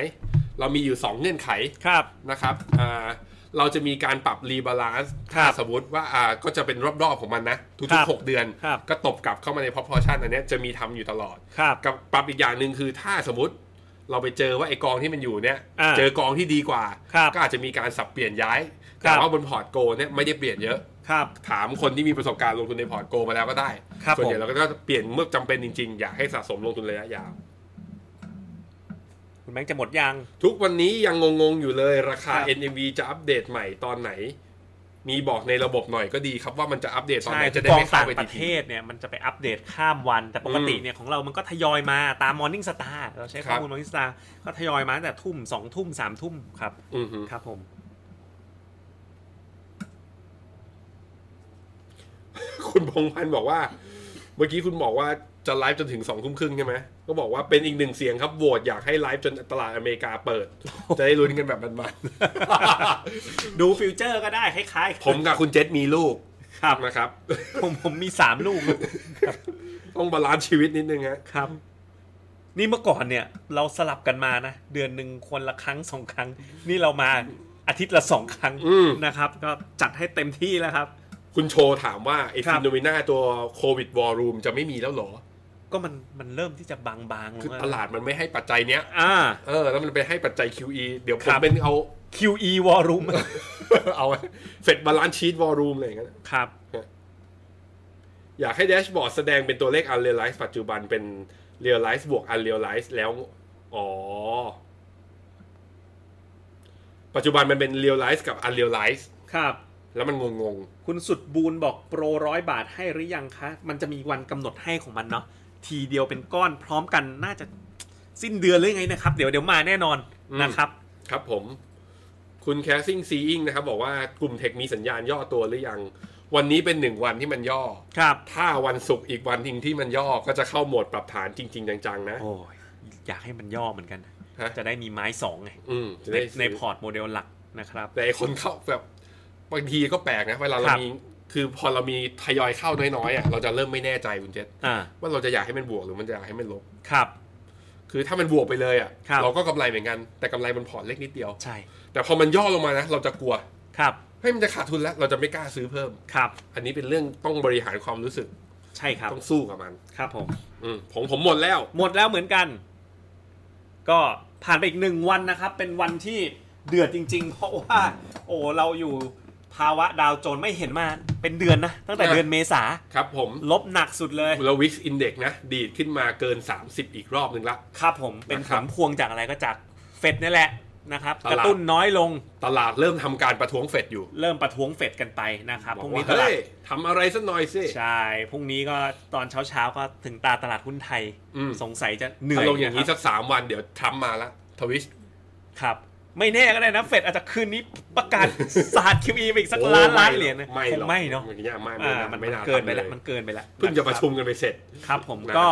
เรามีอยู่ 2 เงื่อนไข ครับ นะครับอ่าเราจะมีการปรับรีบาลานซ์ ครับ สมมติว่าอ่าก็จะเป็นรอบๆของมันนะ ครั ทุก บ ๆ 6 เดือน ครับ ก็ตบกลับเข้ามาในพอพอชั่นอันเนี้ยจะมีทำอยู่ตลอด ครับ กับปรับอีกอย่างหนึ่งคือถ้าสมมติเราไปเจอว่าไอ้กองที่มันอยู่เนี่ย อ่า เจอกองที่ดีกว่า ครับ ก็อาจจะมีการสับเปลี่ยนย้าย ครั แต่ บ ว่าบนพอร์ตโกเนี่ยไม่ได้เปลี่ยนเยอะ ครับ ถามคนที่มีประสบการณ์ลงทุนในพอร์ตโกมาแล้วก็ได้ ครับ ส่วนใหญ่ ผม เราก็จะเปลี่ยนเมื่อจำเป็นจริงๆ อยากให้สะสมลงทุนระยะยาว คุณแบงค์จะหมดยัง ทุกวันนี้ยังงงๆอยู่เลยราคา ครับ NAV จะอัปเดตใหม่ตอนไหน มีบอกในระบบหน่อยก็ดีครับว่ามันจะอัปเดตตอน ใช่ ไหน จะ จะได้ กอง ไม่ข้า ต่าม ง ไป ป ที ระ ที เทศเนี่ยมันจะไปอัปเดตข้ามวัน แต่ปกติ อืม เนี่ยของเรามันก็ทยอยมาตาม Morning Star เราใช้ข้อมูล Morning Star ก็ทยอยมาตั้งแต่ทุ่มสองทุ่มสามทุ่มครับ อือฮึ ครับผม คุณพงษ์พันธ์บอกว่า เมื่อกี้คุณบอกว่าจะไลฟ์จนถึงสองทุ่มครึ่งใช่ไหมก็บอกว่าเป็นอีกหนึ่งเสียงครับโหวตอยากให้ไลฟ์จนตลาดอเมริกาเปิด จะได้ลุ้นกันแบบมัน ดูฟิวเจอร์ก็ได้คล้าย ๆ ผมกับคุณเจษมีลูก ๆครับ นะครับ ผมผมมีสามลูก ต้องบาลานซ์ชีวิตนิดนึงฮะ ครับ นี่เมื่อก่อนเนี่ย เราสลับกันมานะ เดือนหนึ่งคนละครั้งสองครั้ง นี่เรามาอาทิตย์ละสองครั้งนะครับ ก็จัดให้เต็มที่แล้วครับ คุณโชว์ถามว่าไอ ครับ ฟิโนเมนาตัวโควิดวอลลุ่มจะไม่มีแล้วเหรอ ก็มันมันเริ่มที่จะบางๆล คือง แล้ว ตลาดมันไม่ให้ปัจจัยเนี้ย อ่า เออ แล้วมันไปให้ปัจจัย QE เดี๋ยวผ ครั ม บ เป็นเอา QE War Room เอา เฟดบาลานซ์ชีตวอลลุ่มอะไรอย่างเงี้ย ครับ อยากให้แดชบอร์ดแสดงเป็นตัวเลข unrealized ปัจจุบันเป็น realized บวก unrealized แล้ว อ๋อ ปัจจุบันมันเป็น realized กับ unrealized ครับ แล้วมันงง คุณสุดบูนบอกโปรร้อยบาทให้หรือยังคะ มันจะมีวันกำหนดให้ของมันเนาะ ทีเดียวเป็นก้อนพร้อมกันน่าจะสิ้นเดือนหรือไงนะครับ เดี๋ยวเดี๋ยวมาแน่นอนนะครับ ๆ ครับผม คุณ casting seeing นะครับ บอกว่ากลุ่มเทคมีสัญญาณย่อตัวหรือยัง วันนี้เป็นหนึ่งวันที่มันย่อ ครับ ถ้าวันศุกร์อีกวันทิ้งที่มันย่อก็จะเข้าโหมดปรับฐานจริง ๆ จังๆ นะ โอ้ยอยากให้มันย่อเหมือนกันนะ ฮะ จะได้มีไม้สองไง อืมจะ ใน ได้ ใน ซื้อ พอร์ตโมเดลหลักนะครับ แต่ไอ้คนเข้าแบบบางทีก็แปลกนะเวลาเรา ครับ มีคือพอเรามีทยอยเข้าน้อยๆอ่ะเราจะเริ่มไม่แน่ใจคุณเจษ อ่า ว่าเราจะอยากให้มันบวกหรือมันจะอยากให้มันลบ ครับ คือถ้ามันบวกไปเลยอ่ะ ครับ เราก็กำไรเหมือนกันแต่กำไรมันพอร์ตเล็กนิดเดียว ใช่ แต่พอมันย่อลงมานะเราจะกลัว ครับ ให้ยมันจะขาดทุนแล้วเราจะไม่กล้าซื้อเพิ่ม ครับ อันนี้เป็นเรื่องต้องบริหารความรู้สึก ใช่ครับ ต้องสู้กับมัน ครับผม อืมผมผมหมดแล้ว หมดแล้วเหมือนกัน ก็ผ่านไปอีกหนึ่งวันนะครับ เป็นวันที่เดือดจริง ๆ เพราะว่า โอ้เราอยู่ภาวะดาวโจนส์ไม่เห็นมาเป็นเดือนนะ ตั้งแต่ อ่ะ เดือนเมษา ครับ ผม ลบหนักสุดเลย เราวิกซ์อินเด็กนะ ดีดขึ้นมาเกิน 30 อีกรอบหนึ่งละ ครับผมเป็นผ นะครับ ลพวงจากอะไรก็จากเฟดนี่แหละนะครับ ตกลาดระตุ้นน้อยลง ตลาดเริ่มทำการประท้วงเฟดอยู่ เริ่มประท้วงเฟดกันไปนะครับ บ พ อก รุ่ง ว่า นี้ตลาด เฮ้ยทำอะไรสักหน่อยสิ ใช่พรุ่งนี้ก็ตอนเช้าๆก็ถึงตาตลาดหุ้นไทย อืม สงสัยจะเหนื่อ ถ้าย ลงอย่างนี้ ะครับ สักสามวันเดี๋ยวทรัมป์มาละทวิช ครับ ไม่แน่ก็ได้นะเฟดอาจจะคืนนี้ประกาศ สาดคิวอีไปอีกสักล้านล้านเหรียญนะ ไม่ ค ห ง รอก ไม่เนาะ อย่างเงี้ยไม่ไม่ อ่า น่า มัน ไม่น่า เกินไปแล้ว ทำย มันเกินไปแล้ว เพิ่งจะประชุม น กันไปเสร็จ ครับครับผม นะครับ ก็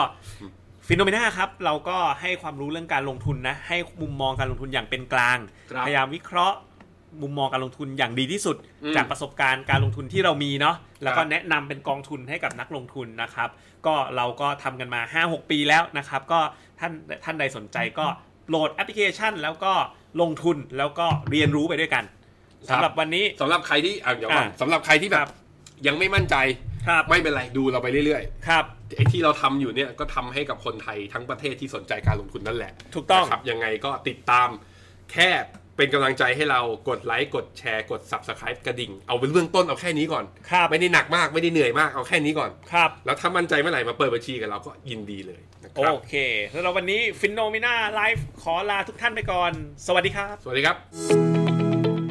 ฟิโนเมนาครับ เราก็ให้ความรู้เรื่องการลงทุนนะ ให้มุมมองการลงทุนอย่างเป็นกลาง ครับ พยายามวิเคราะห์ มุมมองการลงทุนอย่างดีที่สุด จากประสบการณ์การลงทุนที่เรามีเนาะแล้วก็แนะนำเป็นกองทุนให้กับนักลงทุนนะครับ ก็เราก็ทำกันมา 5-6 ปีแล้วนะครับ ก็ท่านท่านใดสนใจก็โหลดแอปพลิเคชัน แล้วก็ลงทุนแล้วก็เรียนรู้ไปด้วยกันสำหรับวันนี้ สำหรับใครที่อ่ะเดี๋ยวก่อน อ่า สำหรับใครที่แบ ครับ บ ยังไม่มั่นใจ ครับ ไม่เป็นไรดูเราไปเรื่อย ครับ ๆไอ้ที่เราทำอยู่เนี่ยก็ทำให้กับคนไทยทั้งประเทศที่สนใจการลงทุนนั่นแหละ ถูกต้อง นะครับยังไงก็ติดตามแค่เป็นกำลังใจให้เรากดไลค์กดแชร์กด subscribe กระดิ่ง เอาเป็นเบื้องต้นเอาแค่นี้ก่อน ครับ ไม่ได้หนักมากไม่ได้เหนื่อยมากเอาแค่นี้ก่อน ครับ แล้วถ้ามั่นใจเมื่อไหร่มาเปิดบัญชีกับเราก็ยินดีเลยนะค โอ รับ เคสำหรับวันนี้ฟินโนมิน่าไลฟ์ขอลาทุกท่านไปก่อน สวัสดีครับ สวัสดีครับ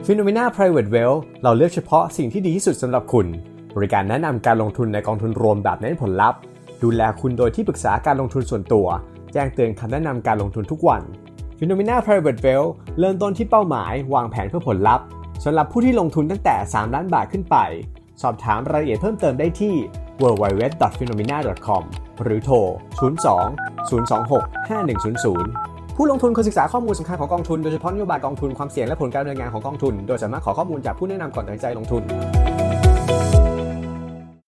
f i n o m e n a Private Wealth เราเลือกเฉพาะสิ่งที่ดีที่สุดสำหรับคุณ บริการแนะนำการลงทุนในกองทุนรวมแบบเน้นผลลัพธ์ ดูแลคุณโดยที่ปรึกษาการลงทุนส่วนตัว แจ้งเตือนคำแนะนำการลงทุนทุกวัน f i n o m e n a Private Wealth เริ่มต้นที่เป้าหมาย วางแผนเพื่อผลลัพธ์สำหรับผู้ที่ลงทุนตั้งแต่ 3 ล้านบาทขึ้นไป สอบถามรายละเอียดเพิ่มเติมได้ที่ www.phenomena.com หรือโทร 02 026 5100 ผู้ลงทุนควรศึกษาข้อมูลสำคัญของกองทุน โดยเฉพาะนโยบายกองทุนความเสี่ยงและผลการดำเนินงานของกองทุน โดยสามารถขอข้อมูลจากผู้แนะนำก่อนตัดสินใจลงทุน